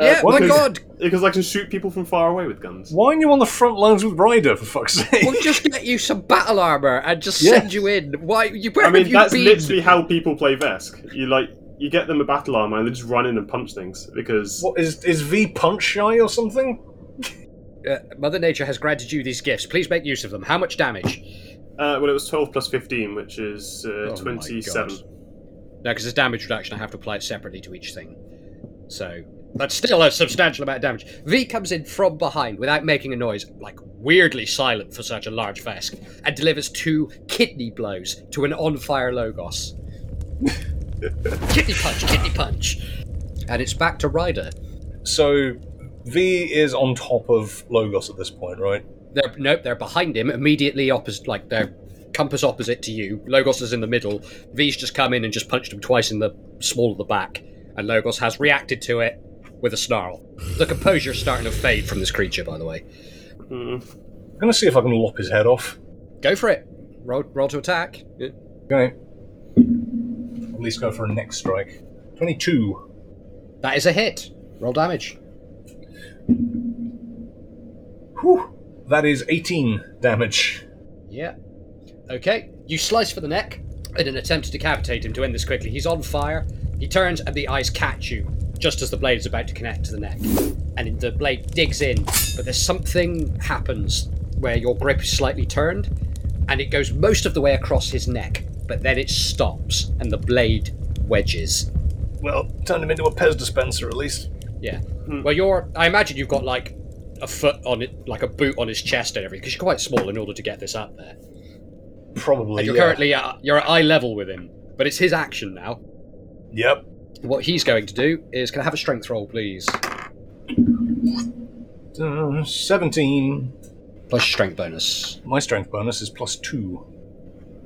Speaker 3: Uh,
Speaker 2: yeah, my
Speaker 3: because-
Speaker 2: god!
Speaker 3: Because I can shoot people from far away with guns.
Speaker 4: Why aren't you on the front lines with Ryder, for fuck's sake?
Speaker 2: We'll just get you some battle armor and just
Speaker 4: Yeah.
Speaker 2: send you in. Why? You, where
Speaker 3: I mean,
Speaker 2: have you
Speaker 3: that's
Speaker 2: been?
Speaker 3: literally how people play Vesk. You like, you get them a battle armor and they just run in and punch things because
Speaker 4: What is is V punch shy or something?
Speaker 2: Uh, Mother Nature has granted you these gifts. Please make use of them. How much damage?
Speaker 3: Uh, well, it was 12 plus 15, which is uh,
Speaker 2: Oh my
Speaker 3: 27.
Speaker 2: God. No, because it's damage reduction. I have to apply it separately to each thing. So that's still a substantial amount of damage. V comes in from behind without making a noise, like weirdly silent for such a large vesk, and delivers two kidney blows to an on-fire Logos. kidney punch, kidney punch, and it's back to Ryder.
Speaker 4: So V is on top of Logos at this point, right?
Speaker 2: They're nope, they're behind him, immediately opposite like they're compass opposite to you. Logos is in the middle. V's just come in and just punched him twice in the small of the back, and Logos has reacted to it with a snarl. The composure's starting to fade from this creature, by the way.
Speaker 4: I'm gonna see if I can lop his head off.
Speaker 2: Go for it. Roll, roll to attack.
Speaker 4: Okay. At least go for a next strike. Twenty-two.
Speaker 2: That is a hit. Roll damage.
Speaker 4: Whew. That is eighteen damage.
Speaker 2: Yeah. Okay. You slice for the neck in an attempt to decapitate him to end this quickly. He's on fire. He turns and the eyes catch you just as the blade is about to connect to the neck. And the blade digs in, but there's something happens where your grip is slightly turned and it goes most of the way across his neck, but then it stops and the blade wedges.
Speaker 4: Well, turn him into a Pez dispenser at least.
Speaker 2: Yeah. Well, you're. I imagine you've got like a foot on it, like a boot on his chest and everything, because you're quite small in order to get this up there.
Speaker 4: Probably.
Speaker 2: And you're
Speaker 4: yeah.
Speaker 2: currently at, you're at eye level with him, but it's his action now.
Speaker 4: Yep.
Speaker 2: What he's going to do is can I have a strength roll, please?
Speaker 4: Uh, Seventeen.
Speaker 2: Plus strength bonus,
Speaker 4: My strength bonus is plus two.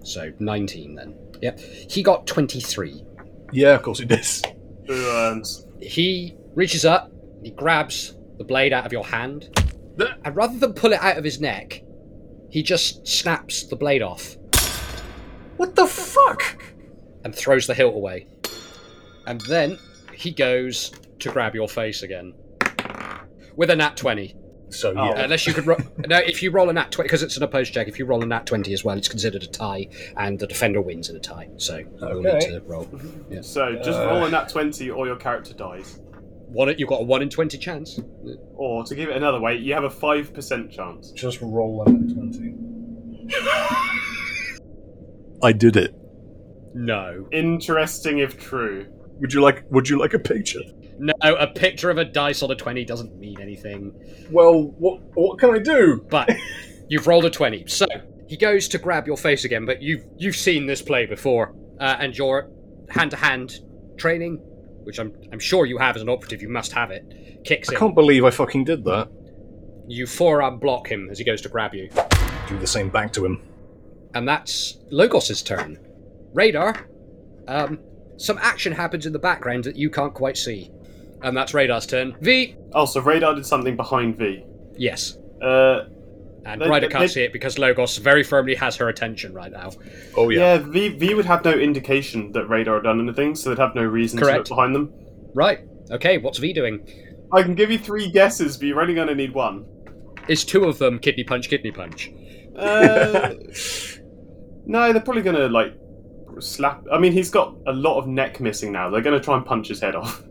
Speaker 2: so nineteen then. Yep, he got twenty three.
Speaker 4: Yeah, of course it is.
Speaker 3: Who earned?
Speaker 2: He reaches up, he grabs the blade out of your hand, and rather than pull it out of his neck, he just snaps the blade off
Speaker 4: What the fuck?
Speaker 2: and throws the hilt away. And then he goes to grab your face again with a nat 20.
Speaker 4: So yeah,
Speaker 2: Unless you could, ro- no, if you roll a nat 20, because it's an opposed check, if you roll a nat 20 as well, it's considered a tie, and the defender wins in a tie. So you will need
Speaker 4: Okay.
Speaker 2: to roll.
Speaker 3: So just
Speaker 2: Uh,
Speaker 3: roll in that twenty, or your character dies.
Speaker 2: One, you've got a 1 in 20 chance.
Speaker 3: Or to give it another way, you have a five percent chance.
Speaker 4: just roll them at twenty.
Speaker 11: I did it.
Speaker 2: No.
Speaker 3: Interesting if true.
Speaker 11: Would you like? Would you like a picture?
Speaker 2: No, a picture of a dice on a 20 doesn't mean anything.
Speaker 4: Well, what what can I do?
Speaker 2: But you've rolled a 20. So he goes to grab your face again, but you've you've seen this play before. Uh, and your hand-to-hand training, which I'm I'm sure you have as an operative, you must have it, kicks
Speaker 1: I
Speaker 2: in.
Speaker 1: can't believe I fucking did that.
Speaker 2: You forearm block him as he goes to grab you.
Speaker 1: Do the same back to him.
Speaker 2: And that's Logos's turn. Radar, um, some action happens in the background that you can't quite see. And that's Radar's turn. V,
Speaker 3: Oh, so radar did something behind V.
Speaker 2: yes.
Speaker 3: Uh,
Speaker 2: And
Speaker 3: They-
Speaker 2: Ryder
Speaker 3: they-
Speaker 2: can't
Speaker 3: they-
Speaker 2: see it because Logos very firmly has her attention right now.
Speaker 4: Oh yeah.
Speaker 3: yeah. V V would have no indication that radar had done anything, so they'd have no reason to
Speaker 2: Correct.
Speaker 3: look behind them.
Speaker 2: Right. Okay, what's V doing?
Speaker 3: I can give you three guesses, but you're only going to need one.
Speaker 2: Is two of them kidney punch, kidney punch?
Speaker 3: Uh, no, they're probably going to like slap. I mean, he's got a lot of neck missing now. They're going to try and punch his head off.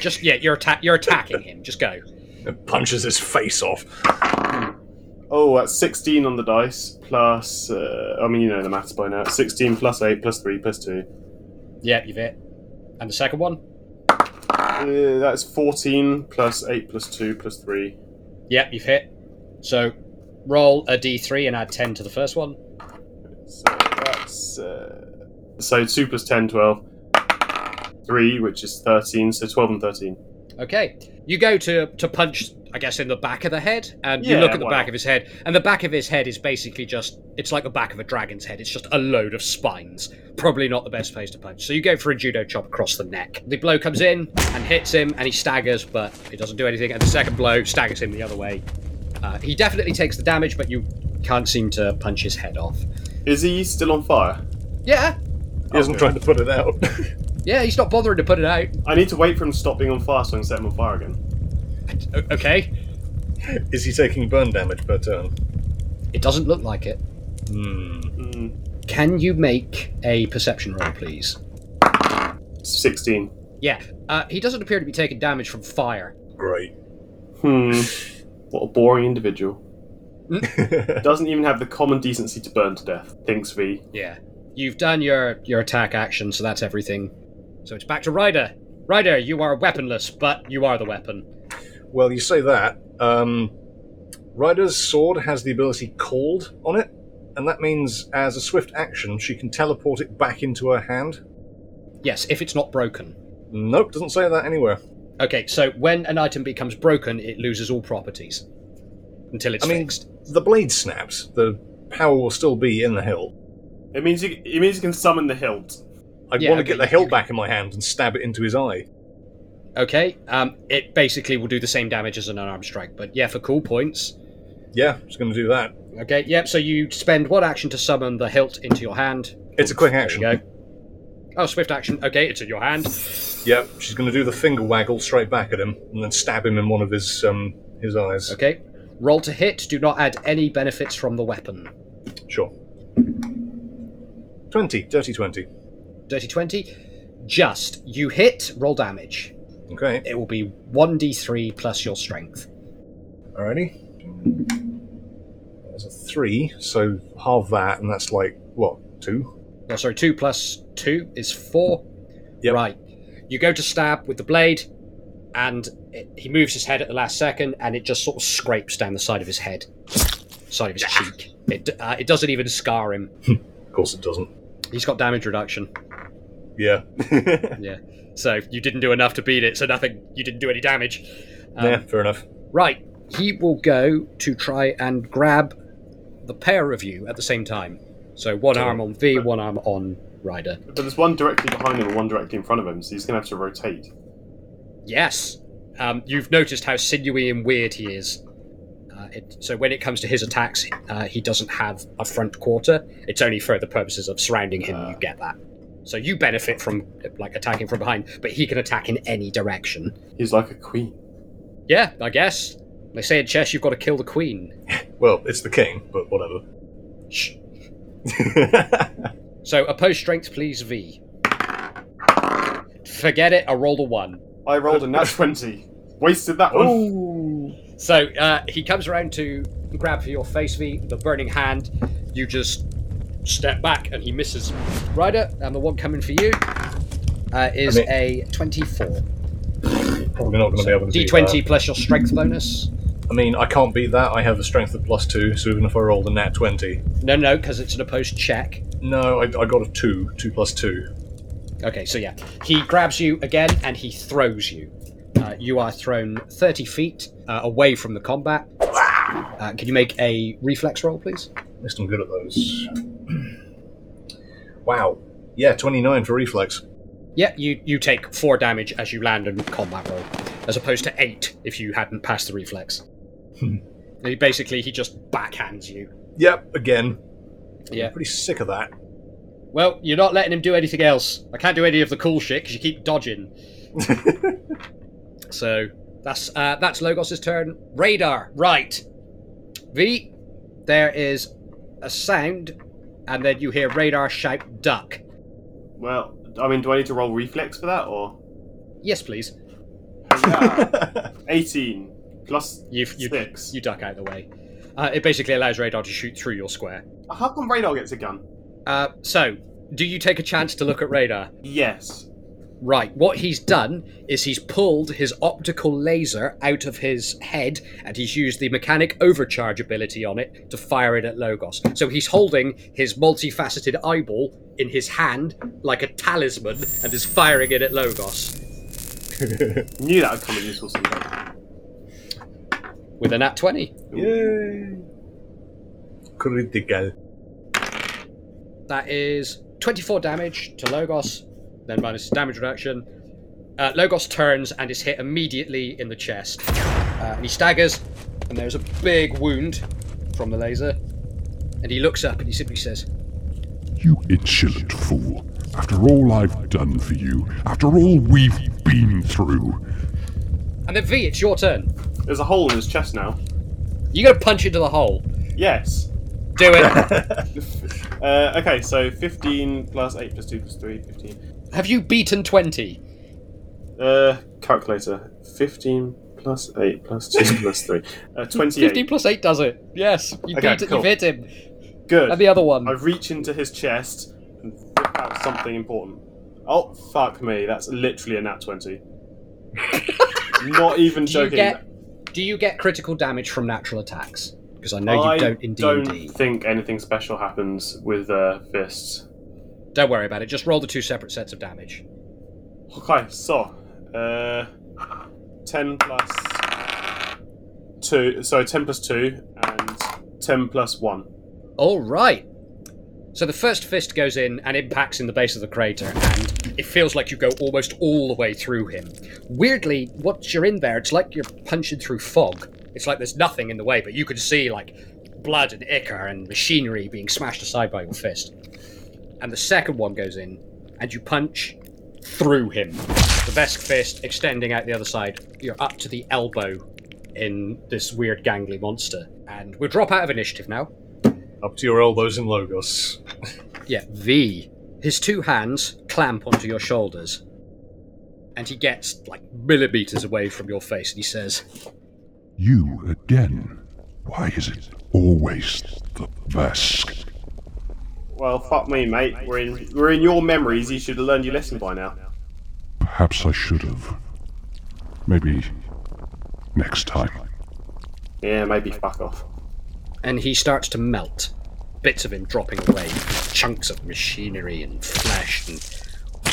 Speaker 2: Just yeah, you're atta- you're attacking him. Just go.
Speaker 1: And punches his face off.
Speaker 3: Oh, that's 16 on the dice plus. Uh, I mean, you know the maths by now. 16 plus eight plus three plus two.
Speaker 2: Yeah, you've hit. And the second one?
Speaker 3: Uh, that's 14 plus eight plus two plus three.
Speaker 2: Yep, you've hit. So roll a d3 and add 10 to the first one.
Speaker 3: So that's. Uh, so two plus 10, 12. Three, which is 13. So 12 and 13.
Speaker 2: Okay. You go to to punch, I guess, in the back of the head, and you
Speaker 3: Yeah,
Speaker 2: look at the
Speaker 3: why
Speaker 2: back
Speaker 3: not?
Speaker 2: of his head, and the back of his head is basically just it's like the back of a dragon's head. It's just a load of spines. Probably not the best place to punch. So you go for a judo chop across the neck. The blow comes in and hits him, and he staggers, but it doesn't do anything. And the second blow staggers him the other way. Uh, he definitely takes the damage, but you can't seem to punch his head off.
Speaker 3: Is he still on fire?
Speaker 2: Yeah,
Speaker 4: He isn't trying to put it out.
Speaker 2: yeah, he's not bothering to put it out.
Speaker 3: I need to wait for him to stop being on fire so I can set him on fire again.
Speaker 2: O- okay,
Speaker 4: Is he taking burn damage per turn? Hmm,
Speaker 2: it doesn't look like it.
Speaker 3: Mm,
Speaker 2: Can you make a perception roll, please?
Speaker 3: 16.
Speaker 2: Yeah, uh, he doesn't appear to be taking damage from fire.
Speaker 4: Great.
Speaker 3: Hmm. What a boring individual. Doesn't even have the common decency to burn to death, thinks V.
Speaker 2: Yeah, you've done your your attack action, so that's everything. So it's back to Ryder. Ryder, you are weaponless, but you are the weapon.
Speaker 4: Well, you say that. Um, Ryder's sword has the ability called on it, and that means as a swift action, she can teleport it back into her hand.
Speaker 2: Yes, if it's not broken.
Speaker 4: Nope, doesn't say that anywhere.
Speaker 2: Okay, so when an item becomes broken, it loses all properties until it's
Speaker 4: I mean-
Speaker 2: fixed.
Speaker 4: The blade snaps. The power will still be in the hilt.
Speaker 3: It means you, it means you can summon the hilt.
Speaker 4: I
Speaker 2: Yeah,
Speaker 4: want to
Speaker 2: okay,
Speaker 4: get the
Speaker 2: you
Speaker 4: hilt
Speaker 2: can-
Speaker 4: back in my hand and stab it into his eye.
Speaker 2: Okay, um, it basically will do the same damage as an unarmed strike, but yeah, for cool points.
Speaker 4: Yeah, it's going to do that.
Speaker 2: Okay, yep. So you spend one action to summon the hilt into your hand.
Speaker 4: It's a quick
Speaker 2: There
Speaker 4: action.
Speaker 2: you go. Oh, swift action. Okay, it's in your hand.
Speaker 4: Yep, she's going to do the finger waggle straight back at him and then stab him in one of his um, his eyes.
Speaker 2: Okay. Roll to hit. Do not add any benefits from the weapon.
Speaker 4: Sure. 20, dirty 20.
Speaker 2: Dirty 20. Just. You hit, roll damage.
Speaker 4: Okay,
Speaker 2: It will be 1d3 plus your strength.
Speaker 4: alrighty. That's a 3, so half that, and that's like, what, 2?
Speaker 2: No, sorry, 2 plus 2 is 4.
Speaker 4: Yep.
Speaker 2: Right. You go to stab with the blade, and it, he moves his head at the last second, and it just sort of scrapes down the side of his head, side of his cheek. It, uh, it doesn't even scar him.
Speaker 4: Of course it doesn't.
Speaker 2: He's got damage reduction.
Speaker 4: Yeah.
Speaker 2: Yeah. So you didn't do enough to beat it, so nothing, you didn't do any damage. Um,
Speaker 4: yeah, fair enough.
Speaker 2: Right, he will go to try and grab the pair of you at the same time. So one arm on V, one arm on Ryder.
Speaker 3: But there's one directly behind him and one directly in front of him, so he's going to have to rotate.
Speaker 2: Yes, um, you've noticed how sinewy and weird he is. Uh, it, so when it comes to his attacks, uh, he doesn't have a front quarter. It's only for the purposes of surrounding him you get that. So you benefit from uh, like attacking from behind, but he can attack in any direction.
Speaker 3: He's like a queen.
Speaker 2: Yeah, I guess. They say in chess you've got to kill the queen.
Speaker 4: Well, it's the king, but whatever.
Speaker 2: Shh. So oppose strength, please. V. Forget it. I rolled a one.
Speaker 3: I rolled a nat 20. Wasted that one.
Speaker 2: Oh. So uh, he comes around to grab for your face, V, the burning hand. You just step back and he misses. Ryder, and the one coming for you uh, is
Speaker 4: I mean-
Speaker 2: a 24.
Speaker 4: Probably not going to be able to beat
Speaker 2: D20 plus your strength bonus.
Speaker 4: that. I mean, I can't beat that. I have a strength of plus two, so even if I rolled a nat 20.
Speaker 2: No, no, because it's an opposed check.
Speaker 4: No, I, I got a two. Two plus two.
Speaker 2: Okay, so yeah. He grabs you again and he throws you. Uh, you are thrown 30 feet uh, away from the combat. Uh, can you make a reflex roll, please?
Speaker 4: At least I'm good at those. wow. Yeah, 29 for reflex.
Speaker 2: Yeah, you, you take four damage as you land in combat roll, as opposed to eight if you hadn't passed the reflex. he basically, he just backhands you.
Speaker 4: Yep, again.
Speaker 2: Yeah.
Speaker 4: I'm pretty sick of that.
Speaker 2: Well, you're not letting him do anything else. I can't do any of the cool shit because you keep dodging. so that's uh, that's Logos's turn. Radar, right? V, there is a sound, and then you hear Radar shout, "Duck!"
Speaker 3: Well, I mean, do I need to roll reflex for that or?
Speaker 2: Yes, please.
Speaker 3: Yeah. 18 plus
Speaker 2: You you
Speaker 3: six.
Speaker 2: you duck out of the way. Uh, it basically allows Radar to shoot through your square.
Speaker 3: How come radar gets a gun?
Speaker 2: Uh, so, do you take a chance to look at Radar?
Speaker 3: Yes.
Speaker 2: Right, what he's done is he's pulled his optical laser out of his head and he's used the mechanic overcharge ability on it to fire it at Logos. So he's holding his multifaceted eyeball in his hand like a talisman and is firing it at Logos
Speaker 3: Knew that would come in useful someday.
Speaker 2: with an at 20.
Speaker 4: Yay! Critical.
Speaker 2: That is 24 damage to Logos, then minus his damage reduction. Uh, Logos turns and is hit immediately in the chest. Uh, and he staggers, and there's a big wound from the laser. And he looks up and he simply says,
Speaker 9: You insolent fool. After all I've done for you, after all we've been through,
Speaker 2: And then V, it's your turn.
Speaker 3: There's a hole in his chest now.
Speaker 2: You gotta punch into the hole.
Speaker 3: Yes.
Speaker 2: Do it.
Speaker 3: Uh, okay, so 15 plus 8 plus 2 plus 3, 15.
Speaker 2: Have you beaten 20?
Speaker 3: Uh, calculator. 15 plus 8 plus 2 plus 3. Uh, 28.
Speaker 2: 15 plus 8 does it. Yes. You
Speaker 3: Okay,
Speaker 2: beat it,
Speaker 3: cool.
Speaker 2: you've hit him.
Speaker 3: Good.
Speaker 2: And the other one.
Speaker 3: I reach into his chest and rip out something important. Oh, fuck me. That's literally a nat 20. Not even
Speaker 2: Do you
Speaker 3: joking.
Speaker 2: get do you get critical damage from natural attacks? Because I know
Speaker 3: I
Speaker 2: you don't in D&D.
Speaker 3: don't think anything special happens with uh, fists.
Speaker 2: Don't worry about it. Just roll the two separate sets of damage.
Speaker 3: Okay, so uh, ten plus two. So ten plus two and ten plus one.
Speaker 2: All right. So the first fist goes in and impacts in the base of the crater, and it feels like you go almost all the way through him. Weirdly, once you're in there, it's like you're punching through fog. It's like there's nothing in the way, but you can see like blood and ichor and machinery being smashed aside by your fist. And the second one goes in, and you punch through him. The best fist extending out the other side. You're up to the elbow in this weird gangly monster. And we'll drop out of initiative now.
Speaker 4: Up to your elbows in Logos.
Speaker 2: Yeah, V. His two hands clamp onto your shoulders. And he gets like millimeters away from your face and he says,
Speaker 9: you again. Why is it always the best?
Speaker 3: Well, fuck me, mate. We're in we're in your memories. You should have learned your lesson by now.
Speaker 9: Perhaps I should have. Maybe next time.
Speaker 3: Yeah, maybe fuck off.
Speaker 2: and he starts to melt. Bits of him dropping away, chunks of machinery and flesh and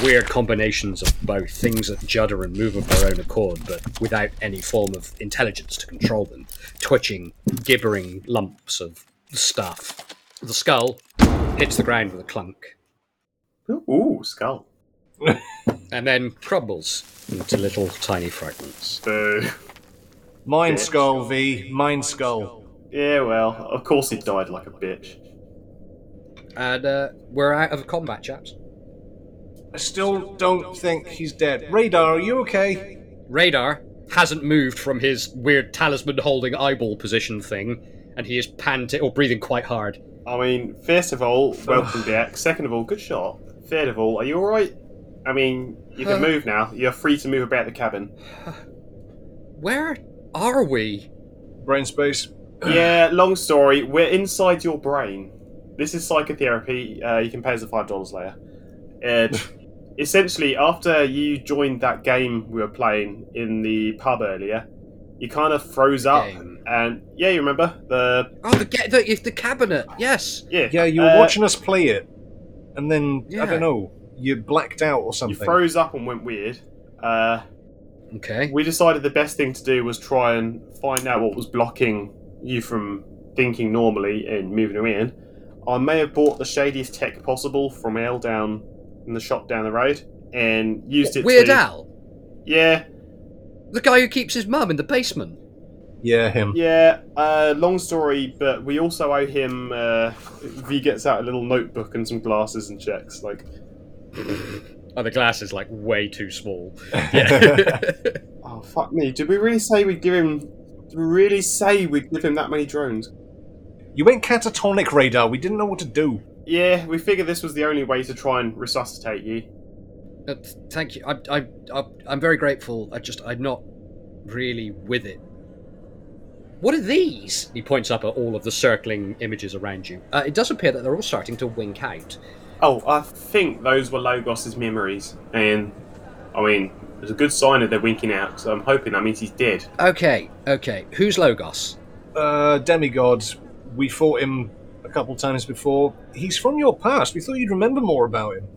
Speaker 2: weird combinations of both things that judder and move of their own accord, but without any form of intelligence to control them. Twitching, gibbering lumps of stuff. The skull hits the ground with a clunk.
Speaker 3: Ooh, skull.
Speaker 2: and then crumbles into little tiny fragments.
Speaker 3: Boo.
Speaker 4: Mind skull, V. Mind skull.
Speaker 3: Yeah, well, of course he died like a bitch.
Speaker 2: And uh, we're out of combat, chaps.
Speaker 4: I still don't think he's dead. Radar, are you okay?
Speaker 2: Radar hasn't moved from his weird talisman holding eyeball position thing, and he is panting or breathing quite hard.
Speaker 3: I mean, first of all, welcome back. Second of all, good shot. Third of all, are you alright? I mean, you can move now. You're free to move about the cabin.
Speaker 2: Where are we?
Speaker 4: Brain space.
Speaker 3: yeah, long story. We're inside your brain. This is psychotherapy. Uh, you can pay us a five dollars later. Uh, essentially, after you joined that game we were playing in the pub earlier, you kind of froze up,
Speaker 2: Game.
Speaker 3: and yeah, you remember the
Speaker 2: Oh, the ga- the, the cabinet. Yes.
Speaker 3: yeah
Speaker 4: Yeah, you were
Speaker 3: uh,
Speaker 4: watching us play it, and then
Speaker 2: Yeah.
Speaker 4: I don't know, you blacked out or
Speaker 3: You
Speaker 4: something.
Speaker 3: froze up and went weird. Uh,
Speaker 2: Okay.
Speaker 3: we decided the best thing to do was try and find out what was blocking you from thinking normally and moving around. I may have bought the shadiest tech possible from Al down in the shop down the road and used it.
Speaker 2: Weird
Speaker 3: to,
Speaker 2: Al,
Speaker 3: Yeah,
Speaker 2: the guy who keeps his mum in the basement.
Speaker 4: yeah, him.
Speaker 3: yeah. Uh, long story, but we also owe him. Uh, he gets out a little notebook and some glasses and checks. Like,
Speaker 2: Oh, the glass is like way too small. Yeah.
Speaker 3: oh fuck me! Did we really say we'd give him? Did we really say we'd give him that many drones?
Speaker 4: You went catatonic, Radar. We didn't know what to do.
Speaker 3: Yeah, we figured this was the only way to try and resuscitate you.
Speaker 2: Uh, th- Thank you. I, I, I, I'm very grateful. I just, I'm not really with it. What are these? He points up at all of the circling images around you. Uh, it does appear that they're all starting to wink out.
Speaker 3: Oh, I think those were Logos's memories, and I mean, there's a good sign that they're winking out. So I'm hoping that means he's dead.
Speaker 2: Okay, okay. Who's Logos?
Speaker 4: Uh, demigod. We fought him a couple times before. He's from your past. We thought you'd remember more about him.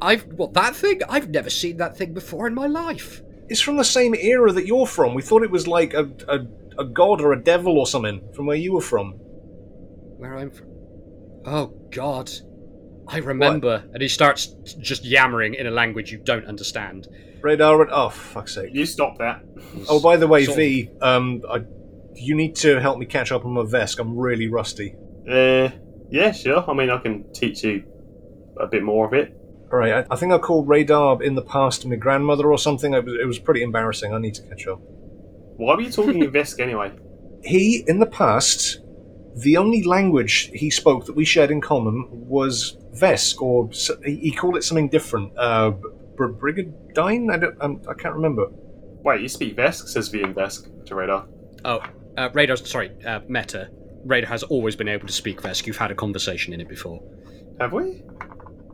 Speaker 2: I've what that thing? I've never seen that thing before in my life.
Speaker 4: It's from the same era that you're from. We thought it was like a, a, a god or a devil or something from where you were from.
Speaker 2: Where I'm from? Oh God, I remember. And he starts just yammering in a language you don't understand.
Speaker 4: Radar. Oh, fuck's sake.
Speaker 3: You stop that.
Speaker 4: Oh, by the way,
Speaker 2: Sort of.
Speaker 4: V, um, I, you need to help me catch up on my Vesk. I'm really rusty.
Speaker 3: Uh, yeah, sure. I mean, I can teach you a bit more of it.
Speaker 4: All right, I, I think I called Radar in the past to my grandmother or something. It was, it was pretty embarrassing. I need to catch up.
Speaker 3: Why were you talking in Vesk anyway?
Speaker 4: He, in the past, the only language he spoke that we shared in common was Vesk, or s- he he called it something different. Uh, br- Brigadine? I, don't, um, I can't remember.
Speaker 3: Wait, you speak Vesk? Says V in Vesk to Radar.
Speaker 2: Oh, uh, Radar. Sorry, uh, Meta. Radar has always been able to speak Vesk. You've had a conversation in it before.
Speaker 3: Have we?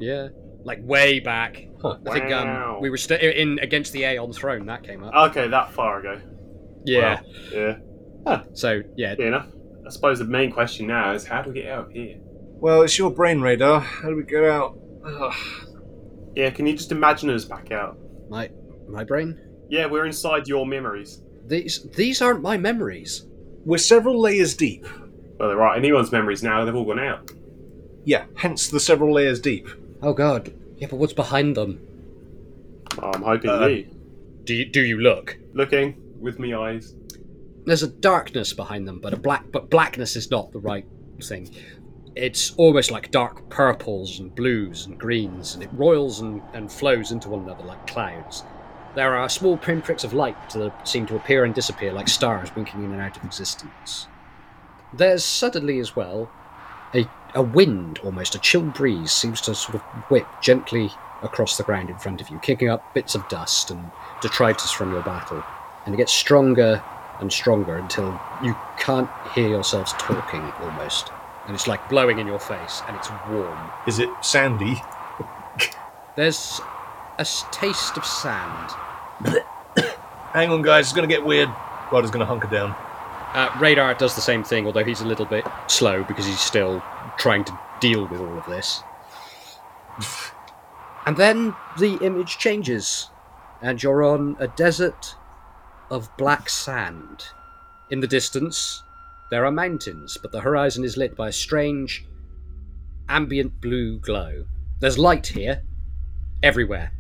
Speaker 2: Yeah. Like way back. I think
Speaker 3: Wow.
Speaker 2: um, we were st- in against the Aeon Throne. That came up.
Speaker 3: Okay, that far ago.
Speaker 2: yeah.
Speaker 3: Yeah,
Speaker 2: So yeah,
Speaker 3: fair enough. I suppose the main question now is how do we get out of here?
Speaker 4: Well, it's your brain, Radar. How do we get out? Ugh.
Speaker 3: Yeah, can you just imagine us back out?
Speaker 2: my my brain.
Speaker 3: Yeah, we're inside your memories.
Speaker 2: These these aren't my memories.
Speaker 4: We're several layers deep.
Speaker 3: Well, they're right. Anyone's memories now, they've all gone out.
Speaker 4: Yeah, hence the several layers deep.
Speaker 2: Oh God. Yeah, but what's behind them?
Speaker 3: Oh, I'm hoping
Speaker 4: Uh,
Speaker 3: you.
Speaker 2: Do you, do you look?
Speaker 3: Looking with me eyes.
Speaker 2: There's a darkness behind them, but a black but blackness is not the right thing. It's almost like dark purples and blues and greens, and it roils and, and flows into one another like clouds. There are small pinpricks of light that seem to appear and disappear like stars winking in and out of existence. There's suddenly, as well, a, a wind almost, a chill breeze seems to sort of whip gently across the ground in front of you, kicking up bits of dust and detritus from your battle. And it gets stronger and stronger until you can't hear yourselves talking almost. And it's like blowing in your face and it's warm.
Speaker 4: Is it sandy?
Speaker 2: There's a s- taste of sand.
Speaker 4: Hang on, guys, it's gonna get weird. Ryder's gonna hunker down.
Speaker 2: Uh, Radar does the same thing, although he's a little bit slow because he's still trying to deal with all of this. and then the image changes, and you're on a desert of black sand. In the distance, there are mountains, but the horizon is lit by a strange ambient blue glow. There's light here, everywhere.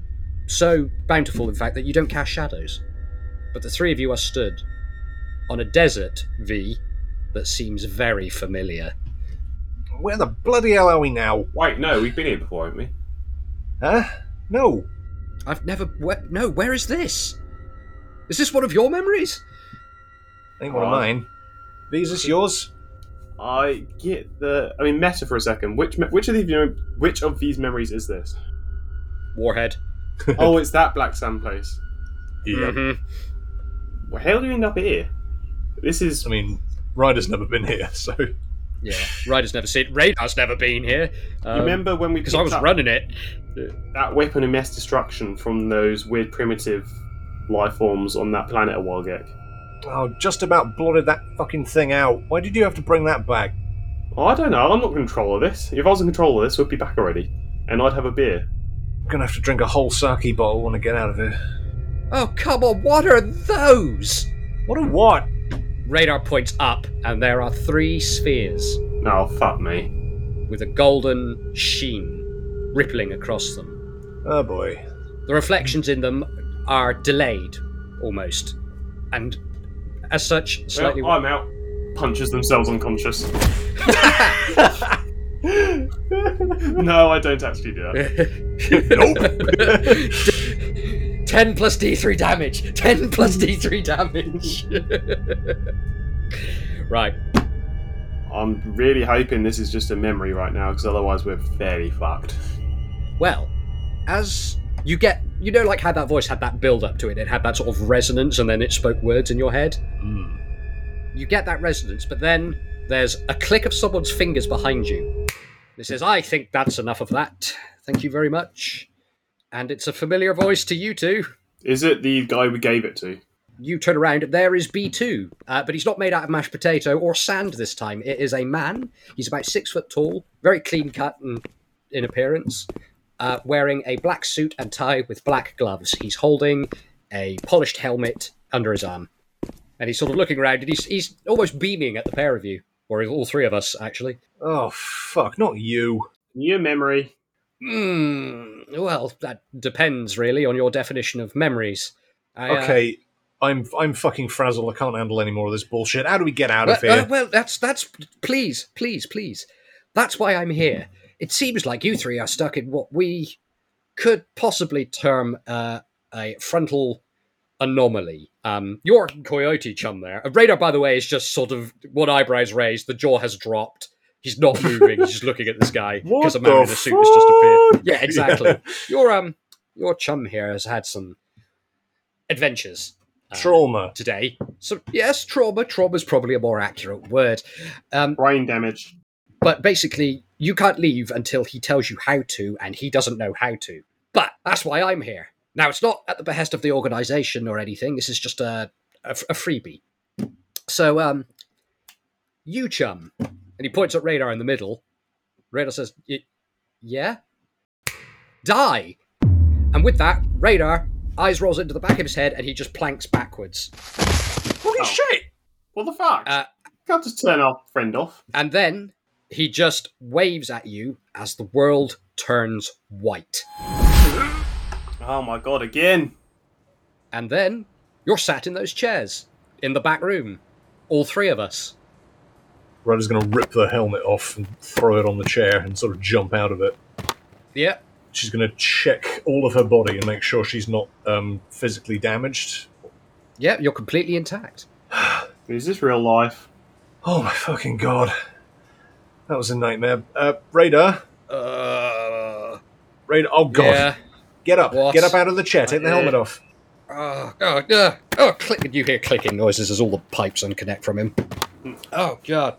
Speaker 2: So bountiful, in fact, that you don't cast shadows. But the three of you are stood on a desert V that seems very familiar.
Speaker 4: Where the bloody hell are we now?
Speaker 12: Wait, no, we've been here before, haven't we?
Speaker 4: Huh? No.
Speaker 2: I've never. Where, no, where is this? Is this one of your memories?
Speaker 4: Ain't one of
Speaker 3: Alright.
Speaker 4: mine. These is yours?
Speaker 3: I get the. I mean, meta for a second. Which me- which of these which of these memories is this?
Speaker 2: Warhead.
Speaker 3: oh, it's that Black Sand place.
Speaker 13: Yeah.
Speaker 2: Mhm.
Speaker 3: Well, how do you end up here? This is.
Speaker 4: I mean,
Speaker 13: Ryder's never been here, so
Speaker 2: Yeah. Ryder's never seen. Radar's never been here.
Speaker 3: you remember when we
Speaker 2: Because
Speaker 3: picked
Speaker 2: Um, I was
Speaker 3: up
Speaker 2: running it.
Speaker 3: that weapon of mass destruction from those weird primitive life forms on that planet a while back?
Speaker 4: oh, just about blotted that fucking thing out. Why did you have to bring that back?
Speaker 3: I don't know. I'm not in control of this. If I was in control of this, we'd be back already, and I'd have a beer.
Speaker 4: I'm gonna have to drink a whole sake bottle when I get out of here.
Speaker 2: Oh come on! What are those?
Speaker 4: What a what?
Speaker 2: Radar points up, and there are three spheres
Speaker 3: No, Oh, fuck me.
Speaker 2: with a golden sheen rippling across them.
Speaker 4: Oh boy.
Speaker 2: The reflections in them are delayed, almost, and as such,
Speaker 3: Well,
Speaker 2: slightly.
Speaker 3: I'm out. Punches themselves unconscious. no, I don't actually do that.
Speaker 2: Ten plus D three damage. Ten plus D three damage. right.
Speaker 3: I'm really hoping this is just a memory right now, because otherwise we're very fucked.
Speaker 2: Well, as you get, you know, like how that voice had that build up to it. It had that sort of resonance, and then it spoke words in your head. You get that resonance, but then there's a click of someone's fingers behind you. It says, "I think that's enough of that. Thank you very much." And it's a familiar voice to you two.
Speaker 3: Is it the guy we gave it to?
Speaker 2: You turn around, there is B2, uh, but he's not made out of mashed potato or sand this time. It is a man. He's about six foot tall, very clean cut and in appearance, uh, wearing a black suit and tie with black gloves. He's holding a polished helmet under his arm. And he's sort of looking around and he's, he's almost beaming at the pair of you, or all three of us, actually.
Speaker 4: Oh fuck, not you.
Speaker 3: Your memory.
Speaker 2: Mm, well, that depends really on your definition of memories. I, uh,
Speaker 4: Okay, I'm I'm fucking frazzled. I can't handle any more of this bullshit. How do we get out of
Speaker 2: well, uh,
Speaker 4: here?
Speaker 2: well, that's that's please, please, please. That's why I'm here. It seems like you three are stuck in what we could possibly term uh, a frontal anomaly. Um, your coyote chum there. A radar, by the way, is just sort of one eyebrow's raised, the jaw has dropped. He's not moving. he's just looking at this guy because a man in a suit has just appeared. Yeah, exactly. Your um, your chum here has had some adventures. uh,
Speaker 4: Trauma.
Speaker 2: today. So yes, trauma. Trauma is probably a more accurate word. Um,
Speaker 3: Brain damage.
Speaker 2: but basically, you can't leave until he tells you how to, and he doesn't know how to. But that's why I'm here. Now it's not at the behest of the organisation or anything. This is just a a, f- a freebie. So um, you chum, and he points at radar in the middle. Radar says, "Y- "Yeah, die." And with that, radar eyes rolls into the back of his head, and he just planks backwards. Oh.
Speaker 3: Holy shit! What the fuck?
Speaker 2: Uh,
Speaker 3: Can't just turn our friend off.
Speaker 2: And then he just waves at you as the world turns white.
Speaker 3: Oh my god, again.
Speaker 2: And then you're sat in those chairs in the back room, all three of us.
Speaker 4: Ryder's gonna rip the helmet off and throw it on the chair and sort of jump out of it.
Speaker 2: Yeah.
Speaker 4: She's gonna check all of her body and make sure she's not um, physically damaged.
Speaker 2: Yeah, you're completely intact.
Speaker 3: Is this real life?
Speaker 4: Oh my fucking god. That was a nightmare. Uh, Radar.
Speaker 2: Uh,
Speaker 4: Radar. Oh god.
Speaker 2: Yeah.
Speaker 4: Get up.
Speaker 2: What?
Speaker 4: Get up out of the chair. Take the
Speaker 2: Uh,
Speaker 4: helmet off.
Speaker 2: Oh, God. Uh, oh, click. You hear clicking noises as all the pipes unconnect from him. Oh, God.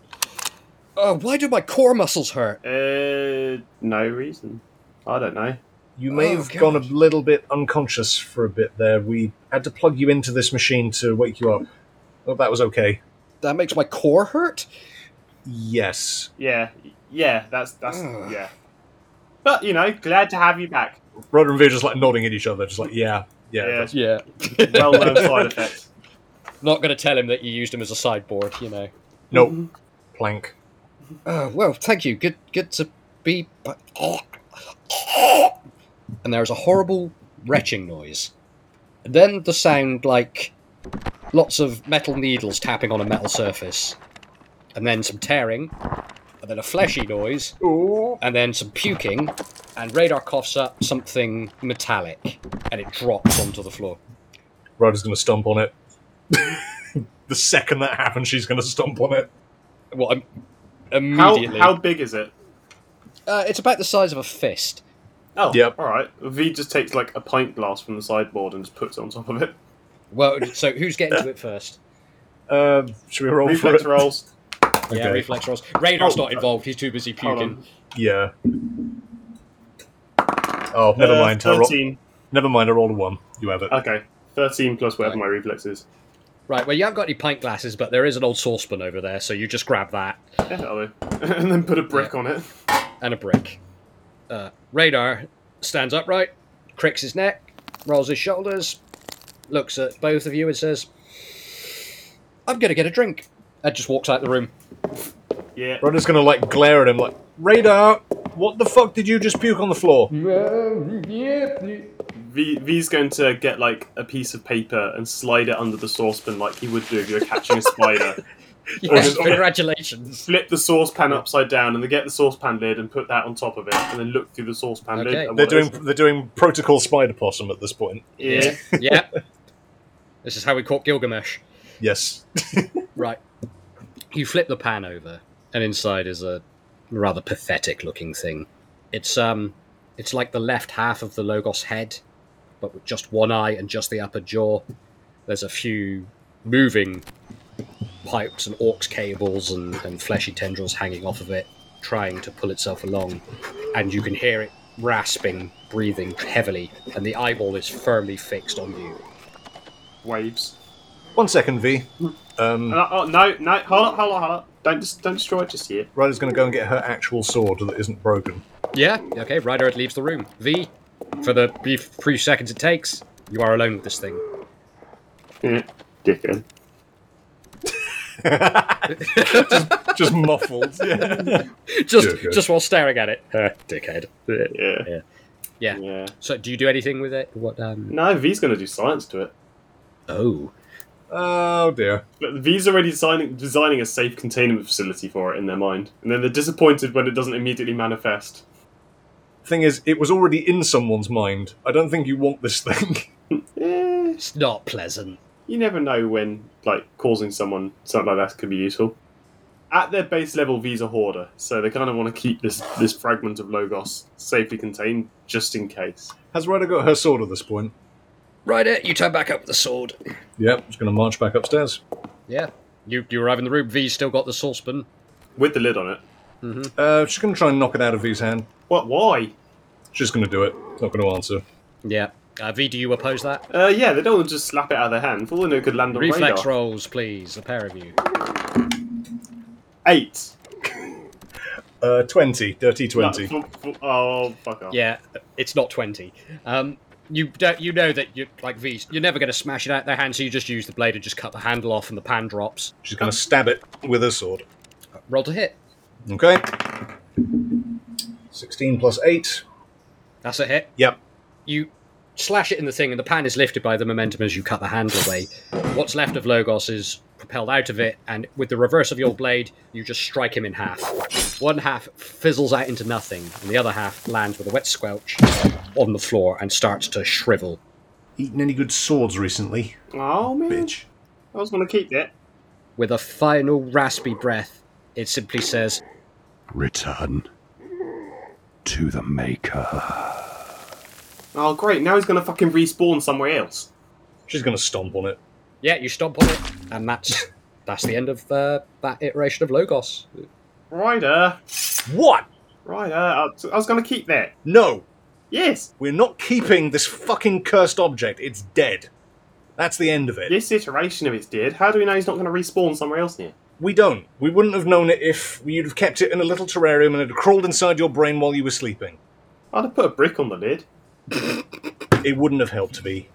Speaker 2: Oh, why do my core muscles hurt?
Speaker 3: Uh, no reason. I don't know.
Speaker 4: You may
Speaker 2: Oh,
Speaker 4: have
Speaker 2: God.
Speaker 4: gone a little bit unconscious for a bit there. We had to plug you into this machine to wake you up. Hope that was okay.
Speaker 2: That makes my core hurt?
Speaker 4: Yes.
Speaker 3: Yeah, yeah, that's that's
Speaker 2: Ugh.
Speaker 3: yeah. But you know, glad to have you back.
Speaker 4: Ryder and Veer just like nodding at each other, just like, yeah, yeah.
Speaker 3: Yeah,
Speaker 2: Yeah.
Speaker 3: well known side effects.
Speaker 2: Not going to tell him that you used him as a sideboard, you know.
Speaker 4: Nope.
Speaker 2: Mm-hmm.
Speaker 4: Plank.
Speaker 2: Uh, well, thank you. Good, good to be. But and there is a horrible retching noise. And then the sound like lots of metal needles tapping on a metal surface, and then some tearing, and then a fleshy noise, and then some puking, and radar coughs up something metallic, and it drops onto the floor.
Speaker 4: Ryder's going to stomp on it. the second that happens, she's going to stomp on it.
Speaker 2: Well, I'm,
Speaker 3: How,
Speaker 2: immediately.
Speaker 3: how big is it?
Speaker 2: Uh, it's about the size of a fist.
Speaker 3: Oh,
Speaker 4: Yep.
Speaker 3: all right. V just takes like a pint glass from the sideboard and just puts it on top of it.
Speaker 2: Well, so who's getting to it first?
Speaker 4: Uh, should we roll for
Speaker 3: Reflex
Speaker 4: it?
Speaker 3: rolls.
Speaker 2: Yeah,
Speaker 4: Okay.
Speaker 2: reflex rolls. Radar's not involved. He's too busy
Speaker 3: Oh. Hold
Speaker 2: puking.
Speaker 3: on.
Speaker 4: Yeah. Oh, never
Speaker 3: Uh,
Speaker 4: mind. I roll,
Speaker 3: Thirteen. Uh,
Speaker 4: never mind. I rolled a one. You have it.
Speaker 3: Okay, thirteen plus whatever my reflex is.
Speaker 2: Right. Well, you haven't got any pint glasses, but there is an old saucepan over there, so you just grab that
Speaker 3: Yeah, that'll do. and then put a brick on it.
Speaker 2: and a brick. Uh, Radar stands upright, cricks his neck, rolls his shoulders, looks at both of you, and says, "I'm gonna get a drink." And just walks out the room.
Speaker 3: Yeah.
Speaker 4: Ryder's going to like glare at him like, Radar, what the fuck did you just puke on the floor?
Speaker 3: Mm-hmm. V V's going to get like a piece of paper and slide it under the saucepan like he would do if you were catching a spider.
Speaker 2: Yes, congratulations.
Speaker 3: Flip the saucepan upside down and then get the saucepan lid and put that on top of it and then look through the saucepan lid.
Speaker 2: Okay.
Speaker 3: and
Speaker 4: They're
Speaker 3: what
Speaker 4: doing
Speaker 3: it
Speaker 4: they're doing protocol spider possum at this point.
Speaker 3: is. Yeah.
Speaker 2: yeah. This is how we caught Gilgamesh.
Speaker 4: Yes.
Speaker 2: Right. You flip the pan over, and inside is a rather pathetic looking thing. It's um it's like the left half of the Logos head, but with just one eye and just the upper jaw. There's a few moving pipes and orcs cables and, and fleshy tendrils hanging off of it, trying to pull itself along. And you can hear it rasping, breathing heavily, and the eyeball is firmly fixed on you.
Speaker 3: Waves.
Speaker 4: One second, V. Um,
Speaker 3: Uh, oh no, no, hold up, hold up, hold up. Don't just don't destroy it just yet.
Speaker 4: Ryder's going to go and get her actual sword that isn't broken.
Speaker 2: Yeah, okay, Ryder it leaves the room. V, for the brief few seconds it takes, you are alone with this thing.
Speaker 3: Yeah. Dickhead.
Speaker 4: Just muffled. Yeah.
Speaker 2: Just
Speaker 14: Dickhead.
Speaker 2: just while staring at it. Uh, dickhead.
Speaker 3: Yeah.
Speaker 2: Yeah. Yeah.
Speaker 3: Yeah.
Speaker 2: So do you do anything with it? What um
Speaker 3: No, V's gonna do science to it.
Speaker 2: Oh.
Speaker 4: Oh dear.
Speaker 3: But V's already designing designing a safe containment facility for it in their mind. And then they're disappointed when it doesn't immediately manifest.
Speaker 4: Thing is, it was already in someone's mind. I don't think you want this thing.
Speaker 3: Eh,
Speaker 2: It's not pleasant.
Speaker 3: you never know when like causing someone something like that could be useful. At their base level, V's a hoarder, so they kind of want to keep this this fragment of Logos safely contained, just in case.
Speaker 4: Has Ryder got her sword at this point?
Speaker 2: Ryder, you turn back up with the sword.
Speaker 4: Yep. Just going to march back upstairs.
Speaker 2: Yeah. You you arrive in the room, V's still got the saucepan.
Speaker 3: With the lid on it.
Speaker 4: Uh, she's going to try and knock it out of V's hand.
Speaker 3: What? Why?
Speaker 4: She's going to do it. Not going to answer.
Speaker 2: Yeah. Uh, v, do you oppose that?
Speaker 3: Uh, yeah, they don't want to just slap it out of their hand. For all they know, it could land on
Speaker 2: Reflex
Speaker 3: radar.
Speaker 2: rolls, please, the pair of you.
Speaker 3: Eight.
Speaker 4: Uh, twenty. Dirty twenty.
Speaker 3: No, f- f- oh, fuck off.
Speaker 2: Yeah, it's not twenty. Um, you don't, you know that you like V. You're never going to smash it out their hand, so you just use the blade and just cut the handle off, and the pan drops.
Speaker 4: She's going to stab it with her sword.
Speaker 2: Roll to hit.
Speaker 4: Okay. Sixteen plus eight.
Speaker 2: That's a hit.
Speaker 4: Yep.
Speaker 2: You slash it in the thing, and the pan is lifted by the momentum as you cut the handle away. What's left of Logos is propelled out of it, and with the reverse of your blade, you just strike him in half. One half fizzles out into nothing, and the other half lands with a wet squelch on the floor and starts to shrivel.
Speaker 4: Eaten any good swords recently?
Speaker 3: Oh man,
Speaker 4: Bitch.
Speaker 3: I was gonna keep that.
Speaker 2: With a final raspy breath, it simply says,
Speaker 9: Return to the Maker.
Speaker 3: Oh great, now he's gonna fucking respawn somewhere else.
Speaker 4: She's going to stomp on it.
Speaker 2: yeah, you stomp on it, and that's that's the end of uh, that iteration of Logos.
Speaker 3: Ryder,
Speaker 4: What?
Speaker 3: Ryder, I, I was gonna keep that.
Speaker 4: No.
Speaker 3: Yes,
Speaker 4: We're not keeping this fucking cursed object. It's dead. That's the end of it.
Speaker 3: this iteration of it's dead. How do we know he's not gonna respawn somewhere else near?
Speaker 4: We don't. We wouldn't have known it if you'd have kept it in a little terrarium and it had crawled inside your brain while you were sleeping.
Speaker 3: I'd have put a brick on the lid.
Speaker 4: It wouldn't have helped me.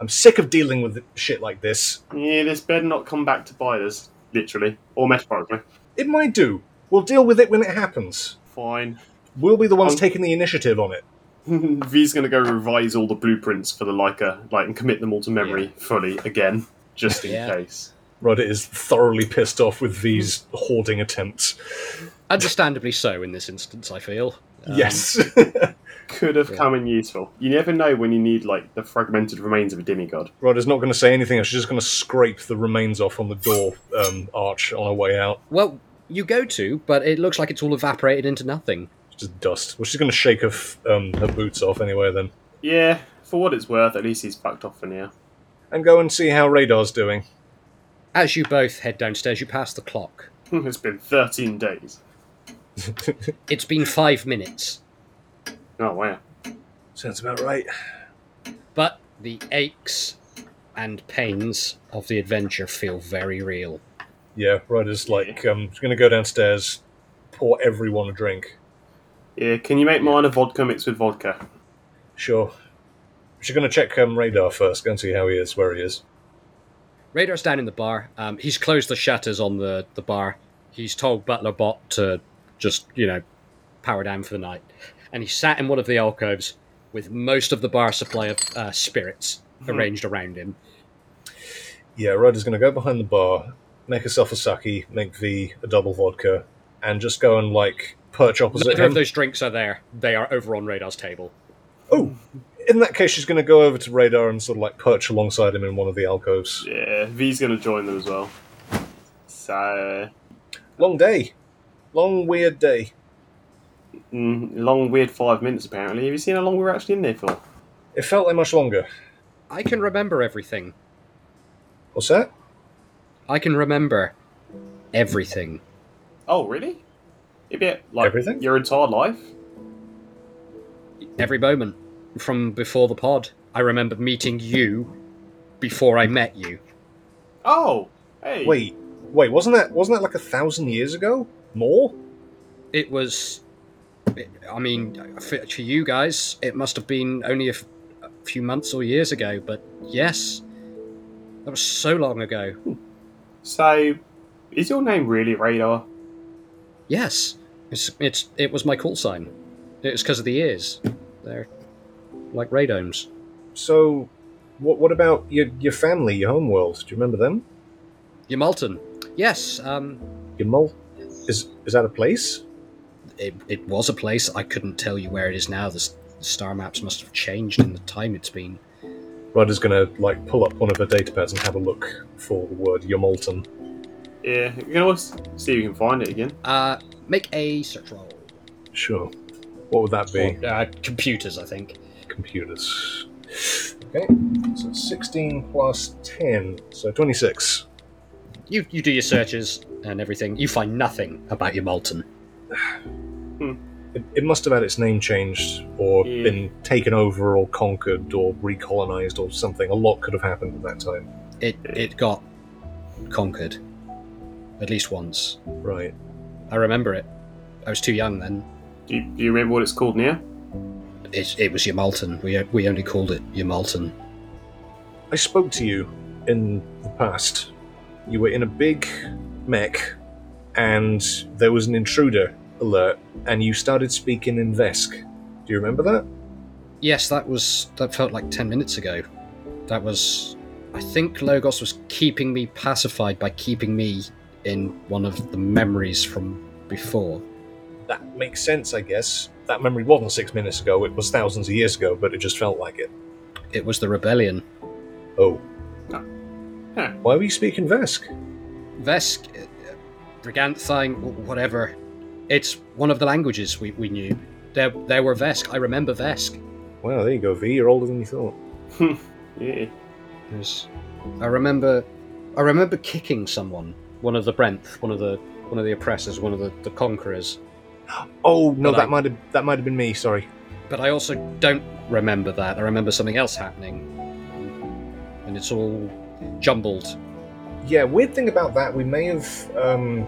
Speaker 4: I'm sick of dealing with shit like this.
Speaker 3: Yeah, this better not come back to bite us, literally or metaphorically.
Speaker 4: It might do. We'll deal with it when it happens.
Speaker 3: Fine.
Speaker 4: We'll be the ones
Speaker 3: Um,
Speaker 4: taking the initiative on it.
Speaker 3: V's gonna go revise all the blueprints for the Leica, like, and commit them all to memory fully again, just in
Speaker 2: Yeah.
Speaker 3: case.
Speaker 4: Rudd is thoroughly pissed off with these hoarding attempts.
Speaker 2: Understandably so in this instance, I feel. Um,
Speaker 4: yes.
Speaker 3: Could have come in useful. You never know when you need like the fragmented remains of a demigod.
Speaker 4: Ryder's not going to say anything. She's just going to scrape the remains off on the door um, arch on her way out.
Speaker 2: Well, you go to, but it looks like it's all evaporated into nothing.
Speaker 4: It's Just dust. Well, she's going to shake her f- um, her boots off anyway then,
Speaker 3: Yeah, for what it's worth, at least he's fucked off for now.
Speaker 4: and go and see how Radar's doing.
Speaker 2: As you both head downstairs, you pass the clock.
Speaker 3: it's been 13 days.
Speaker 2: It's been five minutes,
Speaker 3: Oh, wow.
Speaker 4: Sounds about right.
Speaker 2: but the aches and pains of the adventure feel very real.
Speaker 4: Yeah, Ryder's like um, she's going to go downstairs, pour everyone a drink.
Speaker 3: Yeah, can you make mine a vodka mixed with vodka?
Speaker 4: Sure. She's going to check um, Radar first. Go and see how he is, where he is.
Speaker 2: Radar's down in the bar. Um, he's closed the shutters on the, the bar. He's told Butler Bot to just, you know, power down for the night. And he sat in one of the alcoves with most of the bar supply of uh, spirits arranged around him.
Speaker 4: Yeah, Ryder's going to go behind the bar, make herself a sake, make V a double vodka, and just go and like perch opposite
Speaker 2: Neither
Speaker 4: him.
Speaker 2: of those drinks are there. They are over on Radar's table.
Speaker 4: Oh, in that case, she's going to go over to Radar and sort of like perch alongside him in one of the alcoves.
Speaker 3: Yeah, V's gonna join them as well. So,
Speaker 4: Long day, long weird day.
Speaker 3: mm, long, weird five minutes apparently. Have you seen how long we were actually in there for?
Speaker 4: It felt like much longer.
Speaker 2: I can remember everything.
Speaker 4: What's that?
Speaker 2: I can remember everything.
Speaker 3: Oh, really? It'd be like
Speaker 4: Everything?
Speaker 3: your entire life?
Speaker 2: Every moment from before the pod. I remember meeting you before I met you.
Speaker 3: Oh, hey.
Speaker 4: Wait, wait, wasn't that wasn't that like a thousand years ago? More?
Speaker 2: it was i mean for, for you guys it must have been only a, f- a few months or years ago but yes that was so long ago
Speaker 3: So, is your name really Radar?
Speaker 2: yes it's, it's it was my call sign it was because of the ears they're like radomes
Speaker 4: So, what what about your your family, your homeworld? Do you remember them?
Speaker 2: you're malton yes um
Speaker 4: Your mole? Is is that a place?
Speaker 2: it, it was a place i couldn't tell you where it is now the, s- the star maps must have changed in the time it's been
Speaker 4: Ryder's going to like pull up one of her datapads and have a look for the word Yomolton.
Speaker 3: Yeah, you can always see if you can find it again.
Speaker 2: uh make a search roll
Speaker 4: Sure. What would that be?
Speaker 2: Or, uh, computers i think
Speaker 4: Computers. Okay, so 16 plus 10, so 26.
Speaker 2: You you do your searches and everything. You find nothing about your Molten.
Speaker 4: It, it must have had its name changed, or
Speaker 3: Yeah.
Speaker 4: been taken over, or conquered, or recolonized, or something. A lot could have happened in that time.
Speaker 2: It it got conquered, at least once.
Speaker 4: Right.
Speaker 2: I remember it. I was too young then.
Speaker 3: Do you, do you remember what it's called now?
Speaker 2: It, it was your Molten. We we only called it your Molten.
Speaker 4: I spoke to you in the past. You were in a big mech, and there was an intruder alert, and you started speaking in Vesk. Do you remember that?
Speaker 2: Yes, that was that felt like ten minutes ago. That was, I think Logos was keeping me pacified by keeping me in one of the memories from before.
Speaker 4: That makes sense, I guess. That memory wasn't six minutes ago, it was thousands of years ago, but it just felt like it.
Speaker 2: It was the rebellion.
Speaker 4: Oh.
Speaker 3: No. Huh.
Speaker 4: Why were you speaking Vesk?
Speaker 2: Vesk, uh, uh, Briganthine, wh- whatever. It's one of the languages we, we knew. There, there were Vesk. I remember Vesk.
Speaker 4: Wow, there you go, V. You're older than you thought.
Speaker 3: Yeah.
Speaker 2: There's, I remember, I remember kicking someone. One of the Brenth, one of the one of the oppressors, one of the, the conquerors.
Speaker 4: Oh no,
Speaker 2: But
Speaker 4: that
Speaker 2: I-
Speaker 4: might have that might have been me. Sorry.
Speaker 2: But I also don't remember that. I remember something else happening, and it's all jumbled.
Speaker 4: Yeah, weird thing about that, we may have um,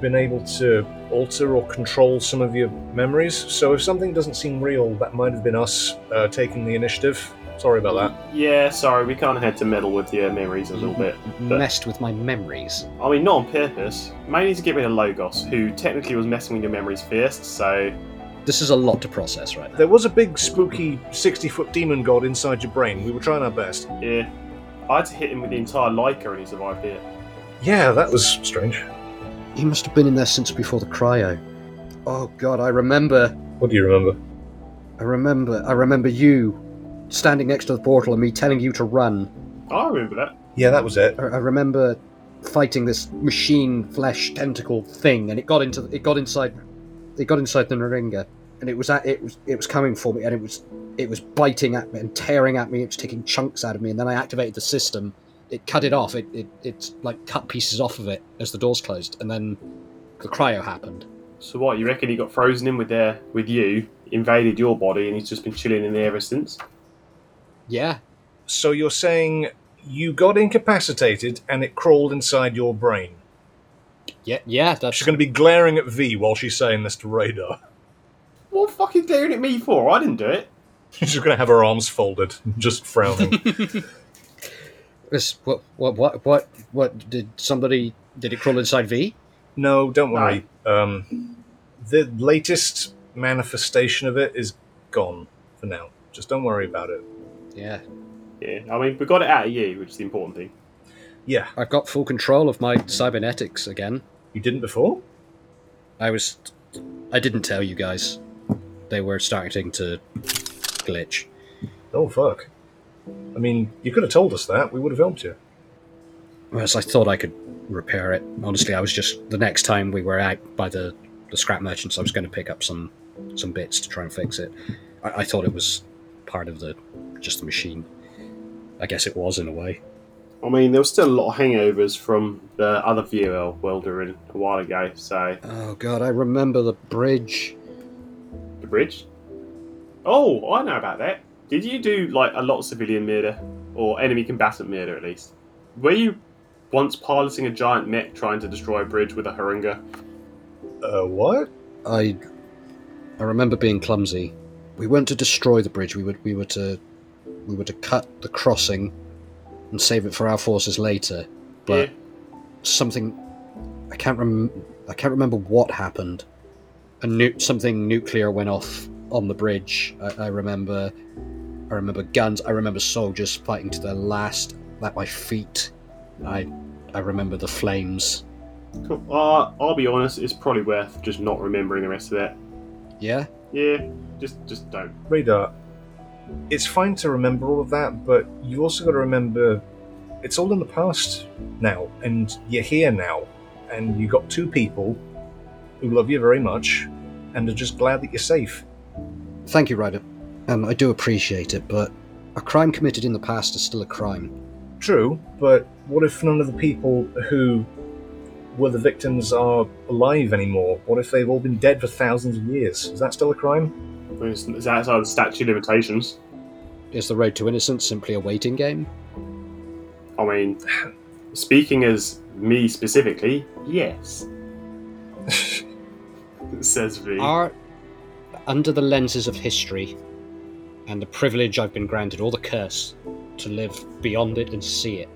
Speaker 4: been able to alter or control some of your memories. So if something doesn't seem real, that might have been us uh, taking the initiative. Sorry about that.
Speaker 3: Yeah, sorry, we kind of had to meddle with your memories a little bit. But-
Speaker 2: Messed with my memories.
Speaker 3: I mean, not on purpose, mainly to get rid of Logos, who technically was messing with your memories first, so.
Speaker 2: This is a lot to process right now.
Speaker 4: There was a big spooky sixty-foot demon god inside your brain. We were trying our best.
Speaker 3: Yeah. I had to hit him with the entire Leica and he survived it.
Speaker 4: Yeah, that was strange.
Speaker 2: He must have been in there since before the cryo. Oh god, I remember.
Speaker 4: What do you remember?
Speaker 2: I remember. I remember you standing next to the portal and me telling you to run.
Speaker 3: I remember that.
Speaker 4: Yeah, that was it.
Speaker 2: I, I remember fighting this machine flesh tentacle thing, and it got into it got inside it got inside the Naringa, and it was at it was it was coming for me, and it was it was biting at me and tearing at me. It was taking chunks out of me, and then I activated the system. It cut it off. It it, it like cut pieces off of it as the doors closed, and then the cryo happened.
Speaker 3: So what? You reckon he got frozen in with there with you, invaded your body, and he's just been chilling in there ever since?
Speaker 2: Yeah,
Speaker 4: So you're saying you got incapacitated and it crawled inside your brain.
Speaker 2: yeah, yeah. That's
Speaker 4: She's going to be glaring at V while she's saying this to Radar.
Speaker 3: What the fuck is glaring at me for? I didn't do it.
Speaker 4: She's going to have her arms folded, just frowning.
Speaker 2: This- what what what what what did somebody did it crawl inside V?
Speaker 4: no, don't worry. Um, the latest manifestation of it is gone for now. Just don't worry about it.
Speaker 2: Yeah,
Speaker 3: Yeah, I mean we got it out of you, which is the important thing.
Speaker 4: Yeah,
Speaker 2: I've got full control of my cybernetics again.
Speaker 4: you didn't before?
Speaker 2: I was. I didn't tell you guys. They were starting to glitch.
Speaker 4: Oh, fuck. I mean, you could have told us that. We would have helped you.
Speaker 2: Whereas I thought I could repair it. Honestly, I was just the next time we were out by the, the scrap merchants, I was going to pick up some some bits to try and fix it. I, I thought it was part of the just the machine. I guess it was in a way.
Speaker 3: I mean there was still a lot of hangovers from the other VOL world we were in a while ago. So
Speaker 2: Oh god, I remember the bridge.
Speaker 3: the bridge. Oh, I know about that. Did you do like a lot of civilian murder or enemy combatant murder at least? Were you once piloting a giant mech trying to destroy a bridge with a Haringa?
Speaker 4: Uh, what?
Speaker 2: I I remember being clumsy. We weren't to destroy the bridge. We would we were to we were to cut the crossing and save it for our forces later. But
Speaker 3: Yeah.
Speaker 2: something I can't rem- I can't remember what happened. A nu- something nuclear went off on the bridge. I, I remember I remember guns. I remember soldiers fighting to their last at my feet. I I remember the flames.
Speaker 3: Cool. Uh, I'll be honest, it's probably worth just not remembering the rest of that.
Speaker 2: Yeah.
Speaker 3: Yeah, just just don't.
Speaker 4: Radar, it's fine to remember all of that, but you've also got to remember it's all in the past now, and you're here now, and you've got two people who love you very much and are just glad that you're safe.
Speaker 2: Thank you, Ryder. Um, I do appreciate it, but a crime committed in the past is still a crime.
Speaker 4: True, but what if none of the people who were the victims are alive anymore? What if they've all been dead for thousands of years? Is that still a crime?
Speaker 3: I mean, It's, it's outside the statute of limitations.
Speaker 2: Is the road to innocence simply a waiting game?
Speaker 3: I mean, speaking as me specifically, yes. Says V.
Speaker 2: Are under the lenses of history and the privilege I've been granted, or the curse, to live beyond it and see it,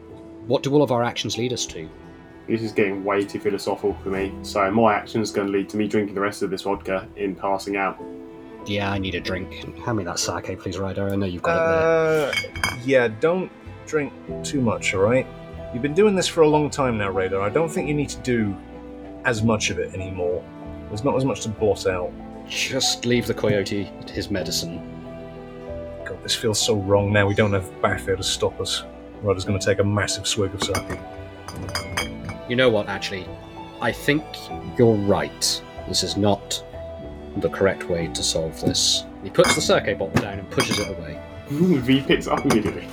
Speaker 2: what do all of our actions lead us to?
Speaker 3: This is getting way too philosophical for me. So my action is going to lead to me drinking the rest of this vodka in passing out.
Speaker 2: Yeah, I need a drink. Hand me that sake, please, Ryder. I know you've got it there.
Speaker 4: Uh, yeah, don't drink too much, alright? You've been doing this for a long time now, Radar. I don't think you need to do as much of it anymore. There's not as much to blot out.
Speaker 2: Uh, Just leave the coyote his medicine.
Speaker 4: God, this feels so wrong now. We don't have Bath here to stop us. Radar's going to take a massive swig of sake.
Speaker 2: You know what, actually? I think you're right. This is not the correct way to solve this. He puts the sake bottle down and pushes it away.
Speaker 3: v picks up immediately.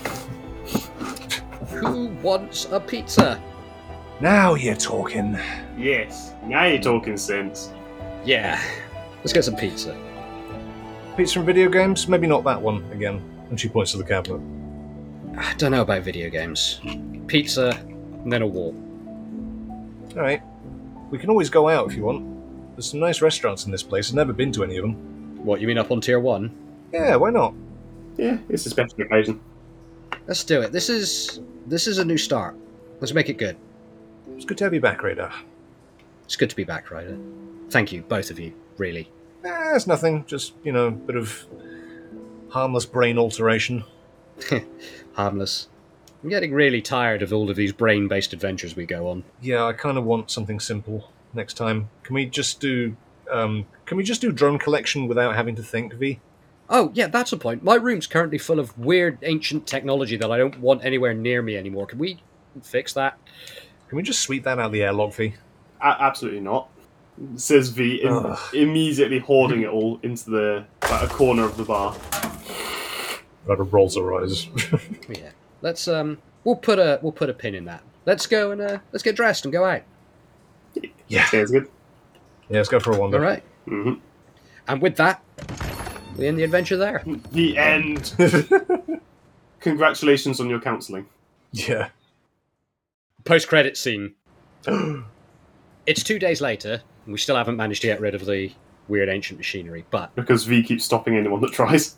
Speaker 2: Who wants a pizza?
Speaker 4: Now you're talking.
Speaker 3: Yes. Now you're talking sense.
Speaker 2: Yeah. Let's get some pizza.
Speaker 4: Pizza and video games? Maybe not that one again. And she points to the cabinet.
Speaker 2: I don't know about video games. Pizza, and then a walk.
Speaker 4: Alright. We can always go out if you want. There's some nice restaurants in this place. I've never been to any of them.
Speaker 2: What, you mean up on tier one?
Speaker 4: Yeah, why not?
Speaker 3: Yeah, it's a special occasion.
Speaker 2: Let's do it. This is this is a new start. Let's make it good.
Speaker 4: It's good to have you back, Radar.
Speaker 2: It's good to be back, Ryder. Thank you, both of you, really.
Speaker 4: Eh, it's nothing. Just, you know, a bit of harmless brain alteration.
Speaker 2: Harmless. I'm getting really tired of all of these brain based adventures we go on.
Speaker 4: Yeah, I kind of want something simple. next time. Can we just do? Um, can we just do drone collection without having to think, V?
Speaker 2: Oh, yeah, that's a point. My room's currently full of weird ancient technology that I don't want anywhere near me anymore. Can we fix that?
Speaker 4: Can we just sweep that out of the airlock, V?
Speaker 3: A- absolutely not. Says V, im- immediately hoarding it all into the like, a corner of the bar.
Speaker 4: Rather rolls her eyes.
Speaker 2: Yeah. Let's um we'll put a we'll put a pin in that. Let's go and uh, let's get dressed and go out.
Speaker 4: yeah. yeah,
Speaker 3: Sounds good.
Speaker 4: let's go for a wander.
Speaker 2: All right.
Speaker 3: Mhm.
Speaker 2: And with that, we end the adventure there.
Speaker 3: The end. Congratulations on your counselling.
Speaker 4: Yeah.
Speaker 2: Post credit scene. it's two days later, and we still haven't managed to get rid of the weird ancient machinery. But
Speaker 3: Because V keeps stopping anyone that tries.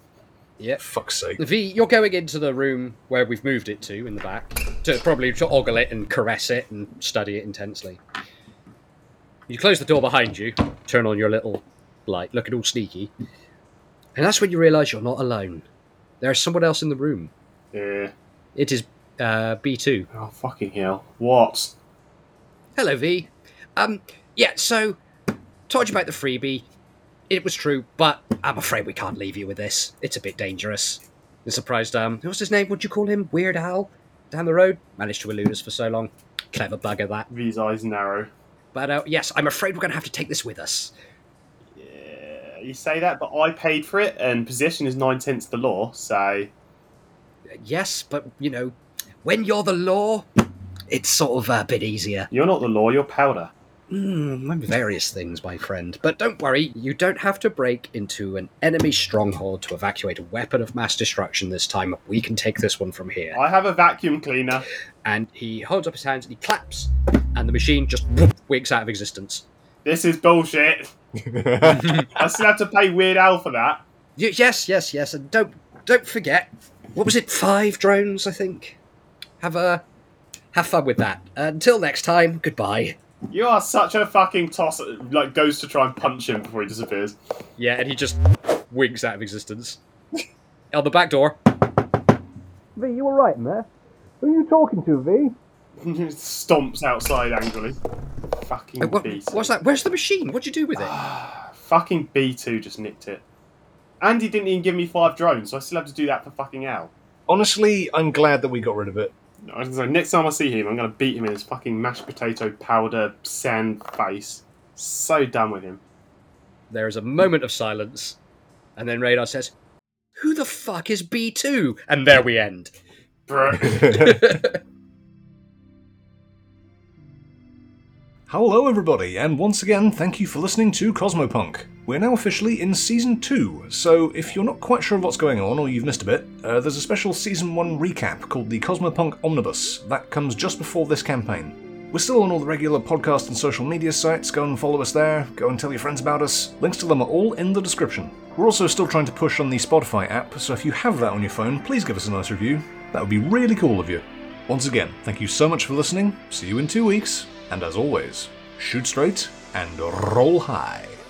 Speaker 2: yeah,
Speaker 4: Fuck's sake.
Speaker 2: V, you're going into the room where we've moved it to in the back to probably to ogle it and caress it and study it intensely. You close the door behind you, turn on your little light, looking all sneaky, and that's when you realise you're not alone. There's someone else in the room.
Speaker 3: Yeah.
Speaker 2: It is uh, B2.
Speaker 3: Oh, fucking hell. What?
Speaker 2: Hello, V. Um, yeah, so, told you about the freebie. It was true, but I'm afraid we can't leave you with this. It's a bit dangerous. The surprised, um, what's his name? What'd you call him? Weird Al? Down the road? Managed to elude us for so long. Clever bugger, that.
Speaker 3: V's eyes narrow.
Speaker 2: But, uh, yes, I'm afraid we're gonna have to take this with us.
Speaker 3: Yeah, you say that, but I paid for it, and possession is nine tenths the law, so.
Speaker 2: Yes, but, you know, when you're the law, it's sort of a bit easier.
Speaker 3: You're not the law, you're powder.
Speaker 2: Mm, I'm various things, my friend. But don't worry, you don't have to break into an enemy stronghold to evacuate a weapon of mass destruction this time. We can take this one from here.
Speaker 3: I have a vacuum cleaner.
Speaker 2: And he holds up his hands and he claps, and the machine just whoop, wigs out of existence.
Speaker 3: This is bullshit. I still have to pay Weird Al for that.
Speaker 2: Y- yes, yes, yes, and don't don't forget. What was it? Five drones, I think. Have a have fun with that. until next time, goodbye.
Speaker 3: You are such a fucking toss. Like, goes to try and punch him before he disappears.
Speaker 2: Yeah, and he just wigs out of existence. On the back door.
Speaker 15: V, you all right in there? Who are you talking to, V?
Speaker 3: Stomps outside angrily. Fucking
Speaker 2: Uh, what-
Speaker 3: B2.
Speaker 2: what's that? Where's the machine? What'd you do with it?
Speaker 3: Fucking B2 just nicked it. And he didn't even give me five drones, so I still have to do that for fucking Al.
Speaker 4: Honestly, I'm glad that we got rid of it.
Speaker 3: No, So next time I see him, I'm going to beat him in his fucking mashed potato powder sand face. So done with him.
Speaker 2: There is a moment of silence, and then Radar says, Who the fuck is B2? And there we end.
Speaker 3: Bruh.
Speaker 4: Hello, everybody, and once again, thank you for listening to Cosmopunk. We're now officially in Season 2, so if you're not quite sure what's going on or you've missed a bit, uh, there's a special Season 1 recap called the Cosmopunk Omnibus that comes just before this campaign. We're still on all the regular podcast and social media sites, go and follow us there, go and tell your friends about us. Links to them are all in the description. We're also still trying to push on the Spotify app, so if you have that on your phone, please give us a nice review. That would be really cool of you. Once again, thank you so much for listening. See you in two weeks. And as always, shoot straight and roll high.